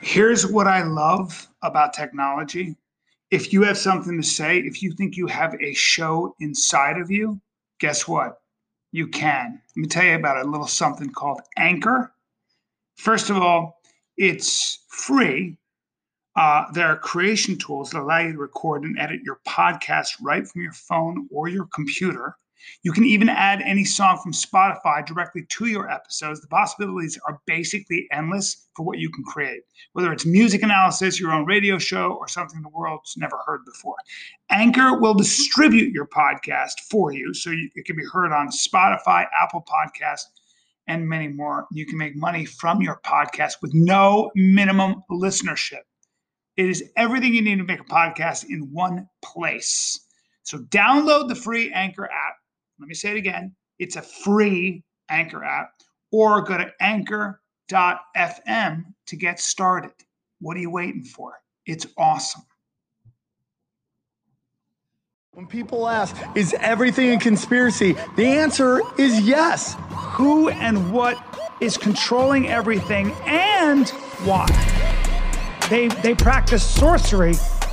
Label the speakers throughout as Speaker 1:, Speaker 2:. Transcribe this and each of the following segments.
Speaker 1: here's what I love about technology. If you have something to say, if you think you have a show inside of you, guess what? You can. Let me tell you about a little something called Anchor. First of all, it's free. Uh, there are creation tools that allow you to record and edit your podcast right from your phone or your computer. You can even add any song from Spotify directly to your episodes. The possibilities are basically endless for what you can create, whether it's music analysis, your own radio show, or something the world's never heard before. Anchor will distribute your podcast for you so you, it can be heard on Spotify, Apple Podcasts, and many more. You can make money from your podcast with no minimum listenership. It is everything you need to make a podcast in one place. So download the free Anchor app. Let me say it again. It's a free Anchor app or go to anchor.fm to get started. What are you waiting for? It's awesome.
Speaker 2: When people ask, is everything a conspiracy? The answer is yes.
Speaker 1: Who and what is controlling everything and why? They they practice sorcery.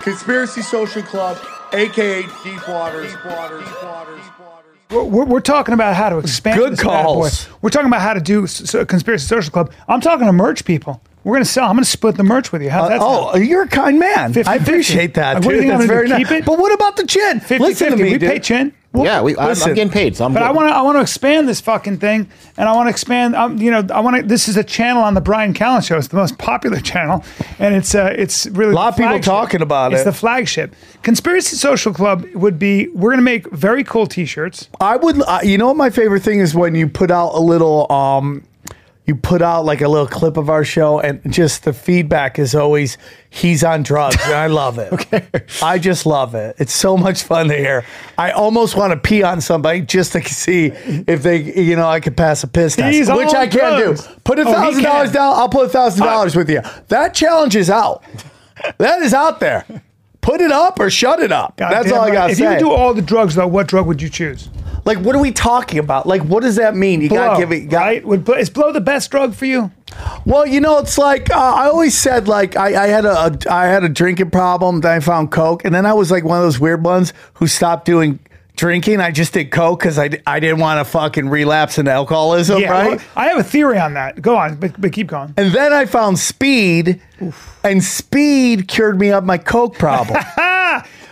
Speaker 2: Conspiracy Social Club, aka Deep Waters.
Speaker 1: We're, we're, we're talking about how to expand.
Speaker 3: Good
Speaker 1: this bad boy.
Speaker 3: calls.
Speaker 1: We're talking about how to do s- so, conspiracy social club. I'm talking to merch people. We're gonna sell. I'm gonna split the merch with you. How, that's
Speaker 3: oh, you're a kind man.
Speaker 1: 50-50.
Speaker 3: I appreciate that.
Speaker 1: What do you
Speaker 3: dude.
Speaker 1: think I'm
Speaker 3: That's
Speaker 1: gonna
Speaker 3: very
Speaker 1: do,
Speaker 3: nice.
Speaker 1: keep it?
Speaker 3: But what about the chin?
Speaker 1: 50,
Speaker 3: Listen to me,
Speaker 1: We
Speaker 3: dude.
Speaker 1: pay chin.
Speaker 4: yeah, we, I'm,
Speaker 3: Listen.
Speaker 4: I'm getting paid, so I'm
Speaker 1: But
Speaker 4: good.
Speaker 1: I want to I want to expand this fucking thing, and I want to expand. Um, you know, I want to. This is a channel on the Brian Callen show. It's the most popular channel, and it's uh, it's really a
Speaker 3: Lot of people talking about
Speaker 1: it's
Speaker 3: it.
Speaker 1: the flagship. Conspiracy Social Club would be. We're gonna make very cool T-shirts.
Speaker 3: I would. Uh, you know what my favorite thing is when you put out a little. um you put out like a little clip of our show, and just the feedback is always he's on drugs, and I love it. okay, I just love it. It's so much fun to hear. I almost want to pee on somebody just to see if they, you know, I could pass a piss test,
Speaker 1: He's
Speaker 3: which
Speaker 1: on
Speaker 3: I can't
Speaker 1: drugs.
Speaker 3: do. Put a
Speaker 1: Oh, he
Speaker 3: thousand dollars
Speaker 1: can.
Speaker 3: down. I'll put a thousand dollars with you. That challenge is out. that is out there. Put it up or shut it up. That's
Speaker 1: Goddamn
Speaker 3: all I
Speaker 1: right.
Speaker 3: got to
Speaker 1: If
Speaker 3: say.
Speaker 1: you do all the drugs, though, what drug would you choose?
Speaker 3: Like, what are we talking about? Like, what does that mean? You
Speaker 1: Blow,
Speaker 3: gotta give it. Got,
Speaker 1: right? Would bl- is blow the best drug for you?
Speaker 3: Well, you know, it's like uh, I always said. Like, I, I had a, a I had a drinking problem. Then I found coke, and then I was like one of those weird ones who stopped doing drinking. I just did coke because I, d- I didn't want to fucking relapse into alcoholism, right?
Speaker 1: well, I have a theory on that. Go on, but, but keep going.
Speaker 3: And then I found speed, and speed cured me of my coke problem.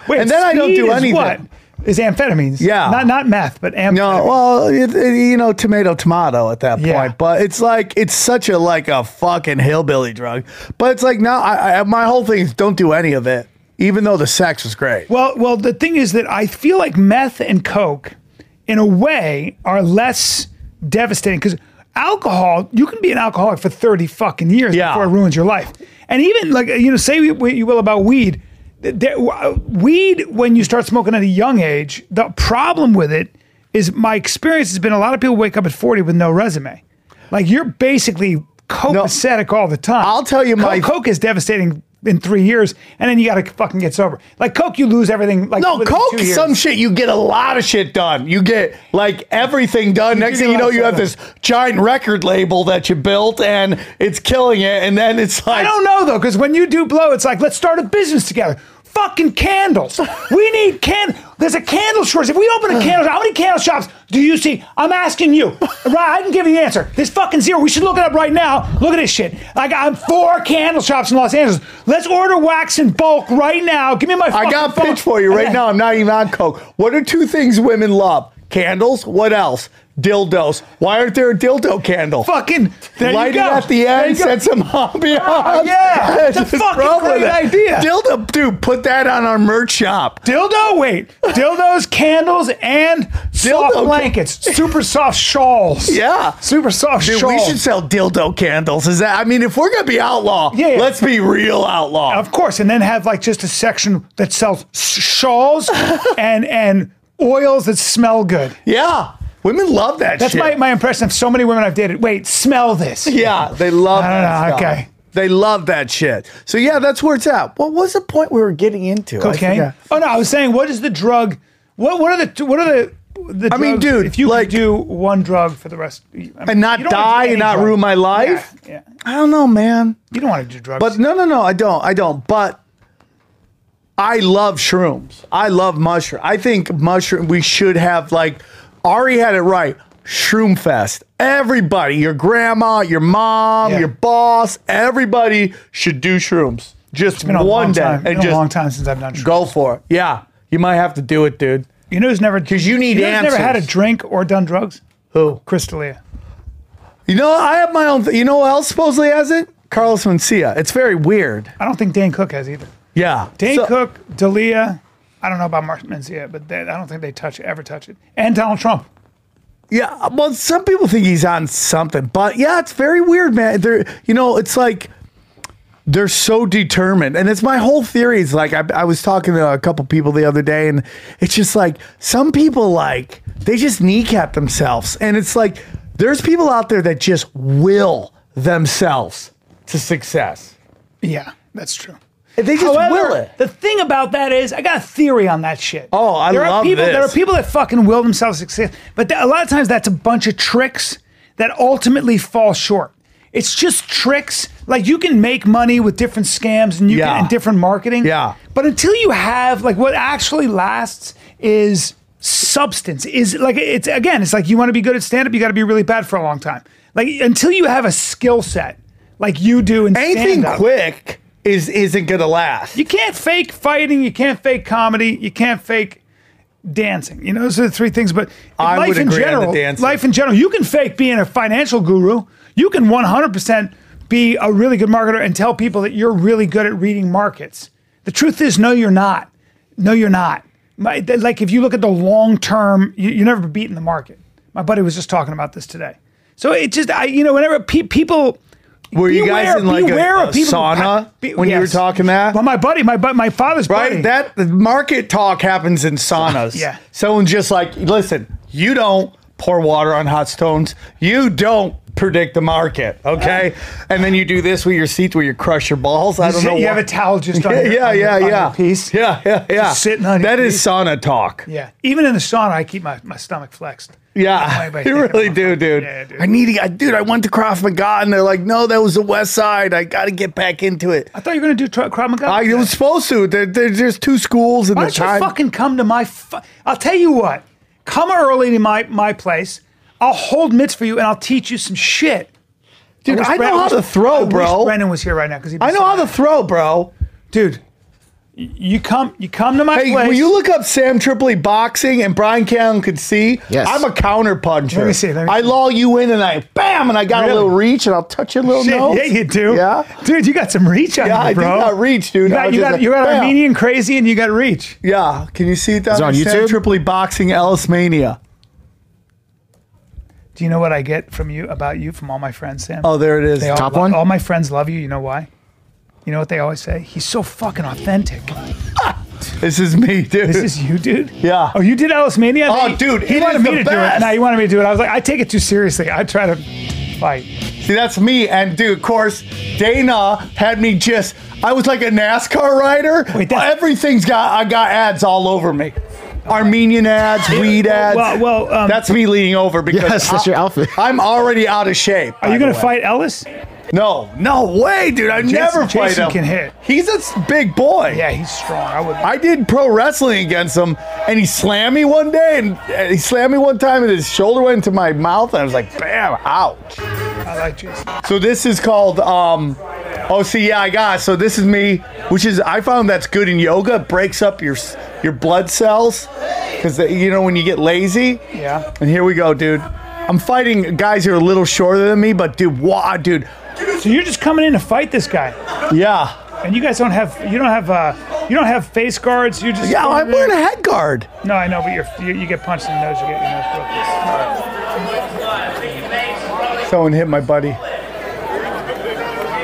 Speaker 1: Wait,
Speaker 3: and then I don't
Speaker 1: speed
Speaker 3: do
Speaker 1: is
Speaker 3: anything.
Speaker 1: What? Is amphetamines?
Speaker 3: Yeah.
Speaker 1: not not meth, but amphetamines.
Speaker 3: No, well, it, it- you know, tomato, tomato at that
Speaker 1: Yeah.
Speaker 3: point. But it's like it's such a like a fucking hillbilly drug. But it's like now, I, I my whole thing is don't do any of it, even though the sex was great.
Speaker 1: Well, well, the thing is that I feel like meth and coke, in a way, are less devastating because alcohol. You can be an alcoholic for thirty fucking years
Speaker 3: Yeah.
Speaker 1: before it ruins your life. And even like you know, say what you will about weed. th- there- w- weed, when you start smoking at a young age, the problem with it is my experience has been a lot of people wake up at forty with no resume. Like you're basically copacetic all the time.
Speaker 3: I'll tell you
Speaker 1: Co-
Speaker 3: my-
Speaker 1: coke is devastating in three years, and then you got to fucking get sober. Like coke, you lose everything. Like
Speaker 3: No,
Speaker 1: within
Speaker 3: coke
Speaker 1: two years.
Speaker 3: is some shit. You get a lot of shit done. You get like everything done. Next
Speaker 1: do
Speaker 3: thing
Speaker 1: a
Speaker 3: you
Speaker 1: lot
Speaker 3: know,
Speaker 1: of
Speaker 3: you
Speaker 1: stuff
Speaker 3: have this giant record label that you built, and it's killing it. And then it's like
Speaker 1: I don't know though, because when you do blow, it's like let's start a business together. Fucking candles. We need can. There's a candle shortage. If we open a candle, how many candle shops do you see? I'm asking you. Right, I can give you the answer. There's fucking zero. We should look it up right now. Look at this shit. I got four candle shops in Los Angeles. Let's order wax in bulk right now. Give me my.
Speaker 3: I
Speaker 1: fucking
Speaker 3: got a
Speaker 1: phone.
Speaker 3: pitch for you
Speaker 1: And
Speaker 3: right
Speaker 1: then-
Speaker 3: now. I'm not even on coke. What are two things women love? Candles. What else? dildos. Why aren't there a dildo candle?
Speaker 5: Fucking there
Speaker 3: Light
Speaker 5: you go.
Speaker 3: it at the
Speaker 5: There
Speaker 3: end,
Speaker 5: you go.
Speaker 3: set some ambiance.
Speaker 5: yeah. It's a
Speaker 3: Just
Speaker 5: fucking
Speaker 3: roll with
Speaker 5: great
Speaker 3: it.
Speaker 5: idea.
Speaker 3: Dildo, dude, put that on our merch shop.
Speaker 5: Dildo, wait. Dildos, candles, and soft
Speaker 3: Dildo-
Speaker 5: blankets. Super soft shawls.
Speaker 3: Yeah.
Speaker 5: Super soft
Speaker 3: Dude,
Speaker 5: shawls.
Speaker 3: we should sell dildo candles. Is that? I mean, if we're gonna be outlaw,
Speaker 5: Yeah, yeah.
Speaker 3: let's be real outlaw.
Speaker 5: of course, and then have like just a section that sells s- shawls and and oils that smell good.
Speaker 3: yeah, women love that.
Speaker 5: That's
Speaker 3: shit.
Speaker 5: my, my impression of so many women I've dated. Wait, smell this.
Speaker 3: Yeah, they love.
Speaker 5: I don't
Speaker 3: that
Speaker 5: know,
Speaker 3: stuff.
Speaker 5: okay.
Speaker 3: They love that shit. So yeah, that's where it's at. What was the point we were getting into? I
Speaker 5: Okay.
Speaker 3: forgot.
Speaker 5: Oh no, I was saying, what is the drug? What what are the what are the the
Speaker 3: I mean,
Speaker 5: drugs-
Speaker 3: dude,
Speaker 5: if you could
Speaker 3: like-
Speaker 5: do one drug for the rest, I mean,
Speaker 3: And not
Speaker 5: you don't wanna do
Speaker 3: die
Speaker 5: any
Speaker 3: and not
Speaker 5: drug.
Speaker 3: ruin my life.
Speaker 5: Yeah, yeah.
Speaker 3: I don't know, man.
Speaker 5: you don't want to do drugs.
Speaker 3: But no, no, no, I don't. I don't. But I love shrooms. I love mushroom. I think mushroom. We should have like Ari had it right. Shroom fest. Everybody, your grandma, your mom,
Speaker 5: Yeah.
Speaker 3: your boss, everybody should do shrooms. Just
Speaker 5: Been a
Speaker 3: one
Speaker 5: long
Speaker 3: day
Speaker 5: time.
Speaker 3: and
Speaker 5: been a long
Speaker 3: just
Speaker 5: time since I've done. Go.
Speaker 3: go for it. Yeah, you might have to do it, dude.
Speaker 5: You know who's never because
Speaker 3: you need
Speaker 5: Never had a
Speaker 3: answers.
Speaker 5: drink or done drugs.
Speaker 3: Who?
Speaker 5: Crystalia.
Speaker 3: You know, I have my own. Th- you know who else supposedly has it? Carlos Mencia. It's very weird.
Speaker 5: I don't think Dan Cook has either.
Speaker 3: Yeah.
Speaker 5: Dane
Speaker 3: So-
Speaker 5: Cook, Dalia. I don't know about Mark Mencia, but they, I don't think they touch ever touch it. And Donald Trump.
Speaker 3: Yeah, well, some people think he's on something, but yeah, it's very weird, man. They're, you know, it's like they're so determined, and it's my whole theory. Is like I, I was talking to a couple people the other day, and it's just like some people like they just kneecap themselves, and it's like there's people out there that just will themselves to success.
Speaker 5: Yeah, that's true.
Speaker 3: And They just
Speaker 5: However,
Speaker 3: will it.
Speaker 5: the thing about that is, I got a theory on that shit.
Speaker 3: Oh, I
Speaker 5: there
Speaker 3: love
Speaker 5: are people, There are
Speaker 3: this.
Speaker 5: people that fucking will themselves success, but th- a lot of times that's a bunch of tricks that ultimately fall short. It's just tricks. Like you can make money with different scams and you
Speaker 3: Yeah.
Speaker 5: can, and different marketing.
Speaker 3: Yeah.
Speaker 5: But until you have like what actually lasts is substance. Is like it's again, it's like you want to be good at stand up, you got to be really bad for a long time. Like until you have a skill set like you do in
Speaker 3: Anything
Speaker 5: stand-up.
Speaker 3: quick is isn't gonna last.
Speaker 5: You can't fake fighting. You can't fake comedy. You can't fake dancing. You know, those are the three things. But
Speaker 3: I
Speaker 5: life
Speaker 3: would
Speaker 5: in
Speaker 3: agree on the
Speaker 5: general,
Speaker 3: dancing.
Speaker 5: life in general, you can fake being a financial guru. You can 100% be a really good marketer and tell people that you're really good at reading markets. The truth is, no, you're not. No, you're not. My, th- like if you look at the long term, you, you're never beating the market. My buddy was just talking about this today. So it just, I, you know, whenever pe- people
Speaker 3: Were you
Speaker 5: Beware-
Speaker 3: guys in like a,
Speaker 5: beware
Speaker 3: a
Speaker 5: of people who
Speaker 3: sauna
Speaker 5: pa- be-
Speaker 3: when you were
Speaker 5: yes.
Speaker 3: talking that?
Speaker 5: Well, my buddy, my bu- my father's buddy.
Speaker 3: Right? That the market talk happens in saunas.
Speaker 5: Yeah.
Speaker 3: Someone's just like, listen, you don't pour water on hot stones. You don't predict the market. Okay. And then you do this with your seat where you crush your balls. I don't know.
Speaker 5: you
Speaker 3: why-
Speaker 5: have a towel just on
Speaker 3: yeah,
Speaker 5: your-
Speaker 3: yeah,
Speaker 5: on your-
Speaker 3: yeah,
Speaker 5: on your
Speaker 3: yeah.
Speaker 5: piece.
Speaker 3: Yeah, yeah, yeah.
Speaker 5: Just sitting on your
Speaker 3: That is
Speaker 5: piece.
Speaker 3: sauna talk.
Speaker 5: Yeah. Even in the sauna, I keep my, my stomach flexed.
Speaker 3: Yeah,
Speaker 5: Wait, wait,
Speaker 3: you
Speaker 5: think
Speaker 3: really
Speaker 5: about
Speaker 3: do,
Speaker 5: that.
Speaker 3: dude.
Speaker 5: Yeah, dude.
Speaker 3: I need to, I, dude. I went to Krav Maga, and they're like, "No, that was the West Side. I got to get back into it."
Speaker 5: I thought you were gonna do tra- Krav Maga.
Speaker 3: I
Speaker 5: today.
Speaker 3: was supposed to. There, there, there's two schools, and
Speaker 5: Why
Speaker 3: the
Speaker 5: don't you
Speaker 3: time.
Speaker 5: fucking come to my? Fu- I'll tell you what. Come early to my my place. I'll hold mitts for you, and I'll teach you some shit.
Speaker 3: Dude,
Speaker 5: wish
Speaker 3: I
Speaker 5: Bren-
Speaker 3: know how
Speaker 5: wish-
Speaker 3: to
Speaker 5: I
Speaker 3: throw,
Speaker 5: wish
Speaker 3: bro.
Speaker 5: Brendan was here right now because
Speaker 3: I know how to throw, bro.
Speaker 5: Dude, y- you come you come to my
Speaker 3: Hey,
Speaker 5: place.
Speaker 3: will you look up Sam Tripoli boxing and Brian Callen could see?
Speaker 4: Yes.
Speaker 3: I'm a counter puncher.
Speaker 5: Let me see, let me
Speaker 3: I
Speaker 5: see.
Speaker 3: lull you in and I bam and I got a
Speaker 5: Really?
Speaker 3: little reach and I'll touch your little
Speaker 5: Shit,
Speaker 3: nose.
Speaker 5: yeah, you do.
Speaker 3: Yeah.
Speaker 5: dude, you got some reach on
Speaker 3: Yeah, I
Speaker 5: you,
Speaker 3: do
Speaker 5: bro.
Speaker 3: got reach, dude.
Speaker 5: You
Speaker 3: I
Speaker 5: got,
Speaker 3: was
Speaker 5: you
Speaker 3: just
Speaker 5: got,
Speaker 3: like,
Speaker 5: you got
Speaker 3: bam.
Speaker 5: Armenian crazy, and you got reach.
Speaker 3: Yeah. Can you see it down
Speaker 4: It's on
Speaker 3: there? Sam
Speaker 4: YouTube?
Speaker 3: Tripoli boxing Ellis Mania.
Speaker 5: Do you know what I get from you about you from all my friends, Sam?
Speaker 3: Oh, there it is.
Speaker 5: They all
Speaker 4: Top
Speaker 5: lo-
Speaker 4: one?
Speaker 5: All my friends love you. You know why? You know what they always say? He's so fucking authentic.
Speaker 3: This is me, dude.
Speaker 5: This is you, dude.
Speaker 3: Yeah.
Speaker 5: Oh, you did Alice Mania?
Speaker 3: Oh,
Speaker 5: They-
Speaker 3: dude,
Speaker 5: he
Speaker 3: it
Speaker 5: wanted
Speaker 3: is
Speaker 5: me
Speaker 3: the
Speaker 5: to do
Speaker 3: best.
Speaker 5: it. No, he wanted me to do it. I was like, I take it too seriously. I try to fight.
Speaker 3: See, that's me. And dude, of course, Dana had me just. I was like a NASCAR rider.
Speaker 5: Wait, that's-
Speaker 3: Everything's got. I got ads all over me. Armenian ads, weed ads.
Speaker 5: well, well, um,
Speaker 3: that's me leaning over because
Speaker 4: Yes, that's your outfit.
Speaker 3: I'm already out of shape.
Speaker 5: Are you gonna fight Ellis?
Speaker 3: No, no way, dude. I
Speaker 5: Jason-
Speaker 3: never fight
Speaker 5: Jason
Speaker 3: him.
Speaker 5: can hit.
Speaker 3: He's a s- big boy.
Speaker 5: Yeah, he's strong. I would.
Speaker 3: I did pro wrestling against him, and he slammed me one day, and and he slammed me one time, and his shoulder went into my mouth, and I was like, "Bam! Ouch!"
Speaker 5: I like Jason.
Speaker 3: So this is called um Oh see yeah I got it. so this is me which is I found that's good in yoga it breaks up your s- your blood cells cuz you know when you get lazy
Speaker 5: Yeah.
Speaker 3: and here we go dude I'm fighting guys who are a little shorter than me, but dude, wow, dude,
Speaker 5: So you're just coming in to fight this guy,
Speaker 3: yeah,
Speaker 5: and you guys don't have you don't have uh you don't have face guards. You just
Speaker 3: yeah, I'm wearing a head guard.
Speaker 5: No, I know, but you're, you you get punched in the nose. You get your nose broken.
Speaker 3: Someone hit my buddy.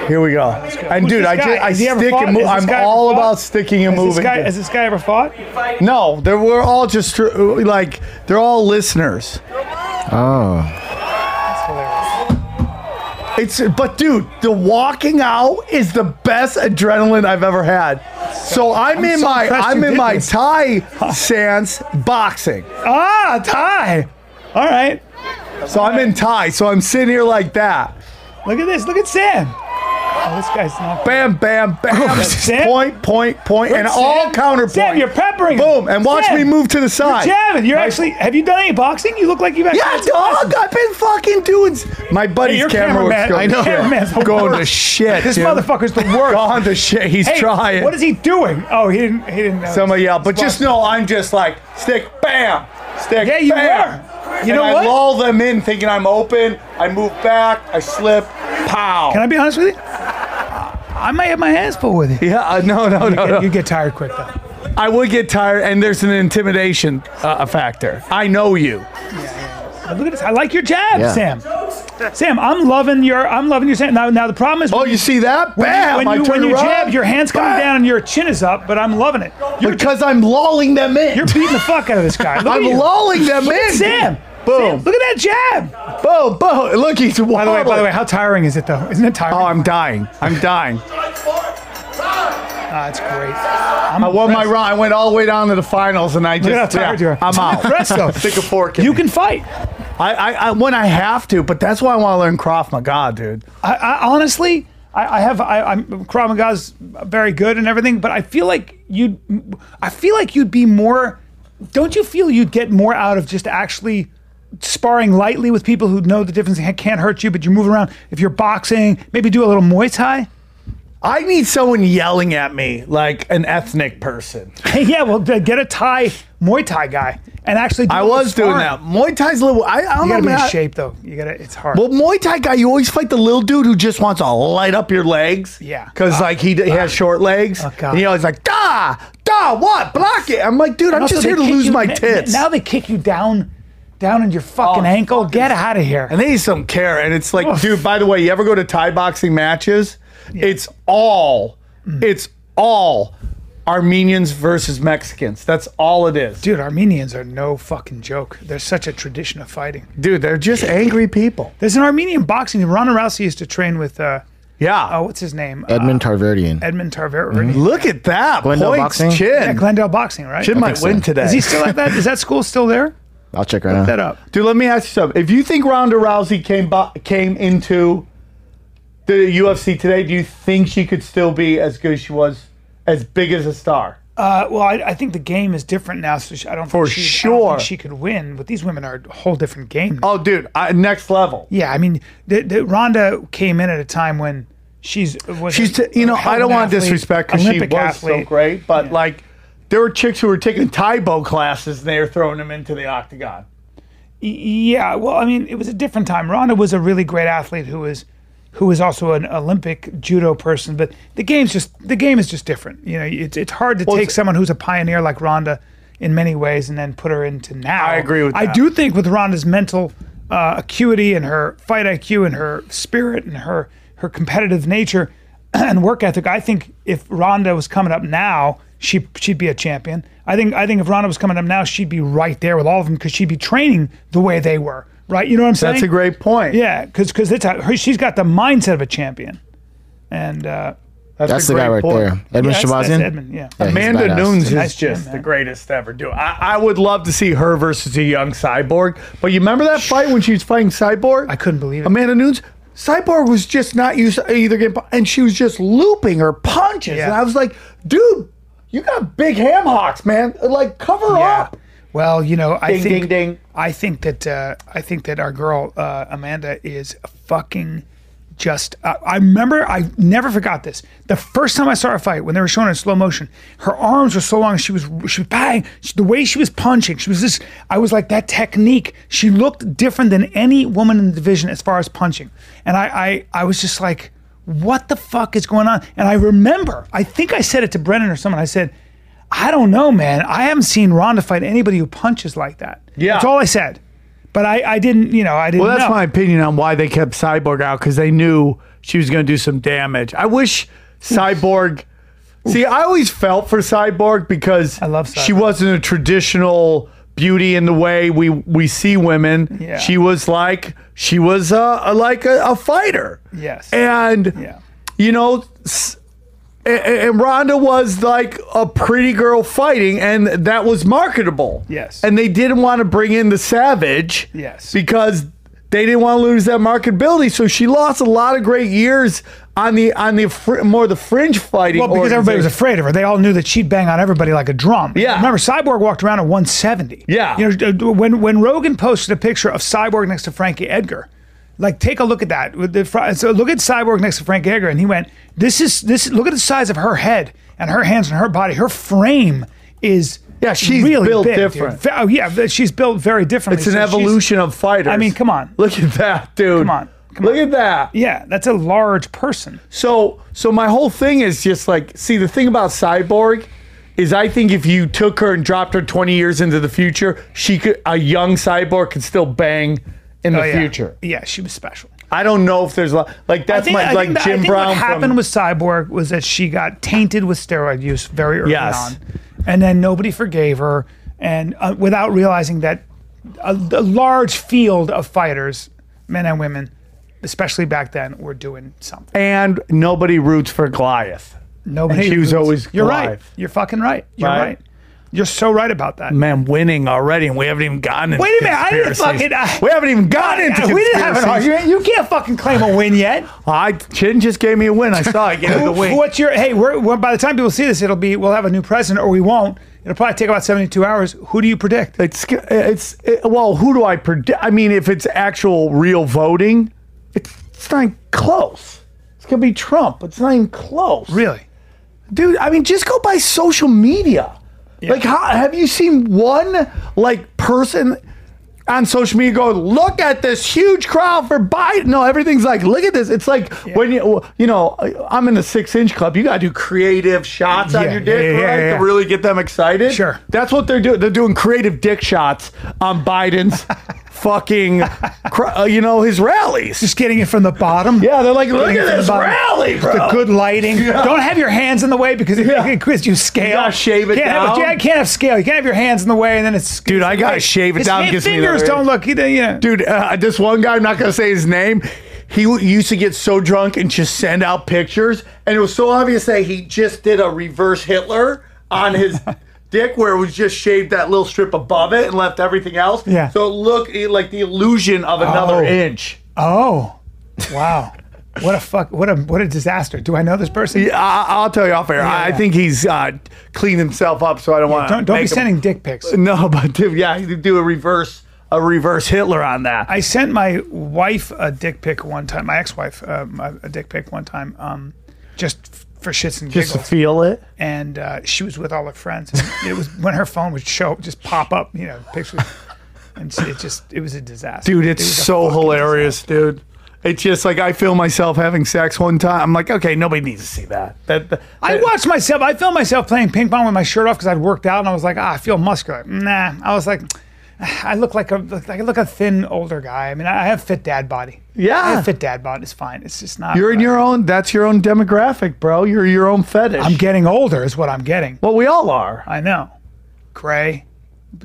Speaker 3: Here we go. And
Speaker 5: Who's
Speaker 3: dude,
Speaker 5: this
Speaker 3: I, just,
Speaker 5: guy?
Speaker 3: I
Speaker 5: Has he ever
Speaker 3: stick
Speaker 5: fought?
Speaker 3: and move.
Speaker 5: Has this
Speaker 3: I'm
Speaker 5: guy ever
Speaker 3: all
Speaker 5: fought?
Speaker 3: about sticking and
Speaker 5: Has this
Speaker 3: moving.
Speaker 5: guy has this guy ever fought?
Speaker 3: no, they we're all just tr- like they're all listeners.
Speaker 5: That's hilarious.
Speaker 3: It's but dude, the walking out is the best adrenaline I've ever had. So I'm, in
Speaker 6: so
Speaker 3: my
Speaker 6: impressed
Speaker 3: I'm
Speaker 6: you
Speaker 3: in
Speaker 6: did
Speaker 3: my
Speaker 6: this.
Speaker 3: Thai stance boxing.
Speaker 5: Ah, tie. All right.
Speaker 3: So I'm in Thai. So I'm sitting here like that.
Speaker 5: Look at this. Look at Sam. Oh, this guy's not.
Speaker 3: Bam, bam, bam.
Speaker 5: Sam?
Speaker 3: point, point, point, and all
Speaker 5: Sam.
Speaker 3: counterpoint.
Speaker 5: Sam, you're peppering. him.
Speaker 3: Boom, and watch
Speaker 5: Sam,
Speaker 3: me move to the
Speaker 5: You're
Speaker 3: side.
Speaker 5: jabbing. You're actually. Have you done any boxing? You look like you've actually.
Speaker 3: Yeah, dog. I've been fucking doing. s- My buddy's
Speaker 5: your
Speaker 3: camera
Speaker 5: cameraman-
Speaker 3: works going
Speaker 5: I know.
Speaker 3: to
Speaker 5: cameraman's the
Speaker 3: shit. Going to
Speaker 5: worst.
Speaker 3: shit.
Speaker 5: This
Speaker 3: dude.
Speaker 5: motherfucker's the worst.
Speaker 3: Gone to shit. He's
Speaker 5: Hey,
Speaker 3: trying.
Speaker 5: What is he doing? Oh, he didn't. He didn't. Know.
Speaker 3: Somebody yelled, but
Speaker 5: He's
Speaker 3: just
Speaker 5: watching.
Speaker 3: know I'm just like stick, bam, stick,
Speaker 5: Yeah, you
Speaker 3: bam.
Speaker 5: were. You
Speaker 3: and
Speaker 5: know
Speaker 3: I
Speaker 5: what?
Speaker 3: lull them in, thinking I'm open. I move back. I slip. Pow.
Speaker 5: Can I be honest with you? I might have my hands full with you.
Speaker 3: yeah. Uh, no. No. No.
Speaker 5: You
Speaker 3: no.
Speaker 5: get, you get tired quick though.
Speaker 3: I would get tired, and there's an intimidation uh, factor. I know you.
Speaker 5: But Look at this. I like your jab,
Speaker 4: Yeah.
Speaker 5: Sam. Sam, I'm loving your. I'm loving your. Sam. Now, now the problem is.
Speaker 3: Oh, you see that?
Speaker 5: When you-
Speaker 3: Bam!
Speaker 5: when
Speaker 3: I
Speaker 5: you,
Speaker 3: turn
Speaker 5: when you
Speaker 3: around.
Speaker 5: jab, your hands coming
Speaker 3: Bam.
Speaker 5: down and your chin is up, but I'm loving it. You're,
Speaker 3: because I'm lolling them in.
Speaker 5: you're beating the fuck out of this guy. Look
Speaker 3: I'm
Speaker 5: at you.
Speaker 3: lolling them
Speaker 5: Look
Speaker 3: in.
Speaker 5: at Sam.
Speaker 3: Boom.
Speaker 5: Sam, look at that jab.
Speaker 3: Boom, boom. Look, he's wobbling.
Speaker 5: By the way, by the way, how tiring is it though? Isn't it tiring?
Speaker 3: Oh, I'm dying. I'm dying.
Speaker 5: Ah, it's great. I'm
Speaker 3: I won my
Speaker 5: impressed.
Speaker 3: round. I went all the way down to the finals, and I just
Speaker 5: how tired you are.
Speaker 3: I'm out.
Speaker 5: Impressed, though.
Speaker 3: Stick a fork in.
Speaker 5: You
Speaker 3: me.
Speaker 5: can fight.
Speaker 3: I, I, I when I have to, but that's why I want to learn Krav Maga, dude.
Speaker 5: I, I honestly, I, I have. I, I'm Krav Maga's very good and everything, but I feel like you'd. I feel like you'd be more. Don't you feel you'd get more out of just actually sparring lightly with people who know the difference and can't hurt you, but you move around? If you're boxing, maybe do a little Muay Thai.
Speaker 3: I need someone yelling at me like an ethnic person.
Speaker 5: Hey, yeah, well, then get a Thai Muay Thai guy and actually. Do
Speaker 3: I
Speaker 5: a little
Speaker 3: was doing
Speaker 5: sparring.
Speaker 3: that. Muay Thai's a little. I, I don't
Speaker 5: You gotta
Speaker 3: know.
Speaker 5: be
Speaker 3: man.
Speaker 5: in shape though. You gotta. It's hard.
Speaker 3: Well, Muay Thai guy, you always fight the little dude who just wants to light up your legs.
Speaker 5: Yeah. Uh,
Speaker 3: Because, like, he, d he has short legs.
Speaker 5: Oh, God.
Speaker 3: And he always like, da, da, what? Block it. I'm like, dude, I'm
Speaker 5: Also,
Speaker 3: just
Speaker 5: they
Speaker 3: here to
Speaker 5: kick
Speaker 3: lose
Speaker 5: you-
Speaker 3: my
Speaker 5: n- n-
Speaker 3: tits.
Speaker 5: Now they kick you down, down in your fucking
Speaker 3: Oh,
Speaker 5: ankle. Get out of here.
Speaker 3: and they just don't care. And it's like,
Speaker 5: Oof.
Speaker 3: dude, by the way, you ever go to Thai boxing matches? It's all,
Speaker 5: Mm.
Speaker 3: it's all Armenians versus Mexicans. That's all it is. Dude,
Speaker 5: Dude, Armenians are no fucking joke. They're such a tradition of fighting.
Speaker 3: they're just angry people.
Speaker 5: There's an Armenian boxing. Ronda Rousey used to train with, uh,
Speaker 3: Yeah.
Speaker 5: oh, what's his name?
Speaker 4: Edmund
Speaker 5: Uh,
Speaker 4: Tarverdian.
Speaker 5: Edmund Tarver.
Speaker 3: Look at that.
Speaker 4: Glendale
Speaker 3: Points,
Speaker 4: boxing?
Speaker 3: chin.
Speaker 5: Yeah, Glendale Boxing, right?
Speaker 3: chin might
Speaker 4: so.
Speaker 3: win today.
Speaker 5: Is he still at that? Is that school still there?
Speaker 4: I'll check right
Speaker 5: That uh,
Speaker 4: now.
Speaker 5: up.
Speaker 3: Dude, let me ask you something. If you think Ronda Rousey came bo- came into the UFC today, do you think she could still be as good as she was, as big as a star?
Speaker 5: Uh, well, I, I think the game is different now, so she, I don't
Speaker 3: For
Speaker 5: think she, I don't
Speaker 3: sure.
Speaker 5: think she could win. But these women are a whole different game. now.
Speaker 3: Oh, dude, I, next level.
Speaker 5: Yeah, I mean, the, the, Ronda came in at a time when she's was
Speaker 3: She's,
Speaker 5: a-
Speaker 3: t- you know,
Speaker 5: hell of
Speaker 3: I
Speaker 5: an
Speaker 3: don't want to
Speaker 5: athlete,
Speaker 3: disrespect because she was
Speaker 5: Olympic
Speaker 3: so great, but like, there were chicks who were taking Taibo classes and they were throwing them into the octagon.
Speaker 5: Yeah, well, I mean, it was a different time. Ronda was a really great athlete who was, who was also an Olympic judo person. But the game's just the game is just different. You know, it's it's hard to take
Speaker 3: it's-
Speaker 5: someone who's a pioneer like Ronda in many ways and then put her into now. I
Speaker 3: agree with
Speaker 5: I
Speaker 3: that.
Speaker 5: do think with Ronda's mental uh, acuity and her fight IQ and her spirit and her her competitive nature and work ethic, I think if Ronda was coming up now. She she'd be a champion. I think I think if Ronda was coming up now, she'd be right there with all of them because she'd be training the way they were, right? You know what I'm saying?
Speaker 3: That's a great point.
Speaker 5: Yeah, because it's how, her, she's got the mindset of a champion, and uh,
Speaker 3: that's,
Speaker 4: That's the guy right there. Edmund
Speaker 5: that's, that's
Speaker 4: Shabazian?
Speaker 5: Edmund. Yeah.
Speaker 4: Yeah, he's
Speaker 3: Amanda
Speaker 4: badass.
Speaker 3: Nunes
Speaker 5: Nice
Speaker 3: is just
Speaker 5: gym,
Speaker 3: the
Speaker 5: man.
Speaker 3: greatest ever, dude. I, I would love to see her versus a young cyborg. But you remember that fight when she was fighting cyborg?
Speaker 5: I couldn't believe it.
Speaker 3: Amanda Nunes, cyborg was just not used to either getting, pu- and she was just looping her punches.
Speaker 5: Yeah.
Speaker 3: And I was like, dude, you got big ham hocks, man. Like, cover
Speaker 5: Yeah.
Speaker 3: up.
Speaker 5: Well, you know, I
Speaker 3: Ding, ding,
Speaker 5: think
Speaker 3: ding.
Speaker 5: I think that uh, I think that our girl uh, Amanda is fucking just, uh, I remember, I never forgot this. The first time I saw her fight, when they were showing her in slow motion, her arms were so long. She was, she was bang. She, the way she was punching, she was just, I was like, that technique. She looked different than any woman in the division as far as punching. And I, I, I was just like, what the fuck is going on? And I remember, I think I said it to Brennan or someone. I said, I don't know, man. I haven't seen Ronda fight anybody who punches like that.
Speaker 3: Yeah.
Speaker 5: That's all I said. But I, I didn't, you know, I didn't
Speaker 3: Well, that's
Speaker 5: know.
Speaker 3: my opinion on why they kept Cyborg out because they knew she was going to do some damage. I wish Cyborg. see, I always felt for Cyborg because I
Speaker 5: love
Speaker 3: she
Speaker 5: Cyborg.
Speaker 3: wasn't a traditional beauty in the way we we see women.
Speaker 5: Yeah.
Speaker 3: She was like she was a, a like a, a fighter.
Speaker 5: Yes.
Speaker 3: And
Speaker 5: yeah.
Speaker 3: you know, s- a- a- and Rhonda was like a pretty girl fighting, and that was marketable.
Speaker 5: Yes.
Speaker 3: And they didn't want to bring in the Savage.
Speaker 5: Yes.
Speaker 3: Because they didn't want to lose that marketability, so she lost a lot of great years on the on the fr- more the fringe fighting.
Speaker 5: Well, because everybody was
Speaker 3: organization.
Speaker 5: afraid of her. They all knew that she'd bang on everybody like a drum.
Speaker 3: Yeah.
Speaker 5: Remember, Cyborg walked around at 170.
Speaker 3: Yeah.
Speaker 5: You know, when when Rogan posted a picture of Cyborg next to Frankie Edgar, like take a look at that. With the fr- so look at Cyborg next to Frankie Edgar, and he went, "This is this. Look at the size of her head and her hands and her body. Her frame is."
Speaker 3: Yeah, she's
Speaker 5: really
Speaker 3: built
Speaker 5: big, dude.
Speaker 3: different.
Speaker 5: Ve- Oh, yeah, th- she's built very differently.
Speaker 3: It's an
Speaker 5: So she's-
Speaker 3: evolution of fighters.
Speaker 5: I mean, come on.
Speaker 3: Look at that, dude.
Speaker 5: Come on. Come
Speaker 3: Look
Speaker 5: on.
Speaker 3: at that.
Speaker 5: Yeah, that's a large person.
Speaker 3: So so my whole thing is just like see the thing about Cyborg is I think if you took her and dropped her 20 years into the future, she could a young Cyborg could still bang in the
Speaker 5: Oh, yeah.
Speaker 3: future.
Speaker 5: Yeah, she was special.
Speaker 3: I don't know if there's a lot, like that's
Speaker 5: I think-
Speaker 3: my
Speaker 5: I
Speaker 3: like
Speaker 5: think that- I
Speaker 3: Jim
Speaker 5: think
Speaker 3: Brown
Speaker 5: What happened
Speaker 3: from
Speaker 5: with Cyborg was that she got tainted with steroid use very early
Speaker 3: Yes.
Speaker 5: on, and then nobody forgave her, and uh, without realizing that a, a large field of fighters, men and women, especially back then, were doing something.
Speaker 3: and nobody roots for Goliath.
Speaker 5: Nobody.
Speaker 3: she was always
Speaker 5: You're right.
Speaker 3: alive.
Speaker 5: You're fucking right. You're
Speaker 3: Right?
Speaker 5: right. You're so right about that.
Speaker 3: Man, winning already, and we haven't even gotten. Into
Speaker 5: Wait a minute, I didn't
Speaker 3: conspiracies.
Speaker 5: fucking- I-
Speaker 3: we haven't even gotten into.
Speaker 5: we didn't have an
Speaker 3: conspiracies.
Speaker 5: argument. You can't fucking claim a win yet.
Speaker 3: I Chin just gave me a win. I saw it. Give it the win.
Speaker 5: What's your hey? We're, we're- by the time people see this, it'll be we'll have a new president, or we won't. It'll probably take about seventy-two hours. Who do you predict?
Speaker 3: It's it's it, well, who do I predict? I mean, if it's actual real voting, it's, it's not even close. It's gonna be Trump. It's not even close,
Speaker 5: Really?
Speaker 3: dude. I mean, just go by social media. Like, how, have you seen one like person on social media go, "Look at this huge crowd for Biden"? No, everything's like, "Look at this." It's like when you you know, I'm in the six inch club. You gotta do creative shots on
Speaker 5: Yeah,
Speaker 3: your dick,
Speaker 5: yeah, yeah,
Speaker 3: right,
Speaker 5: yeah.
Speaker 3: to really get them excited.
Speaker 5: Sure.
Speaker 3: That's what they're doing. They're doing creative dick shots on Biden's fucking, cr- uh, you know, his rallies.
Speaker 5: Just getting it from the bottom.
Speaker 3: Yeah, they're like, look
Speaker 5: Getting it
Speaker 3: at
Speaker 5: from the
Speaker 3: this
Speaker 5: bottom.
Speaker 3: rally, bro.
Speaker 5: The good lighting. Don't have your hands in the way because it,
Speaker 3: Yeah.
Speaker 5: it gives you scale.
Speaker 3: gotta shave it
Speaker 5: can't Have,
Speaker 3: down.
Speaker 5: yeah, you can't have scale. You can't have your hands in the way, and then it's.
Speaker 3: Dude, I gotta shave it
Speaker 5: His
Speaker 3: down,
Speaker 5: hand-
Speaker 3: gives me the
Speaker 5: fingers
Speaker 3: other-
Speaker 5: don't look. Either, yeah.
Speaker 3: dude. Uh, this one guy, I'm not gonna say his name. He w- used to get so drunk and just send out pictures, and it was so obvious that he just did a reverse Hitler on his dick, where it was just shaved that little strip above it and left everything else.
Speaker 5: Yeah.
Speaker 3: So it looked eh, like the illusion of another
Speaker 5: Oh.
Speaker 3: inch.
Speaker 5: Oh, wow. What a fuck! What a what a disaster! Do I know this person?
Speaker 3: Yeah, I, I'll tell you off air. I, I
Speaker 5: yeah.
Speaker 3: think he's uh, cleaned himself up, so I don't want to.
Speaker 5: Don't don't be sending dick pics.
Speaker 3: No, but dude, yeah, he did do a reverse a reverse Hitler on that.
Speaker 5: I sent my wife a dick pic one time, my ex-wife um, a a dick pic one time, um, just f- for shits and giggles.
Speaker 3: feel it.
Speaker 5: and uh, she was with all her friends. And it was when her phone would show, just pop up, you know, pictures. And she- it just, it was a disaster.
Speaker 3: Dude,
Speaker 5: It
Speaker 3: it's
Speaker 5: was a
Speaker 3: so
Speaker 5: fucking
Speaker 3: hilarious, dude. It's just like I feel myself having sex one time. I'm like, okay, nobody needs to see that. That, that-
Speaker 5: I watched myself. I filmed myself playing ping pong with my shirt off because I'd worked out, and I was like, ah, I feel muscular. Nah, I was like, "Ah, I look like a like I look a thin older guy. I mean, I I have fit dad body.
Speaker 3: Yeah.
Speaker 5: I have fit dad body. It's fine. It's just not.
Speaker 3: you're in
Speaker 5: uh,
Speaker 3: your own. That's your own demographic, bro. You're your own fetish.
Speaker 5: I'm getting older, is what I'm getting.
Speaker 3: well, we all are.
Speaker 5: I know. Gray,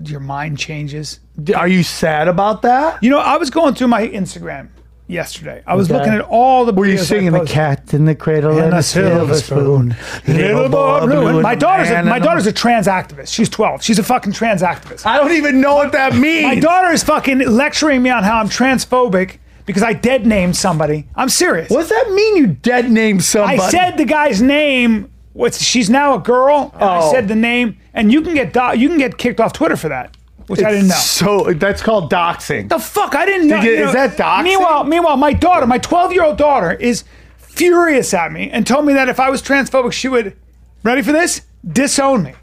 Speaker 5: your mind changes.
Speaker 3: Are you sad about that?
Speaker 5: You know, I was going through my Instagram yesterday. I was
Speaker 3: Okay.
Speaker 5: looking at all the.
Speaker 3: Were you
Speaker 5: videos I
Speaker 3: singing the
Speaker 5: posted.
Speaker 3: cat in the cradle and, a silver spoon?
Speaker 5: Little boy blue. and My daughter's a,
Speaker 3: man
Speaker 5: my
Speaker 3: in a-
Speaker 5: daughter's a trans activist. She's twelve. She's a fucking trans activist.
Speaker 3: I don't even know what that means.
Speaker 5: My daughter is fucking lecturing me on how I'm transphobic because I dead named somebody. I'm serious.
Speaker 3: What does that mean? You dead name somebody?
Speaker 5: I said the guy's name. What's she's now a girl. And I
Speaker 3: Oh.
Speaker 5: said the name, and you can get do- you can get kicked off Twitter for that. which I didn't know.
Speaker 3: So that's called doxing.
Speaker 5: the fuck? I didn't know.
Speaker 3: Did you-
Speaker 5: you
Speaker 3: is
Speaker 5: know.
Speaker 3: that doxing?
Speaker 5: Meanwhile, meanwhile, my daughter, my 12 year old daughter, is furious at me and told me that if I was transphobic, she would, ready for this? Disown me.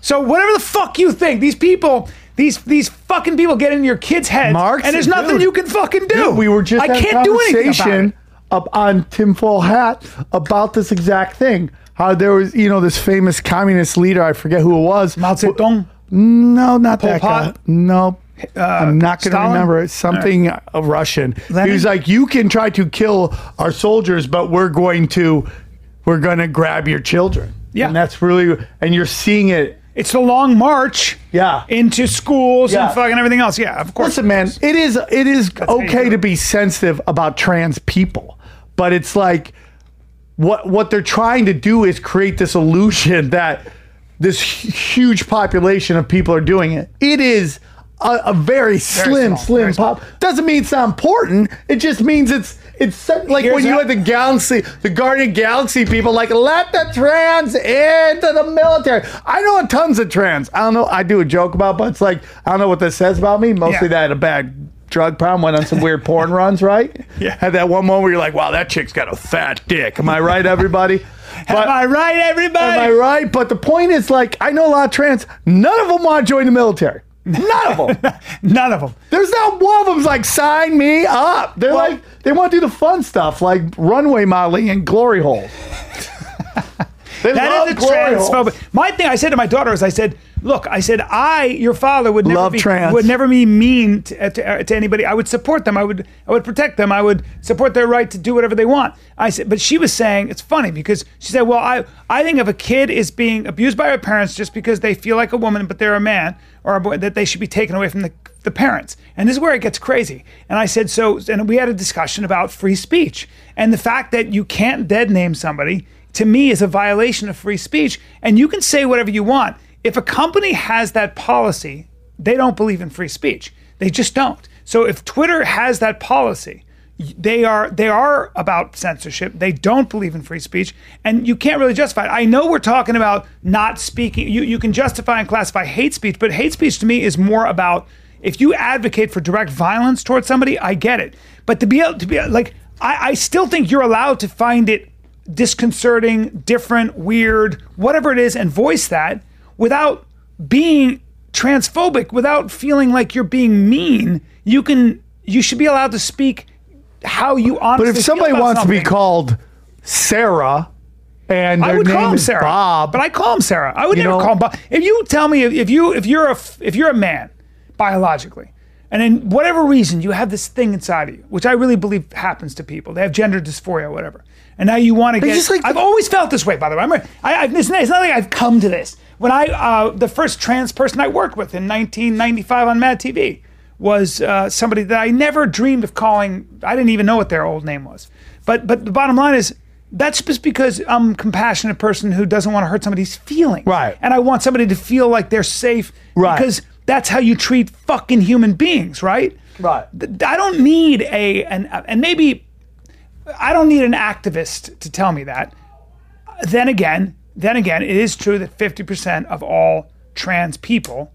Speaker 5: So whatever the fuck you think, these people. These, these fucking people get into your kids' heads,
Speaker 3: Marks,
Speaker 5: and there's nothing
Speaker 3: dude.
Speaker 5: you can fucking do.
Speaker 3: Dude, we were just
Speaker 5: I
Speaker 3: had a
Speaker 5: can't do anything about it.
Speaker 3: conversation up on Tim Fall Hat about this exact thing. How there was, you know, this famous communist leader, I forget who it was.
Speaker 5: Mao Zedong.
Speaker 3: No, not that
Speaker 5: Pot? Uh,
Speaker 3: guy. No. I'm not going to
Speaker 5: Stalin?
Speaker 3: remember it. Something uh, Russian. He was like, "You can try to kill our soldiers, but we're going to, we're going to grab your children."
Speaker 5: Yeah.
Speaker 3: and that's really, and you're seeing it.
Speaker 5: It's the long march.
Speaker 3: Yeah.
Speaker 5: Into schools
Speaker 3: Yeah.
Speaker 5: and fucking everything else. Yeah, of course.
Speaker 3: Listen, man, it is it is
Speaker 5: how you do
Speaker 3: okay
Speaker 5: it.
Speaker 3: to be sensitive about trans people, but it's like what what they're trying to do is create this illusion that this hu- huge population of people are doing it. It is a, a very slim,
Speaker 5: small,
Speaker 3: slim
Speaker 5: very small.
Speaker 3: pop. Doesn't mean it's not important. It just means it's it's sen- like
Speaker 5: Here's
Speaker 3: when you
Speaker 5: a-
Speaker 3: had the galaxy, the Guardian Galaxy people, like let the trans into the military. I know tons of trans. I don't know. I do a joke about, but it's like I don't know what this says about me. Mostly
Speaker 5: Yeah.
Speaker 3: that I had a bad drug problem, went on some weird porn runs, right?
Speaker 5: Yeah.
Speaker 3: Had that one moment where you're like, wow, that chick's got a fat dick. Am I right, everybody? But-
Speaker 5: Am I right,
Speaker 3: Am
Speaker 5: everybody?
Speaker 3: I right? But the point is, like, I know a lot of trans. None of them want to join the military. None of them.
Speaker 5: None of them.
Speaker 3: There's not one of them's like, sign me up. They're like, they want to do the fun stuff, like runway modeling and glory holes. They
Speaker 5: That
Speaker 3: love
Speaker 5: is a
Speaker 3: glory holes.
Speaker 5: transphobic. My thing I said to my daughter is I said, look, I said, I, your father, would never
Speaker 3: Love
Speaker 5: be
Speaker 3: trans.
Speaker 5: would never be mean to, uh, to, to anybody. I would support them. I would I would protect them. I would support their right to do whatever they want. I said, but she was saying it's funny because she said, well, I I think if a kid is being abused by her parents just because they feel like a woman but they're a man or a boy, that they should be taken away from the the parents. And this is where it gets crazy. And I said, so, and we had a discussion about free speech and the fact that you can't dead name somebody to me is a violation of free speech. And you can say whatever you want. If a company has that policy, they don't believe in free speech. They just don't. So if Twitter has that policy, y- they are they are about censorship. They don't believe in free speech, and you can't really justify it. I know we're talking about not speaking. You you can justify and classify hate speech, but hate speech to me is more about if you advocate for direct violence towards somebody. I get it, but to be able to be like I, I still think you're allowed to find it disconcerting, different, weird, whatever it is, and voice that without being transphobic, without feeling like you're being mean. You can, you should be allowed to speak how you honestly.
Speaker 3: But if
Speaker 5: feel
Speaker 3: somebody
Speaker 5: about
Speaker 3: wants to be
Speaker 5: something.
Speaker 3: called Sarah and
Speaker 5: I
Speaker 3: their
Speaker 5: would
Speaker 3: name
Speaker 5: call him
Speaker 3: is
Speaker 5: Sarah,
Speaker 3: Bob,
Speaker 5: but I call him Sarah. I would
Speaker 3: You
Speaker 5: never
Speaker 3: know-
Speaker 5: call him Bob. If you tell me if, if you if you're a f- if you're a man biologically, and in whatever reason you have this thing inside of you, which I really believe happens to people, they have gender dysphoria, whatever, and now you want to get.
Speaker 3: just like-
Speaker 5: I've always felt this way, by the way. I'm, I, I, it's not it's not like I've come to this. When I uh, the first trans person I worked with in 1995 on Mad TV was uh, somebody that I never dreamed of calling. I didn't even know what their old name was. But but the bottom line is that's just because I'm a compassionate person who doesn't want to hurt somebody's feelings.
Speaker 3: Right.
Speaker 5: And I want somebody to feel like they're safe.
Speaker 3: Right.
Speaker 5: Because that's how you treat fucking human beings, right?
Speaker 3: Right.
Speaker 5: Th- I don't need a an and maybe I don't need an activist to tell me that. Then again, then again, it is true that 50% of all trans people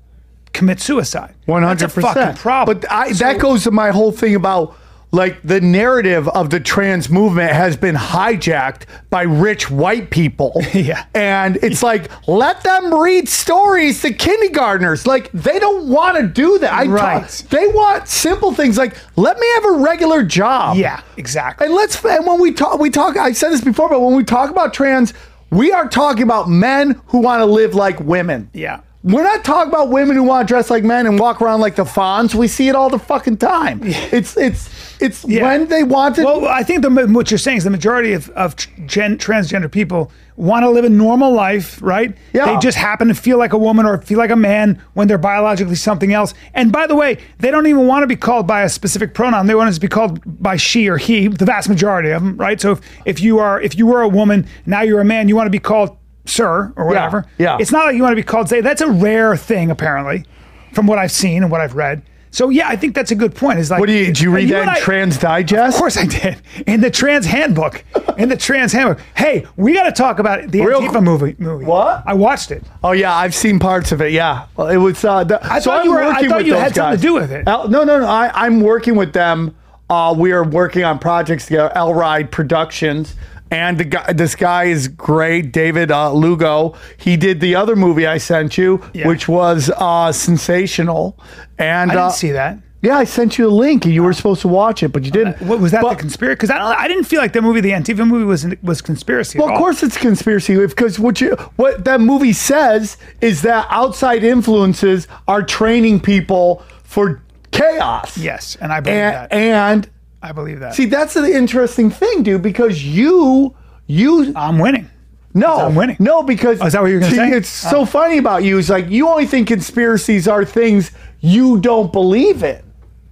Speaker 5: commit suicide.
Speaker 3: One
Speaker 5: That's a
Speaker 3: hundred
Speaker 5: fucking
Speaker 3: percent.
Speaker 5: problem.
Speaker 3: But uh, I, that goes to my whole thing about like the narrative of the trans movement has been hijacked by rich white people.
Speaker 5: Yeah.
Speaker 3: and it's like let them read stories to kindergartners. Like they don't want to do that. I
Speaker 5: Right.
Speaker 3: they want simple things like let me have a regular job.
Speaker 5: yeah, exactly.
Speaker 3: And let's and when we talk we talk I said this before, but when we talk about trans, we are talking about men who want to live like women.
Speaker 5: yeah.
Speaker 3: We're not talking about women who want to dress like men and walk around like the fawns. We see it all the fucking time. It's it's it's when they want to.
Speaker 5: Well, I think the, what you're saying is the majority of, of tr- gen, transgender people want to live a normal life, right?
Speaker 3: Yeah.
Speaker 5: They just happen to feel like a woman or feel like a man when they're biologically something else. And by the way, they don't even want to be called by a specific pronoun. They want to be called by she or he, the vast majority of them, right? So if, if you are if you were a woman, now you're a man, you want to be called sir or whatever.
Speaker 3: yeah.
Speaker 5: It's not like you want to be called say. That's a rare thing apparently, from what I've seen and what I've read. So yeah, I think that's a good point. Is like
Speaker 3: What do you did you
Speaker 5: and
Speaker 3: read that in
Speaker 5: and I-
Speaker 3: Trans Digest?
Speaker 5: Of course I did. In the trans handbook. In the trans handbook. Hey, we got to talk about the
Speaker 3: Real
Speaker 5: Antifa
Speaker 3: qu-
Speaker 5: movie, movie.
Speaker 3: What?
Speaker 5: I watched it.
Speaker 3: Oh yeah, I've seen parts of it. Yeah, well, it was. Uh, the, I
Speaker 5: thought you were- I thought you had something to do with it.
Speaker 3: no, no, no. I, I'm working with them. Uh, we are working on projects together. El Ride Productions. And the guy, this guy is great, David uh, Lugo. He did the other movie I sent you,
Speaker 5: Yeah.
Speaker 3: which was uh, sensational. And
Speaker 5: I
Speaker 3: uh,
Speaker 5: didn't see that.
Speaker 3: Yeah, I sent you a link, and you were supposed to watch it, but you didn't.
Speaker 5: Oh. What was that?
Speaker 3: But-
Speaker 5: the conspiracy? Because I, don't- I didn't feel like that movie, the Antifa movie, was was conspiracy. at
Speaker 3: Well, of
Speaker 5: all.
Speaker 3: course it's conspiracy because what you what that movie says is that outside influences are training people for chaos.
Speaker 5: Yes, and I believe
Speaker 3: And,
Speaker 5: that.
Speaker 3: and
Speaker 5: I believe that.
Speaker 3: Eh, see that's the interesting thing, dude, because you you
Speaker 5: I'm winning.
Speaker 3: no
Speaker 5: Uh, I'm winning.
Speaker 3: No, because
Speaker 5: Oh, is that what you were gonna
Speaker 3: see,
Speaker 5: say? Oh.
Speaker 3: It's so funny about you. It's like you only think conspiracies are things you don't believe in.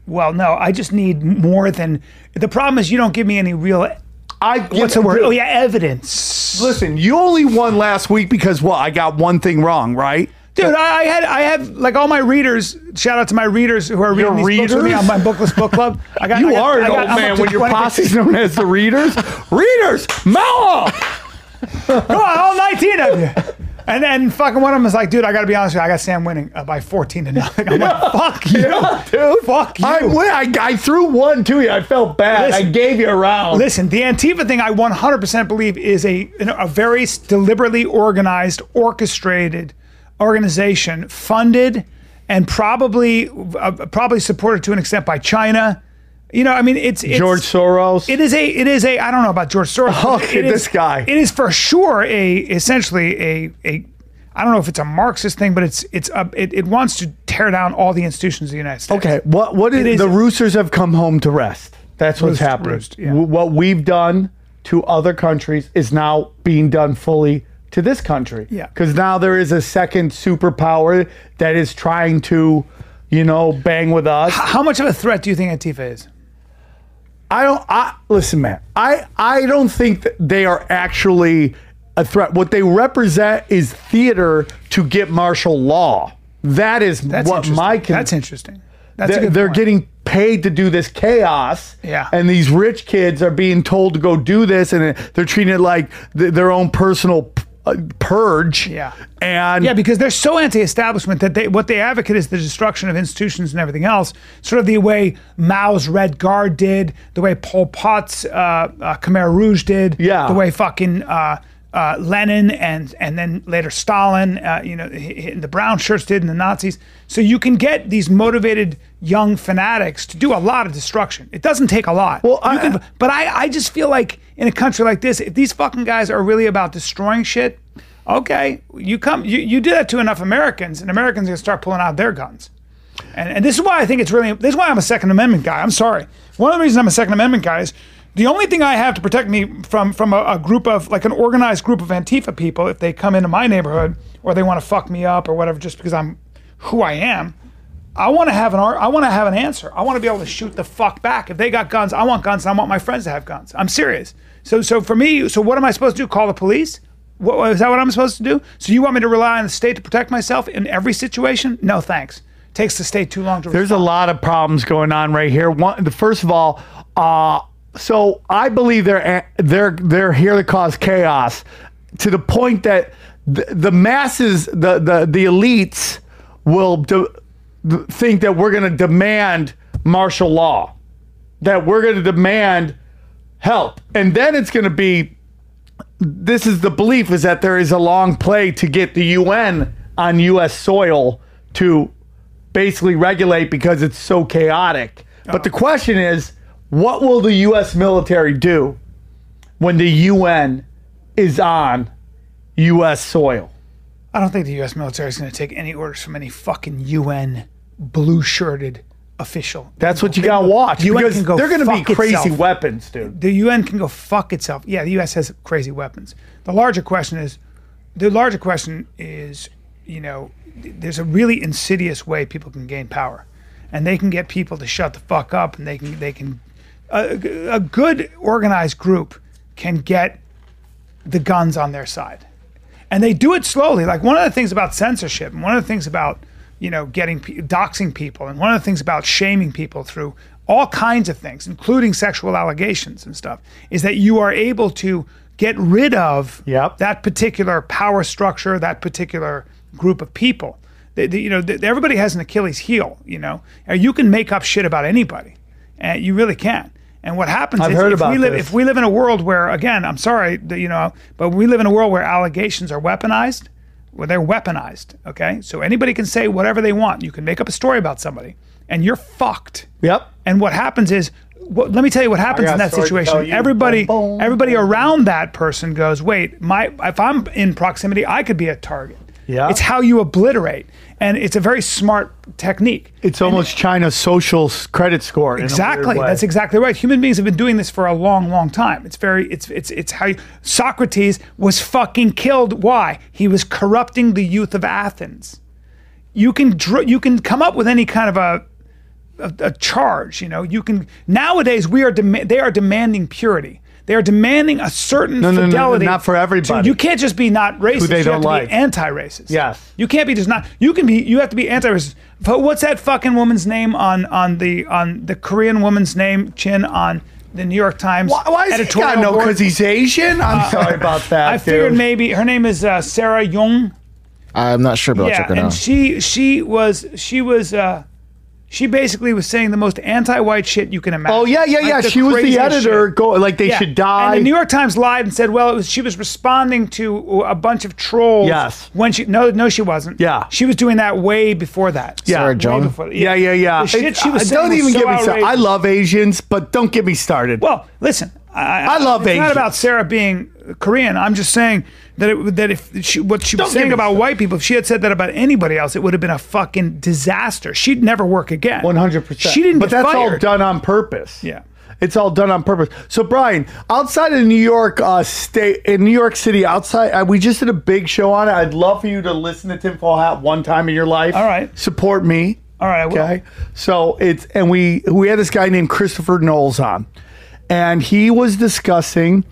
Speaker 5: Well, no, I just need more than the problem is you don't give me any real
Speaker 3: I
Speaker 5: what's the word? Oh yeah, evidence.
Speaker 3: Listen, you only won last week because what? I got one thing wrong, right?
Speaker 5: Dude, I I had I have like all my readers. Shout out to my readers who are reading these
Speaker 3: Your
Speaker 5: books with me
Speaker 3: readers?
Speaker 5: on my bookless book club. I got
Speaker 3: You
Speaker 5: I got-
Speaker 3: are an
Speaker 5: I got-
Speaker 3: old
Speaker 5: I'm up
Speaker 3: man
Speaker 5: to
Speaker 3: when your
Speaker 5: 20
Speaker 3: posse's known as the Readers. Readers, Mala!
Speaker 5: Come on, Oh, all nineteen of you. And then fucking one of them is like, dude, I gotta be honest with you, I got Sam winning uh, by fourteen to nothing. I'm like, fuck you,
Speaker 3: dude.
Speaker 5: fuck you.
Speaker 3: I, went, I, I threw one to you. I felt bad. I
Speaker 5: Listen.
Speaker 3: gave you a round.
Speaker 5: Listen, the Antifa thing I 100% believe is a an- a very s- deliberately organized, orchestrated organization funded and probably uh, probably supported to an extent by China. You know, I mean it's, it's
Speaker 3: George Soros.
Speaker 5: It is a it is a I don't know about George Soros. but
Speaker 3: Okay,
Speaker 5: it is-
Speaker 3: this guy.
Speaker 5: It is for sure a essentially a a I don't know if it's a Marxist thing, but it's it's a, it, it wants to tear down all the institutions of the United States.
Speaker 3: okay, what, what is,
Speaker 5: is-
Speaker 3: the roosters have come home to rest. That's what's
Speaker 5: Roost,
Speaker 3: happening.
Speaker 5: roost, yeah.
Speaker 3: W- What we've done to other countries is now being done fully to this country.
Speaker 5: Yeah.
Speaker 3: Because now there is a second superpower that is trying to, you know, bang with us.
Speaker 5: How much of a threat do you think Antifa is?
Speaker 3: I don't. I listen, man. I I don't think that they are actually a threat. What they represent is theater to get martial law. That is
Speaker 5: That's
Speaker 3: what
Speaker 5: interesting.
Speaker 3: my con-
Speaker 5: That's interesting. That's a
Speaker 3: they're,
Speaker 5: good
Speaker 3: they're
Speaker 5: point.
Speaker 3: getting paid to do this chaos.
Speaker 5: Yeah.
Speaker 3: And these rich kids are being told to go do this, and they're treating it like th- their own personal uh, purge.
Speaker 5: Yeah.
Speaker 3: And
Speaker 5: Yeah, because they're so anti-establishment that they what they advocate is the destruction of institutions and everything else. Sort of the way Mao's Red Guard did, the way Pol Pot's uh, uh, Khmer Rouge did,
Speaker 3: Yeah.
Speaker 5: the way fucking uh, uh, Lenin and and then later Stalin, uh, you know, h- h- the brown shirts did, and the Nazis. So you can get these motivated young fanatics to do a lot of destruction. It doesn't take a lot. Well,
Speaker 3: I-
Speaker 5: but I, I just feel like in a country like this, if these fucking guys are really about destroying shit, okay, you come, you, you do that to enough Americans, and Americans are gonna start pulling out their guns. And, and this is why I think it's really, this is why I'm a Second Amendment guy. I'm sorry. One of the reasons I'm a Second Amendment guy is the only thing I have to protect me from from a, a group of like an organized group of Antifa people if they come into my neighborhood or they want to fuck me up or whatever just because I'm who I am. I want to have an ar- I want to have an answer. I want to be able to shoot the fuck back. If they got guns, I want guns, and I want my friends to have guns. I'm serious. So, so for me, so what am I supposed to do? Call the police? What, is that what I'm supposed to do? So you want me to rely on the state to protect myself in every situation? No, thanks. Takes the state too long to.
Speaker 3: There's a lot of problems going on right here. One, the first of all, uh, so I believe they're they're they're here to cause chaos to the point that the, the masses, the the the elites, will de- think that we're going to demand martial law, that we're going to demand help, and then it's going to be this is the belief is that there is a long play to get the UN on US soil to basically regulate because it's so chaotic. But
Speaker 5: Oh.
Speaker 3: the question is, what will the US military do when the UN is on US soil?
Speaker 5: I don't think the U.S. military is going to take any orders from any fucking UN blue-shirted official.
Speaker 3: That's what you got to watch
Speaker 5: UN
Speaker 3: because
Speaker 5: can go
Speaker 3: they're going to be
Speaker 5: fuck
Speaker 3: crazy
Speaker 5: itself.
Speaker 3: weapons, dude.
Speaker 5: the UN can go fuck itself. Yeah, the US has crazy weapons. The larger question is, the larger question is, you know, th- there's a really insidious way people can gain power, and they can get people to shut the fuck up, and they can they can a, a good organized group can get the guns on their side, and they do it slowly. Like one of the things about censorship, and one of the things about you know, getting pe- doxing people, and one of the things about shaming people through all kinds of things, including sexual allegations and stuff, is that you are able to get rid of
Speaker 3: Yep.
Speaker 5: that particular power structure, that particular group of people. They, they- you know, th everybody has an Achilles heel. You know, And you can make up shit about anybody, and you really can. And what happens
Speaker 7: I've
Speaker 5: is
Speaker 7: heard
Speaker 5: if
Speaker 7: about
Speaker 5: we live
Speaker 7: this.
Speaker 5: if we live in a world where, again, I'm sorry, that, you know, but we live in a world where allegations are weaponized. Well, they're weaponized. Okay, so anybody can say whatever they want. You can make up a story about somebody, and you're fucked.
Speaker 3: Yep.
Speaker 5: And what happens is, what, let me tell you what happens
Speaker 3: got
Speaker 5: in
Speaker 3: a
Speaker 5: that
Speaker 3: story to tell
Speaker 5: situation.
Speaker 3: you.
Speaker 5: Everybody,
Speaker 3: Boom, boom,
Speaker 5: everybody around that person goes, "Wait, my if I'm in proximity, I could be a target."
Speaker 3: Yeah.
Speaker 5: It's how you obliterate, and it's a very smart technique.
Speaker 3: It's almost China's social s- credit score. in a weird
Speaker 5: Exactly.
Speaker 3: way.
Speaker 5: That's exactly right. Human beings have been doing this for a long, long time. It's very. It's it's it's how you, Socrates was fucking killed. Why? He was corrupting the youth of Athens. You can dr- you can come up with any kind of a a charge. You know, you can nowadays we are dem- they are demanding purity. They are demanding a certain
Speaker 3: no, no, no,
Speaker 5: fidelity.
Speaker 3: not for
Speaker 5: to-
Speaker 3: everybody.
Speaker 5: you can't just be not racist.
Speaker 3: they
Speaker 5: you
Speaker 3: don't
Speaker 5: have to
Speaker 3: like.
Speaker 5: be anti-racist.
Speaker 3: Yes.
Speaker 5: You can't be just not. You can be. You have to be anti-racist. But what's that fucking woman's name on on the on the Korean woman's name chin on the New York Times
Speaker 7: Why, why is he
Speaker 5: editorial
Speaker 7: got no?
Speaker 5: board? Uh,
Speaker 7: Because he's Asian. I'm sorry about that.
Speaker 5: I figured
Speaker 7: dude.
Speaker 5: maybe her name is uh, Sarah Young.
Speaker 4: I'm not sure, but I'll
Speaker 5: yeah,
Speaker 4: check it
Speaker 5: and
Speaker 4: out.
Speaker 5: she she was she was uh she basically was saying the most anti-white shit you can imagine.
Speaker 3: Oh yeah, yeah,
Speaker 5: Like
Speaker 3: yeah. she was the
Speaker 5: craziest
Speaker 3: editor.
Speaker 5: shit.
Speaker 3: Go like they
Speaker 5: Yeah.
Speaker 3: should die.
Speaker 5: And the New York Times lied and said, well, it was she was responding to a bunch of trolls.
Speaker 3: Yes.
Speaker 5: When she no no she wasn't.
Speaker 3: Yeah.
Speaker 5: She was doing that way before that.
Speaker 3: Yeah. Sarah
Speaker 5: Way
Speaker 4: Jung?
Speaker 5: before that.
Speaker 3: yeah, yeah, yeah.
Speaker 5: The shit
Speaker 3: It's-
Speaker 5: she was
Speaker 3: uh,
Speaker 5: saying
Speaker 3: don't
Speaker 5: was
Speaker 3: even
Speaker 5: so
Speaker 3: get me started. I
Speaker 5: outrageous.
Speaker 3: love Asians, but don't get me started.
Speaker 5: Well, listen, I,
Speaker 3: I love
Speaker 5: It's not
Speaker 3: Asians.
Speaker 5: about Sarah being Korean. I'm just saying that it, that if she, what she was
Speaker 3: give
Speaker 5: saying
Speaker 3: me
Speaker 5: about
Speaker 3: stuff.
Speaker 5: white people, if she had said that about anybody else, it would have been a fucking disaster. She'd never work again.
Speaker 3: One hundred percent.
Speaker 5: She didn't.
Speaker 3: But
Speaker 5: get
Speaker 3: that's all
Speaker 5: fired.
Speaker 3: done on purpose.
Speaker 5: Yeah.
Speaker 3: it's all done on purpose. So Brian, outside of New York uh, state, in New York City, outside, uh, we just did a big show on it. I'd love for you to listen to Tim Fall Hat one time in your life.
Speaker 5: All right.
Speaker 3: support me.
Speaker 5: All right. I will.
Speaker 3: Okay. So it's and we we had this guy named Christopher Knowles on, and he was discussing.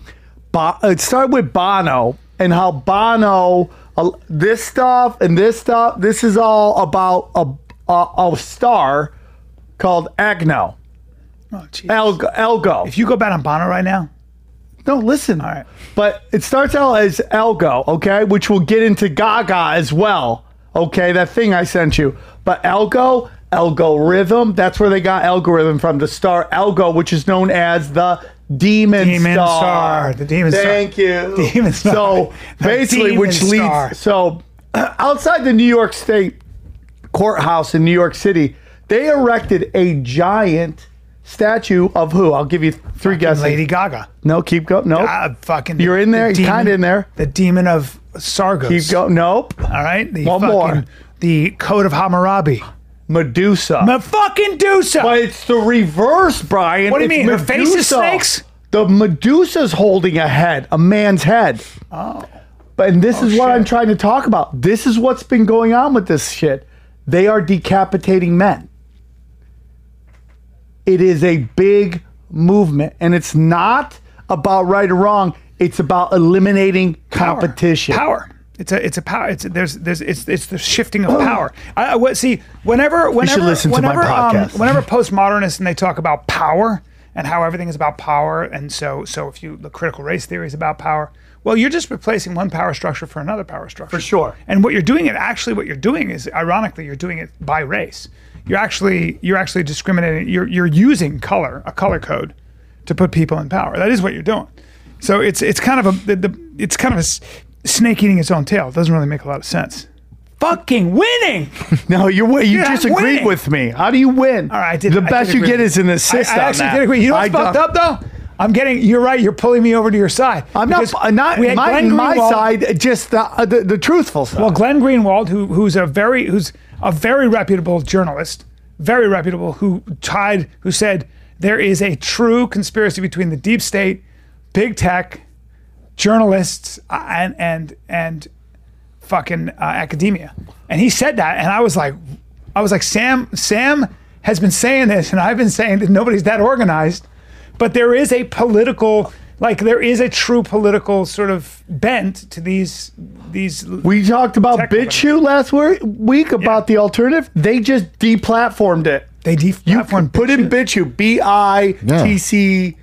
Speaker 3: Bo- it started with Bono and how Bono uh, this stuff and this stuff. This is all about a a, a star called Agno
Speaker 5: Oh, geez.
Speaker 3: Elgo. Elgo.
Speaker 5: if you go back on Bono right now,
Speaker 3: No, listen. All
Speaker 5: right.
Speaker 3: But it starts out as Elgo, okay, which we'll get into Gaga as well, okay, that thing I sent you. But Elgo, Elgo Rhythm, that's where they got algorithm from, the star Elgo, which is known as the Demon,
Speaker 5: Demon
Speaker 3: Star.
Speaker 5: Star, the Demon Star.
Speaker 3: Thank you.
Speaker 5: Demon Star.
Speaker 3: So
Speaker 5: The
Speaker 3: basically,
Speaker 5: Demon
Speaker 3: which leads.
Speaker 5: Star.
Speaker 3: So outside the New York State courthouse in New York City, they erected a giant statue of who? I'll give you three guesses.
Speaker 5: Lady Gaga,
Speaker 3: No, keep going. No.
Speaker 5: uh, fucking,
Speaker 3: Oh. You're in there,
Speaker 5: demon-
Speaker 3: kinda in there.
Speaker 5: the demon of Sargos.
Speaker 3: Keep go. Nope.
Speaker 5: All right, the
Speaker 3: One
Speaker 5: fucking,
Speaker 3: more.
Speaker 5: the code of Hammurabi.
Speaker 3: Medusa.
Speaker 5: The fucking Deuce.
Speaker 3: but it's the reverse, Brian.
Speaker 5: What do you
Speaker 3: It's
Speaker 5: mean? Her face is snakes?
Speaker 3: The Medusa's holding a head, a man's head. Oh. But and
Speaker 5: Oh,
Speaker 3: this is what I'm trying to talk about. This is what's been going on with this shit. They are decapitating men. It is a big movement, and it's not about right or wrong. It's about eliminating competition.
Speaker 5: Power. It's a it's a power. It's there's there's it's it's the shifting of power. I, I what see whenever whenever
Speaker 3: listen to my
Speaker 5: whenever um,
Speaker 3: podcast.
Speaker 5: whenever postmodernists and they talk about power and how everything is about power and so so if you the critical race theory is about power. Well, you're just replacing one power structure for another power structure. For
Speaker 3: sure.
Speaker 5: And what you're doing it actually what you're doing is ironically you're doing it by race. You're actually you're actually discriminating. You're you're using color a color code to put people in power. That is what you're doing. So it's it's kind of a the, the, it's kind of a s- snake eating its own tail. It doesn't really make a lot of sense. Fucking winning.
Speaker 3: No, you're wi- you
Speaker 5: Yeah,
Speaker 3: just
Speaker 5: I'm
Speaker 3: agreed
Speaker 5: winning.
Speaker 3: with me. How do you win?
Speaker 5: All right, I did.
Speaker 3: the
Speaker 5: I did
Speaker 3: best you
Speaker 5: agree
Speaker 3: get
Speaker 5: with
Speaker 3: is an assist.
Speaker 5: I, I
Speaker 3: on
Speaker 5: actually
Speaker 3: that.
Speaker 5: did agree. You know what's
Speaker 3: I
Speaker 5: fucked
Speaker 3: don't-
Speaker 5: up though? I'm getting. You're right. You're pulling me over to your side.
Speaker 3: I'm not.
Speaker 5: Because
Speaker 3: I'm not
Speaker 5: we had
Speaker 3: my,
Speaker 5: Glenn
Speaker 3: my
Speaker 5: Greenwald-
Speaker 3: side. Just the, uh, the the truthful side.
Speaker 5: Well, Glenn Greenwald, who who's a very who's a very reputable journalist, very reputable, who tied who said there is a true conspiracy between the deep state, big tech, journalists, uh, and and and fucking uh, academia. And he said that, and I was like, I was like, Sam Sam has been saying this, and I've been saying that nobody's that organized, but there is a political Like there is a true political sort of bent to these these.
Speaker 3: We talked about
Speaker 5: Technical.
Speaker 3: BitChute last wor- week about the alternative. They just deplatformed it.
Speaker 5: they
Speaker 3: You can
Speaker 5: deplatformed.
Speaker 3: put in BitChute, B I T C.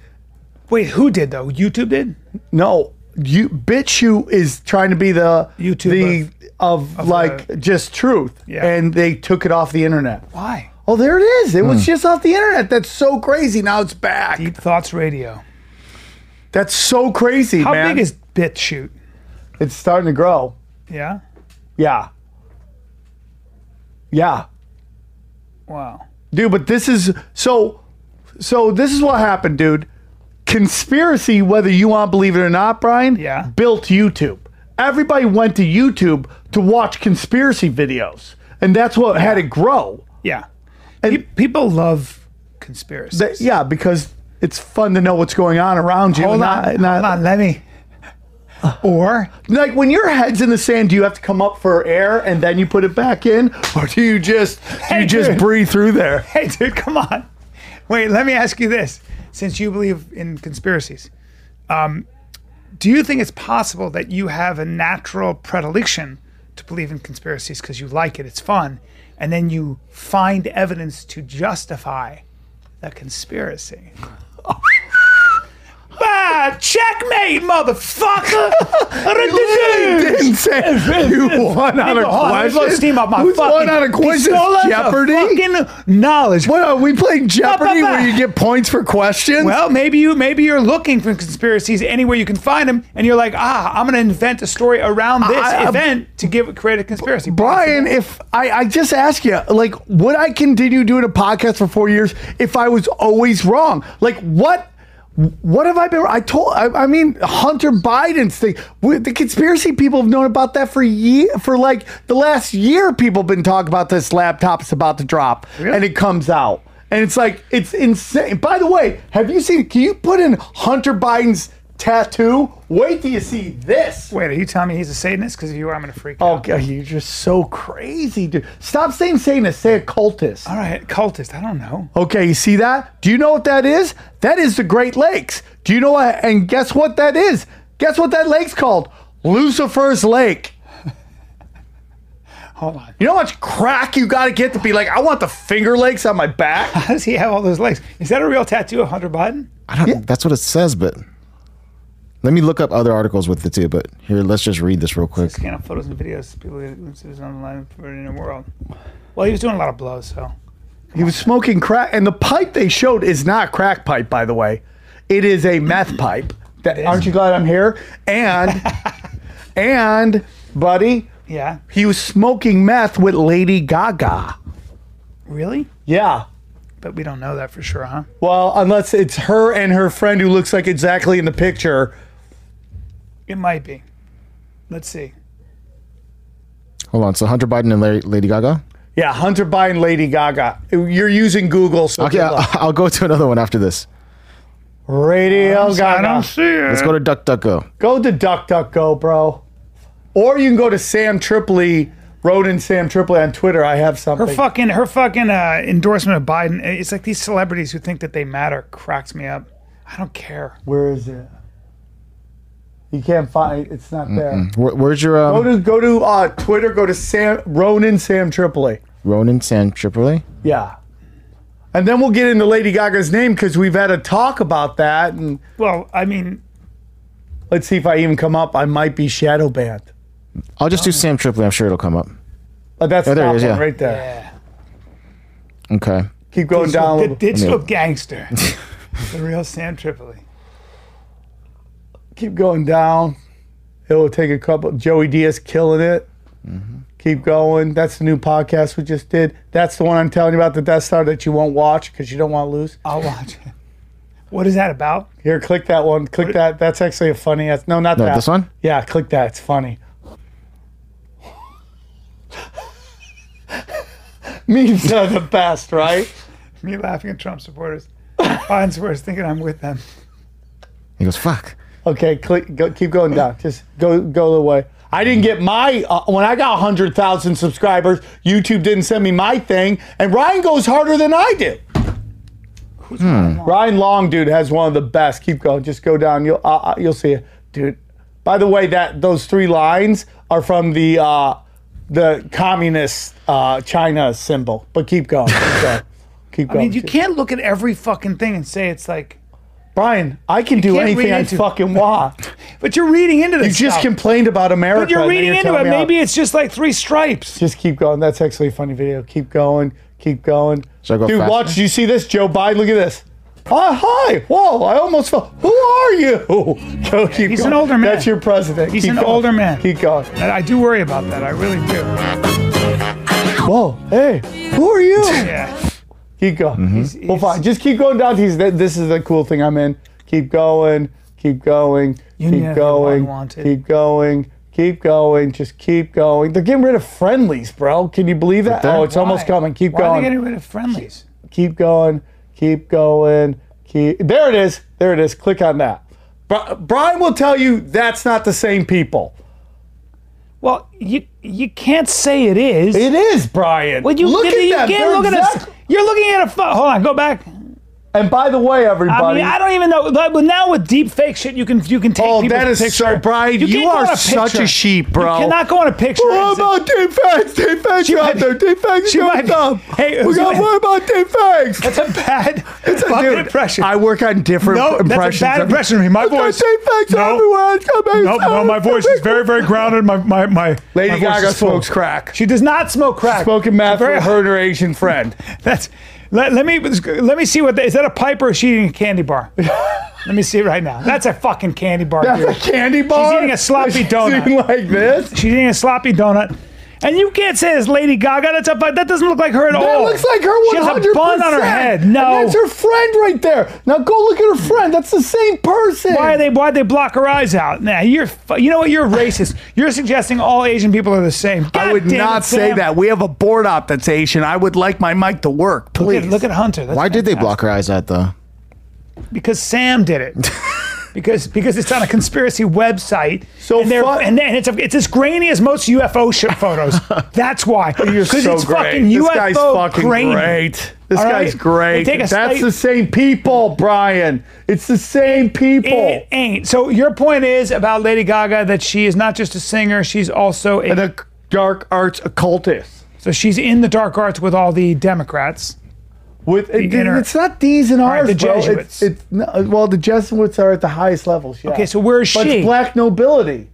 Speaker 5: Wait, who did though? YouTube did.
Speaker 3: No, you BitChute is trying to be the
Speaker 5: YouTube
Speaker 3: the of, like just truth,
Speaker 5: Yeah.
Speaker 3: and they took it off the internet.
Speaker 5: Why?
Speaker 3: Oh, there it is. It was just off the internet. That's so crazy. Now it's back.
Speaker 5: Hmm. Deep Thoughts Radio.
Speaker 3: That's so crazy,
Speaker 5: How
Speaker 3: man.
Speaker 5: big is BitChute?
Speaker 3: it's starting to grow?
Speaker 5: Yeah.
Speaker 3: Yeah, yeah.
Speaker 5: Wow.
Speaker 3: dude but this is so so this is what happened dude conspiracy whether you want to believe it or not brian
Speaker 5: Yeah.
Speaker 3: built youtube everybody went to youtube to watch conspiracy videos and that's what had it grow
Speaker 5: Yeah. Pe- people love conspiracies.
Speaker 3: That- yeah because it's fun to know what's going on around you
Speaker 5: hold,
Speaker 3: and
Speaker 5: on,
Speaker 3: not- not-
Speaker 5: hold on, let me. Or
Speaker 3: like when your head's in the sand do you have to come up for air and then you put it back in or do you just do
Speaker 5: Hey,
Speaker 3: you just
Speaker 5: dude.
Speaker 3: breathe through there
Speaker 5: hey, dude, come on. Wait, let me ask you this: since you believe in conspiracies, um, do you think it's possible that you have a natural predilection to believe in conspiracies because you like it, it's fun, and then you find evidence to justify the conspiracy? ah, checkmate, motherfucker!
Speaker 3: didn't say you won on a
Speaker 5: Hold on, I just wanna
Speaker 3: question.
Speaker 5: steam up my
Speaker 3: Who's
Speaker 5: fucking
Speaker 3: won on a question?
Speaker 5: pistola of
Speaker 3: Jeopardy.
Speaker 5: fucking knowledge.
Speaker 3: What are we playing Jeopardy
Speaker 5: ba, ba.
Speaker 3: where you get points for questions?
Speaker 5: Well, maybe you maybe you're looking for conspiracies anywhere you can find them, and you're like, ah, I'm gonna invent a story around this
Speaker 3: I- I-
Speaker 5: event to give create a conspiracy.
Speaker 3: Brian, if I, I just ask you, like, would I continue doing a podcast for four years if I was always wrong? Like, what? What have I been? I told. I, I mean, Hunter Biden's thing. We- The conspiracy people have known about that for year, for like the last year. People have been talking about this laptop's about to drop, and it comes out, and it's like it's insane. By the way, have you seen? Can you put in Hunter Biden's tattoo? Wait till you see this.
Speaker 5: wait, are you telling me he's a Satanist? Because if you are, I'm gonna freak
Speaker 3: Oh,
Speaker 5: out.
Speaker 3: God, you're just so crazy, dude. Stop saying Satanist, say a cultist.
Speaker 5: All right, cultist. I don't know.
Speaker 3: Okay, you see that? Do you know what that is? That is the Great Lakes. Do you know what? And guess what that is? Guess what that lake's called? Lucifer's Lake.
Speaker 5: Hold on.
Speaker 3: You know how much crack you got to get to be like, I want the Finger Lakes on my back?
Speaker 5: How does he have all those legs? Is that a real tattoo of Hunter Biden?
Speaker 4: I don't. That's what it says, but let me look up other articles with the two. But here, let's just read this real quick.
Speaker 5: Scan up photos and videos. People who was online for in the world. Well, he was doing a lot of blows, so
Speaker 3: He was smoking crack, and the pipe they showed is not crack pipe, by the way. It is a meth pipe. That, aren't you glad I'm here? And, and, buddy,
Speaker 5: yeah.
Speaker 3: He was smoking meth with Lady Gaga.
Speaker 5: Really?
Speaker 3: Yeah.
Speaker 5: But we don't know that for sure, huh?
Speaker 3: Well, unless it's her and her friend who looks like exactly in the picture.
Speaker 5: It might be. Let's see.
Speaker 4: Hold on. So Hunter Biden and Larry, Lady Gaga.
Speaker 3: Yeah, Hunter Biden, Lady Gaga. You're using Google, so
Speaker 4: Okay,
Speaker 5: uh,
Speaker 3: good
Speaker 4: I'll,
Speaker 3: luck.
Speaker 4: I'll go to another one after this.
Speaker 3: Radio
Speaker 5: I don't
Speaker 3: Gaga.
Speaker 5: see it.
Speaker 4: Let's go to DuckDuckGo.
Speaker 3: Go to DuckDuckGo, bro. Or you can go to Sam Tripoli, Roden Sam Tripoli on Twitter. I have
Speaker 5: Her
Speaker 3: something.
Speaker 5: fucking her fucking uh, endorsement of Biden. eh, It's like these celebrities who think that they matter cracks me up. I don't care.
Speaker 3: Where is it? You can't find It's not there.
Speaker 4: Where, where's your
Speaker 3: Go
Speaker 4: um,
Speaker 3: to go to uh, Twitter. Go to Sam Ronan Sam Tripoli.
Speaker 4: Ronan San Tripoli?
Speaker 3: Yeah. And then we'll get into Lady Gaga's name because we've had a talk about that. And
Speaker 5: Well, I mean,
Speaker 3: let's see if I even come up. I might be shadow banned.
Speaker 4: I'll just do Sam Tripoli. I'm sure it'll come up.
Speaker 3: Oh, that's
Speaker 4: there
Speaker 3: that
Speaker 4: it is,
Speaker 3: one
Speaker 4: yeah.
Speaker 3: right there.
Speaker 5: yeah.
Speaker 4: Okay.
Speaker 3: Keep going
Speaker 5: digital,
Speaker 3: down.
Speaker 5: di- digital gangster, the real Sam Tripoli.
Speaker 3: Keep going down. It will take a couple. Joey Diaz killing it.
Speaker 4: Mm-hmm.
Speaker 3: Keep going. That's the new podcast we just did. That's the one I'm telling you about the Death Star that you won't watch because you don't want to lose.
Speaker 5: I'll watch it. What is that about?
Speaker 3: Here, click that one. Click that. That's actually a funny. ass- No, not
Speaker 4: No,
Speaker 3: that.
Speaker 4: this one?
Speaker 3: Yeah, click that. It's funny. Memes are the best, right?
Speaker 5: Me laughing at Trump supporters. Biden's worse thinking I'm with them.
Speaker 4: He goes, fuck.
Speaker 3: Okay, click. Go, keep going down. Just go go the way. I didn't get my uh, when I got hundred thousand subscribers. YouTube didn't send me my thing, and Ryan goes harder than I do.
Speaker 5: Who's Ryan Long?
Speaker 3: Hmm. Ryan Long, dude, has one of the best. Keep going. Just go down. You'll uh, uh, you'll see it, dude. By the way, that those three lines are from the uh, the communist uh, China symbol. But keep going. Keep going. Keep
Speaker 5: I
Speaker 3: going.
Speaker 5: mean, you can't look at every fucking thing and say it's like.
Speaker 3: Brian, I can do
Speaker 5: can't
Speaker 3: anything
Speaker 5: read
Speaker 3: I
Speaker 5: into-
Speaker 3: fucking want.
Speaker 5: But you're reading into this.
Speaker 3: You just
Speaker 5: stuff.
Speaker 3: complained about America.
Speaker 5: But you're
Speaker 3: and then
Speaker 5: reading into
Speaker 3: telling
Speaker 5: it.
Speaker 3: me how-
Speaker 5: Maybe it's just like three stripes.
Speaker 3: Just keep going. That's actually a funny video. Keep going. Keep going.
Speaker 4: Should I go
Speaker 3: Dude,
Speaker 4: faster?
Speaker 3: watch. You see this? Joe Biden. Look at this. Oh, hi. Whoa. I almost fell. Who are you? Go, keep
Speaker 5: He's an
Speaker 3: going.
Speaker 5: older man.
Speaker 3: That's your president.
Speaker 5: He's
Speaker 3: Keep
Speaker 5: an
Speaker 3: going.
Speaker 5: older man.
Speaker 3: Keep going.
Speaker 5: And I do worry about that. I really do.
Speaker 3: Whoa. Hey. Who are you?
Speaker 5: Yeah.
Speaker 3: Keep going.
Speaker 4: Mm-hmm.
Speaker 3: Well,
Speaker 5: he's-
Speaker 3: fine. Just keep going down. to these. th- This is the cool thing I'm in. Keep going. Keep going.
Speaker 5: need
Speaker 3: keep
Speaker 5: to be
Speaker 3: going.
Speaker 5: unwanted.
Speaker 3: Keep going. Keep going. Just keep going. They're getting rid of friendlies, bro. Can you believe that?
Speaker 4: they're-
Speaker 3: Oh, it's almost
Speaker 5: Why?
Speaker 3: coming. Keep
Speaker 5: Why
Speaker 3: going.
Speaker 5: are they getting rid of friendlies?
Speaker 3: keep going, keep going, keep. There it is. There it is. Click on that. Bri- Brian will tell you that's not the same people.
Speaker 5: Well, you you can't say it is.
Speaker 3: It is Brian.
Speaker 5: Well, you,
Speaker 3: look at
Speaker 5: you
Speaker 3: them.
Speaker 5: can't
Speaker 3: They're
Speaker 5: look at
Speaker 3: exact-
Speaker 5: us. You're looking at a fu- Hold on, go back.
Speaker 3: And by the way,
Speaker 5: I
Speaker 3: everybody.
Speaker 5: mean, I don't even know. Like, but now with deep fake shit, you can you can take.
Speaker 3: Oh,
Speaker 5: people's
Speaker 3: that is
Speaker 5: picture.
Speaker 3: so- Brian, you
Speaker 5: can't go
Speaker 3: are
Speaker 5: on
Speaker 3: such
Speaker 5: picture.
Speaker 3: a sheep, bro.
Speaker 5: You cannot go on a picture.
Speaker 3: What
Speaker 5: and say-
Speaker 3: about deepfakes? Deepfakes are
Speaker 5: might
Speaker 3: out
Speaker 5: be-
Speaker 3: there. Deepfakes
Speaker 5: she
Speaker 3: are
Speaker 5: might be-
Speaker 3: dumb.
Speaker 5: Hey,
Speaker 3: we
Speaker 5: she
Speaker 3: got to
Speaker 5: might-
Speaker 3: worry about deepfakes.
Speaker 5: That's a bad fucking
Speaker 3: Dude,
Speaker 5: impression.
Speaker 3: I work on different
Speaker 5: No, that's a
Speaker 3: impressions.
Speaker 5: bad
Speaker 3: every-
Speaker 5: impression of me. My
Speaker 3: Look at
Speaker 5: voice-
Speaker 3: Deepfakes
Speaker 5: No.
Speaker 3: everywhere. It's coming.
Speaker 5: no, no, my voice is very, very grounded. My, my, my.
Speaker 3: Lady
Speaker 5: my voice
Speaker 3: Gaga
Speaker 5: is full.
Speaker 3: smokes crack.
Speaker 5: She does not smoke crack.
Speaker 3: Spoken math
Speaker 5: Very-
Speaker 3: for her and her Asian friend.
Speaker 5: That's. Let, let me let me see what that is. That a pipe or is she eating a candy bar? let me see it right now. That's a fucking candy bar.
Speaker 3: That's
Speaker 5: dude.
Speaker 3: a candy bar.
Speaker 5: eating a sloppy
Speaker 3: She's
Speaker 5: donut.
Speaker 3: eating like this.
Speaker 5: She's eating a sloppy donut. And you can't say it's Lady Gaga. That's a, that doesn't look like her at all.
Speaker 3: That looks like her 100%.
Speaker 5: Oh. She has a bun on her head.
Speaker 3: And
Speaker 5: No.
Speaker 3: that's her friend right there. Now go look at her friend. That's the same person.
Speaker 5: Why they why they block her eyes out? Nah, you're fu- you know what? You're racist. You're suggesting all Asian people are the same.
Speaker 3: I would
Speaker 5: God damn
Speaker 3: not
Speaker 5: it,
Speaker 3: say
Speaker 5: Sam.
Speaker 3: that. We have a board op that's Asian. I would like my mic to work,
Speaker 5: Look
Speaker 3: please.
Speaker 5: at, look at Hunter. That's
Speaker 4: Why did they block her eyes out though?
Speaker 5: because Sam did it. because because it's on a conspiracy website.
Speaker 3: So
Speaker 5: and, they're-
Speaker 3: fu-
Speaker 5: and then it's it's as grainy as most UFO ship photos. That's why.
Speaker 3: You're
Speaker 5: Because
Speaker 3: so
Speaker 5: it's
Speaker 3: great.
Speaker 5: fucking
Speaker 3: this
Speaker 5: UFO
Speaker 3: guy's fucking
Speaker 5: grainy.
Speaker 3: great. This
Speaker 5: All
Speaker 3: guy's
Speaker 5: right?
Speaker 3: great.
Speaker 5: They take a
Speaker 3: That's
Speaker 5: slight-
Speaker 3: the same people, Brian. It's the same people.
Speaker 5: It ain't. So your point is about Lady Gaga that she is not just a singer, she's also a,
Speaker 3: and a dark arts occultist.
Speaker 5: so she's in the dark arts with all the Democrats.
Speaker 3: With it,
Speaker 5: inner-
Speaker 3: it's not D's and R's,
Speaker 5: right, the
Speaker 3: bro. It's-
Speaker 5: Jesuits.
Speaker 3: It's, no, well, the Jesuits are at the highest levels. Yeah.
Speaker 5: Okay, so where is
Speaker 3: but
Speaker 5: she?
Speaker 3: it's black nobility.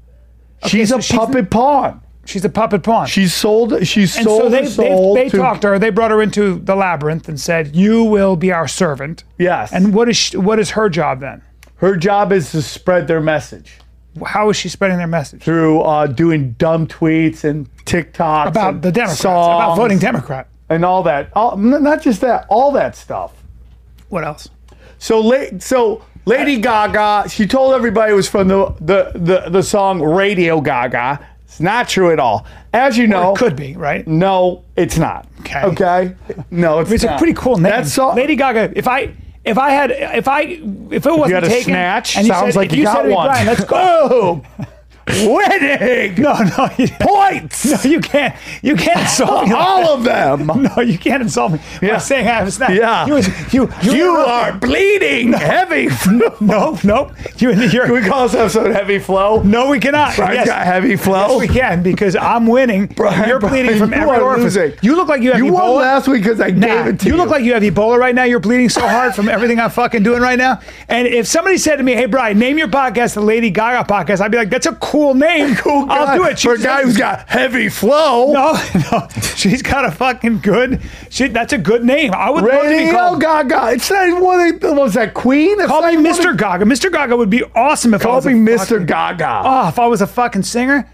Speaker 3: she's
Speaker 5: so
Speaker 3: a
Speaker 5: she's-
Speaker 3: puppet pawn.
Speaker 5: She's a puppet pawn.
Speaker 3: She's sold. She's
Speaker 5: and
Speaker 3: sold.
Speaker 5: so they,
Speaker 3: her
Speaker 5: they,
Speaker 3: soul
Speaker 5: they
Speaker 3: to,
Speaker 5: talked to her. They brought her into the labyrinth and said, "You will be our servant."
Speaker 3: Yes.
Speaker 5: And what is she, what is her job then?
Speaker 3: her job is to spread their message
Speaker 5: How is she spreading their message
Speaker 3: through uh, doing dumb tweets and TikToks
Speaker 5: about
Speaker 3: and
Speaker 5: the Democrats? About
Speaker 3: songs
Speaker 5: voting Democrat.
Speaker 3: and all that. All, n- not just that. All that stuff.
Speaker 5: What else?
Speaker 3: So late. So Lady Gaga, she told everybody it was from the the the, the song Radio Gaga. It's not true at all. As you know,
Speaker 5: It could be right.
Speaker 3: No, it's not.
Speaker 5: Okay.
Speaker 3: Okay. No, it's,
Speaker 5: It's
Speaker 3: not.
Speaker 5: a pretty cool name.
Speaker 3: That's all.
Speaker 5: Lady Gaga. If I if I had if I if it wasn't
Speaker 3: had a
Speaker 5: taken,
Speaker 3: snatch?
Speaker 5: and you
Speaker 3: Sounds
Speaker 5: said,
Speaker 3: like
Speaker 5: if
Speaker 3: you
Speaker 5: you
Speaker 3: got
Speaker 5: said to me,
Speaker 3: one.
Speaker 5: Brian, let's go.
Speaker 3: winning
Speaker 5: no, no, you,
Speaker 3: points.
Speaker 5: no, you can't. You can't insult me. like
Speaker 3: all of them.
Speaker 5: that. No, you can't insult me by
Speaker 3: Yeah.
Speaker 5: saying I have a snatch.
Speaker 3: Yeah.
Speaker 5: you you you,
Speaker 3: You are bleeding heavy.
Speaker 5: No, no, you
Speaker 3: Can
Speaker 5: you're.
Speaker 3: we call this episode heavy flow?
Speaker 5: No, we cannot.
Speaker 3: Brian's
Speaker 5: yes,
Speaker 3: got heavy flow.
Speaker 5: we can because I'm winning.
Speaker 3: Oh. Brian,
Speaker 5: you're bleeding
Speaker 3: Brian,
Speaker 5: from
Speaker 3: you
Speaker 5: every
Speaker 3: are
Speaker 5: orifice.
Speaker 3: losing.
Speaker 5: You look like you have
Speaker 3: You
Speaker 5: Ebola.
Speaker 3: won last week because I
Speaker 5: Nah,
Speaker 3: gave it to
Speaker 5: you
Speaker 3: you.
Speaker 5: look like you have Ebola right now. You're bleeding so hard from everything I'm fucking doing right now. And if somebody said to me, "Hey, Brian, name your podcast the Lady Gaga podcast," I'd be like, "That's a cool name.
Speaker 3: Cool guy,
Speaker 5: I'll do it."
Speaker 3: for a guy who's got heavy flow.
Speaker 5: no, no, she's got a fucking good. She, that's a good name. I would love to be
Speaker 3: Radio
Speaker 5: called.
Speaker 3: Gaga. It's not even one of the, what was that Queen? It's
Speaker 5: Call
Speaker 3: not
Speaker 5: me
Speaker 3: even one of-
Speaker 5: Mr. Gaga. Mr. Gaga would be awesome if I
Speaker 3: Call
Speaker 5: was
Speaker 3: me
Speaker 5: a
Speaker 3: Mr.
Speaker 5: fucking-
Speaker 3: Gaga.
Speaker 5: Oh, if I was a fucking singer,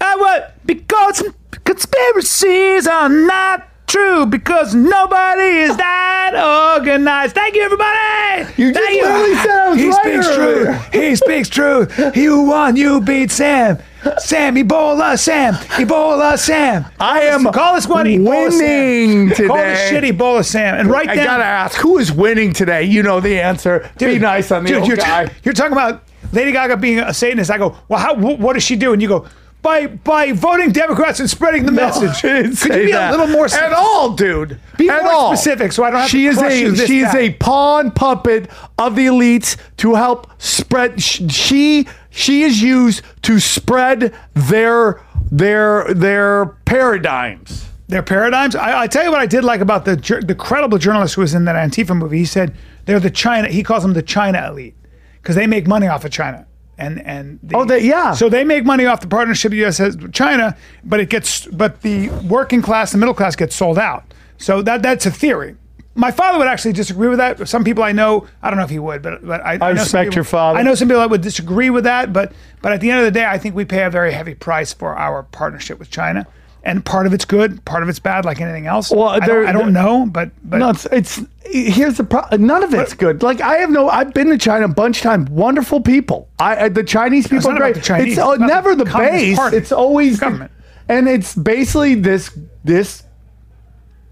Speaker 5: I would. Because conspiracies are not true. Because nobody is that organized. Thank you, everybody.
Speaker 3: You just
Speaker 5: Thank you.
Speaker 3: literally said I was
Speaker 5: He
Speaker 3: right
Speaker 5: speaks
Speaker 3: earlier.
Speaker 5: truth. He speaks truth. You won. You beat Sam. Sam Ebola. Sam Ebola. Sam.
Speaker 3: I am
Speaker 5: call this one Ebola Sam.
Speaker 3: winning
Speaker 5: Call this
Speaker 3: today.
Speaker 5: shit Ebola Sam. And right
Speaker 3: I
Speaker 5: then,
Speaker 3: gotta ask, who is winning today? You know the answer. Be nice on the
Speaker 5: dude,
Speaker 3: old
Speaker 5: you're,
Speaker 3: guy.
Speaker 5: you're talking about Lady Gaga being a Satanist. I go, well, how, wh- what does she do? And you go, by by voting Democrats and spreading the message.
Speaker 3: Could
Speaker 5: Could you be a little more
Speaker 3: at all, dude?
Speaker 5: Be
Speaker 3: at
Speaker 5: more
Speaker 3: all.
Speaker 5: specific so I don't have
Speaker 3: she
Speaker 5: to
Speaker 3: is
Speaker 5: crush
Speaker 3: a
Speaker 5: you this
Speaker 3: she is
Speaker 5: bad.
Speaker 3: a pawn puppet of the elites to help spread. sh- She she is used to spread their their their paradigms.
Speaker 5: their paradigms. I, I tell you what I did like about the jour- the credible journalist who was in that Antifa movie. He said they're the China. He calls them the China elite because they make money off of China. And and the, oh,
Speaker 3: they- yeah.
Speaker 5: So they make money off the partnership the U.S. has with China, but it gets but the working class, the middle class gets sold out. So that that's a theory. My father would actually disagree with that. Some people I know, I don't know if he would, but but I, I know some
Speaker 3: respect
Speaker 5: people-
Speaker 3: your father.
Speaker 5: I know some people that would disagree with that, but but at the end of the day, I think we pay a very heavy price for our partnership with China, and part of it's good, part of it's bad, like anything else.
Speaker 3: Well,
Speaker 5: I
Speaker 3: there-
Speaker 5: don't, I don't know, but but
Speaker 3: No, it's, it's here's the problem. None of it's good. Like I have no. I've been to China a bunch of times. Wonderful people. I, I the Chinese people
Speaker 5: not
Speaker 3: are
Speaker 5: about
Speaker 3: great.
Speaker 5: the Chinese.
Speaker 3: It's uh,
Speaker 5: It's about
Speaker 3: never the
Speaker 5: the Communist
Speaker 3: base.
Speaker 5: Party.
Speaker 3: It's always
Speaker 5: Government.
Speaker 3: And it's basically this this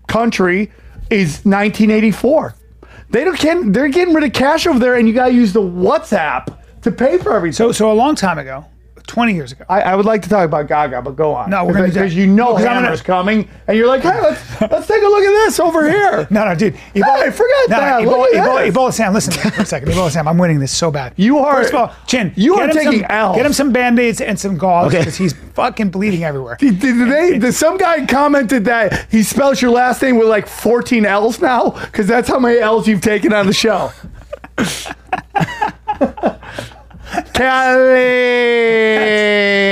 Speaker 3: country is 1984. They don't can they're getting rid of cash over there, and you gotta use the WhatsApp to pay for everything.
Speaker 5: so so a long time ago, twenty years ago.
Speaker 3: I, I would like to talk about Gaga, but go on.
Speaker 5: No, we're gonna do that.
Speaker 3: because you know
Speaker 5: No, 'cause I'm gonna-
Speaker 3: Hammer's coming, and you're like, hey, let's let's take a look at this over here.
Speaker 5: no, no, dude. Ebola,
Speaker 3: Hey, forget that.
Speaker 5: No,
Speaker 3: Look at
Speaker 5: Ebola,
Speaker 3: this.
Speaker 5: Ebola, Ebola Sam, listen to me for a second. Ebola Sam, I'm winning this so bad.
Speaker 3: You are-
Speaker 5: First of all, Chin.
Speaker 3: you
Speaker 5: get
Speaker 3: are
Speaker 5: him
Speaker 3: taking
Speaker 5: some,
Speaker 3: L's.
Speaker 5: Get him some band aids and some gauze because he's fucking bleeding everywhere.
Speaker 3: Did, did they, did some guy commented that he spells your last name with like 14 L's now because that's how many L's you've taken on the show.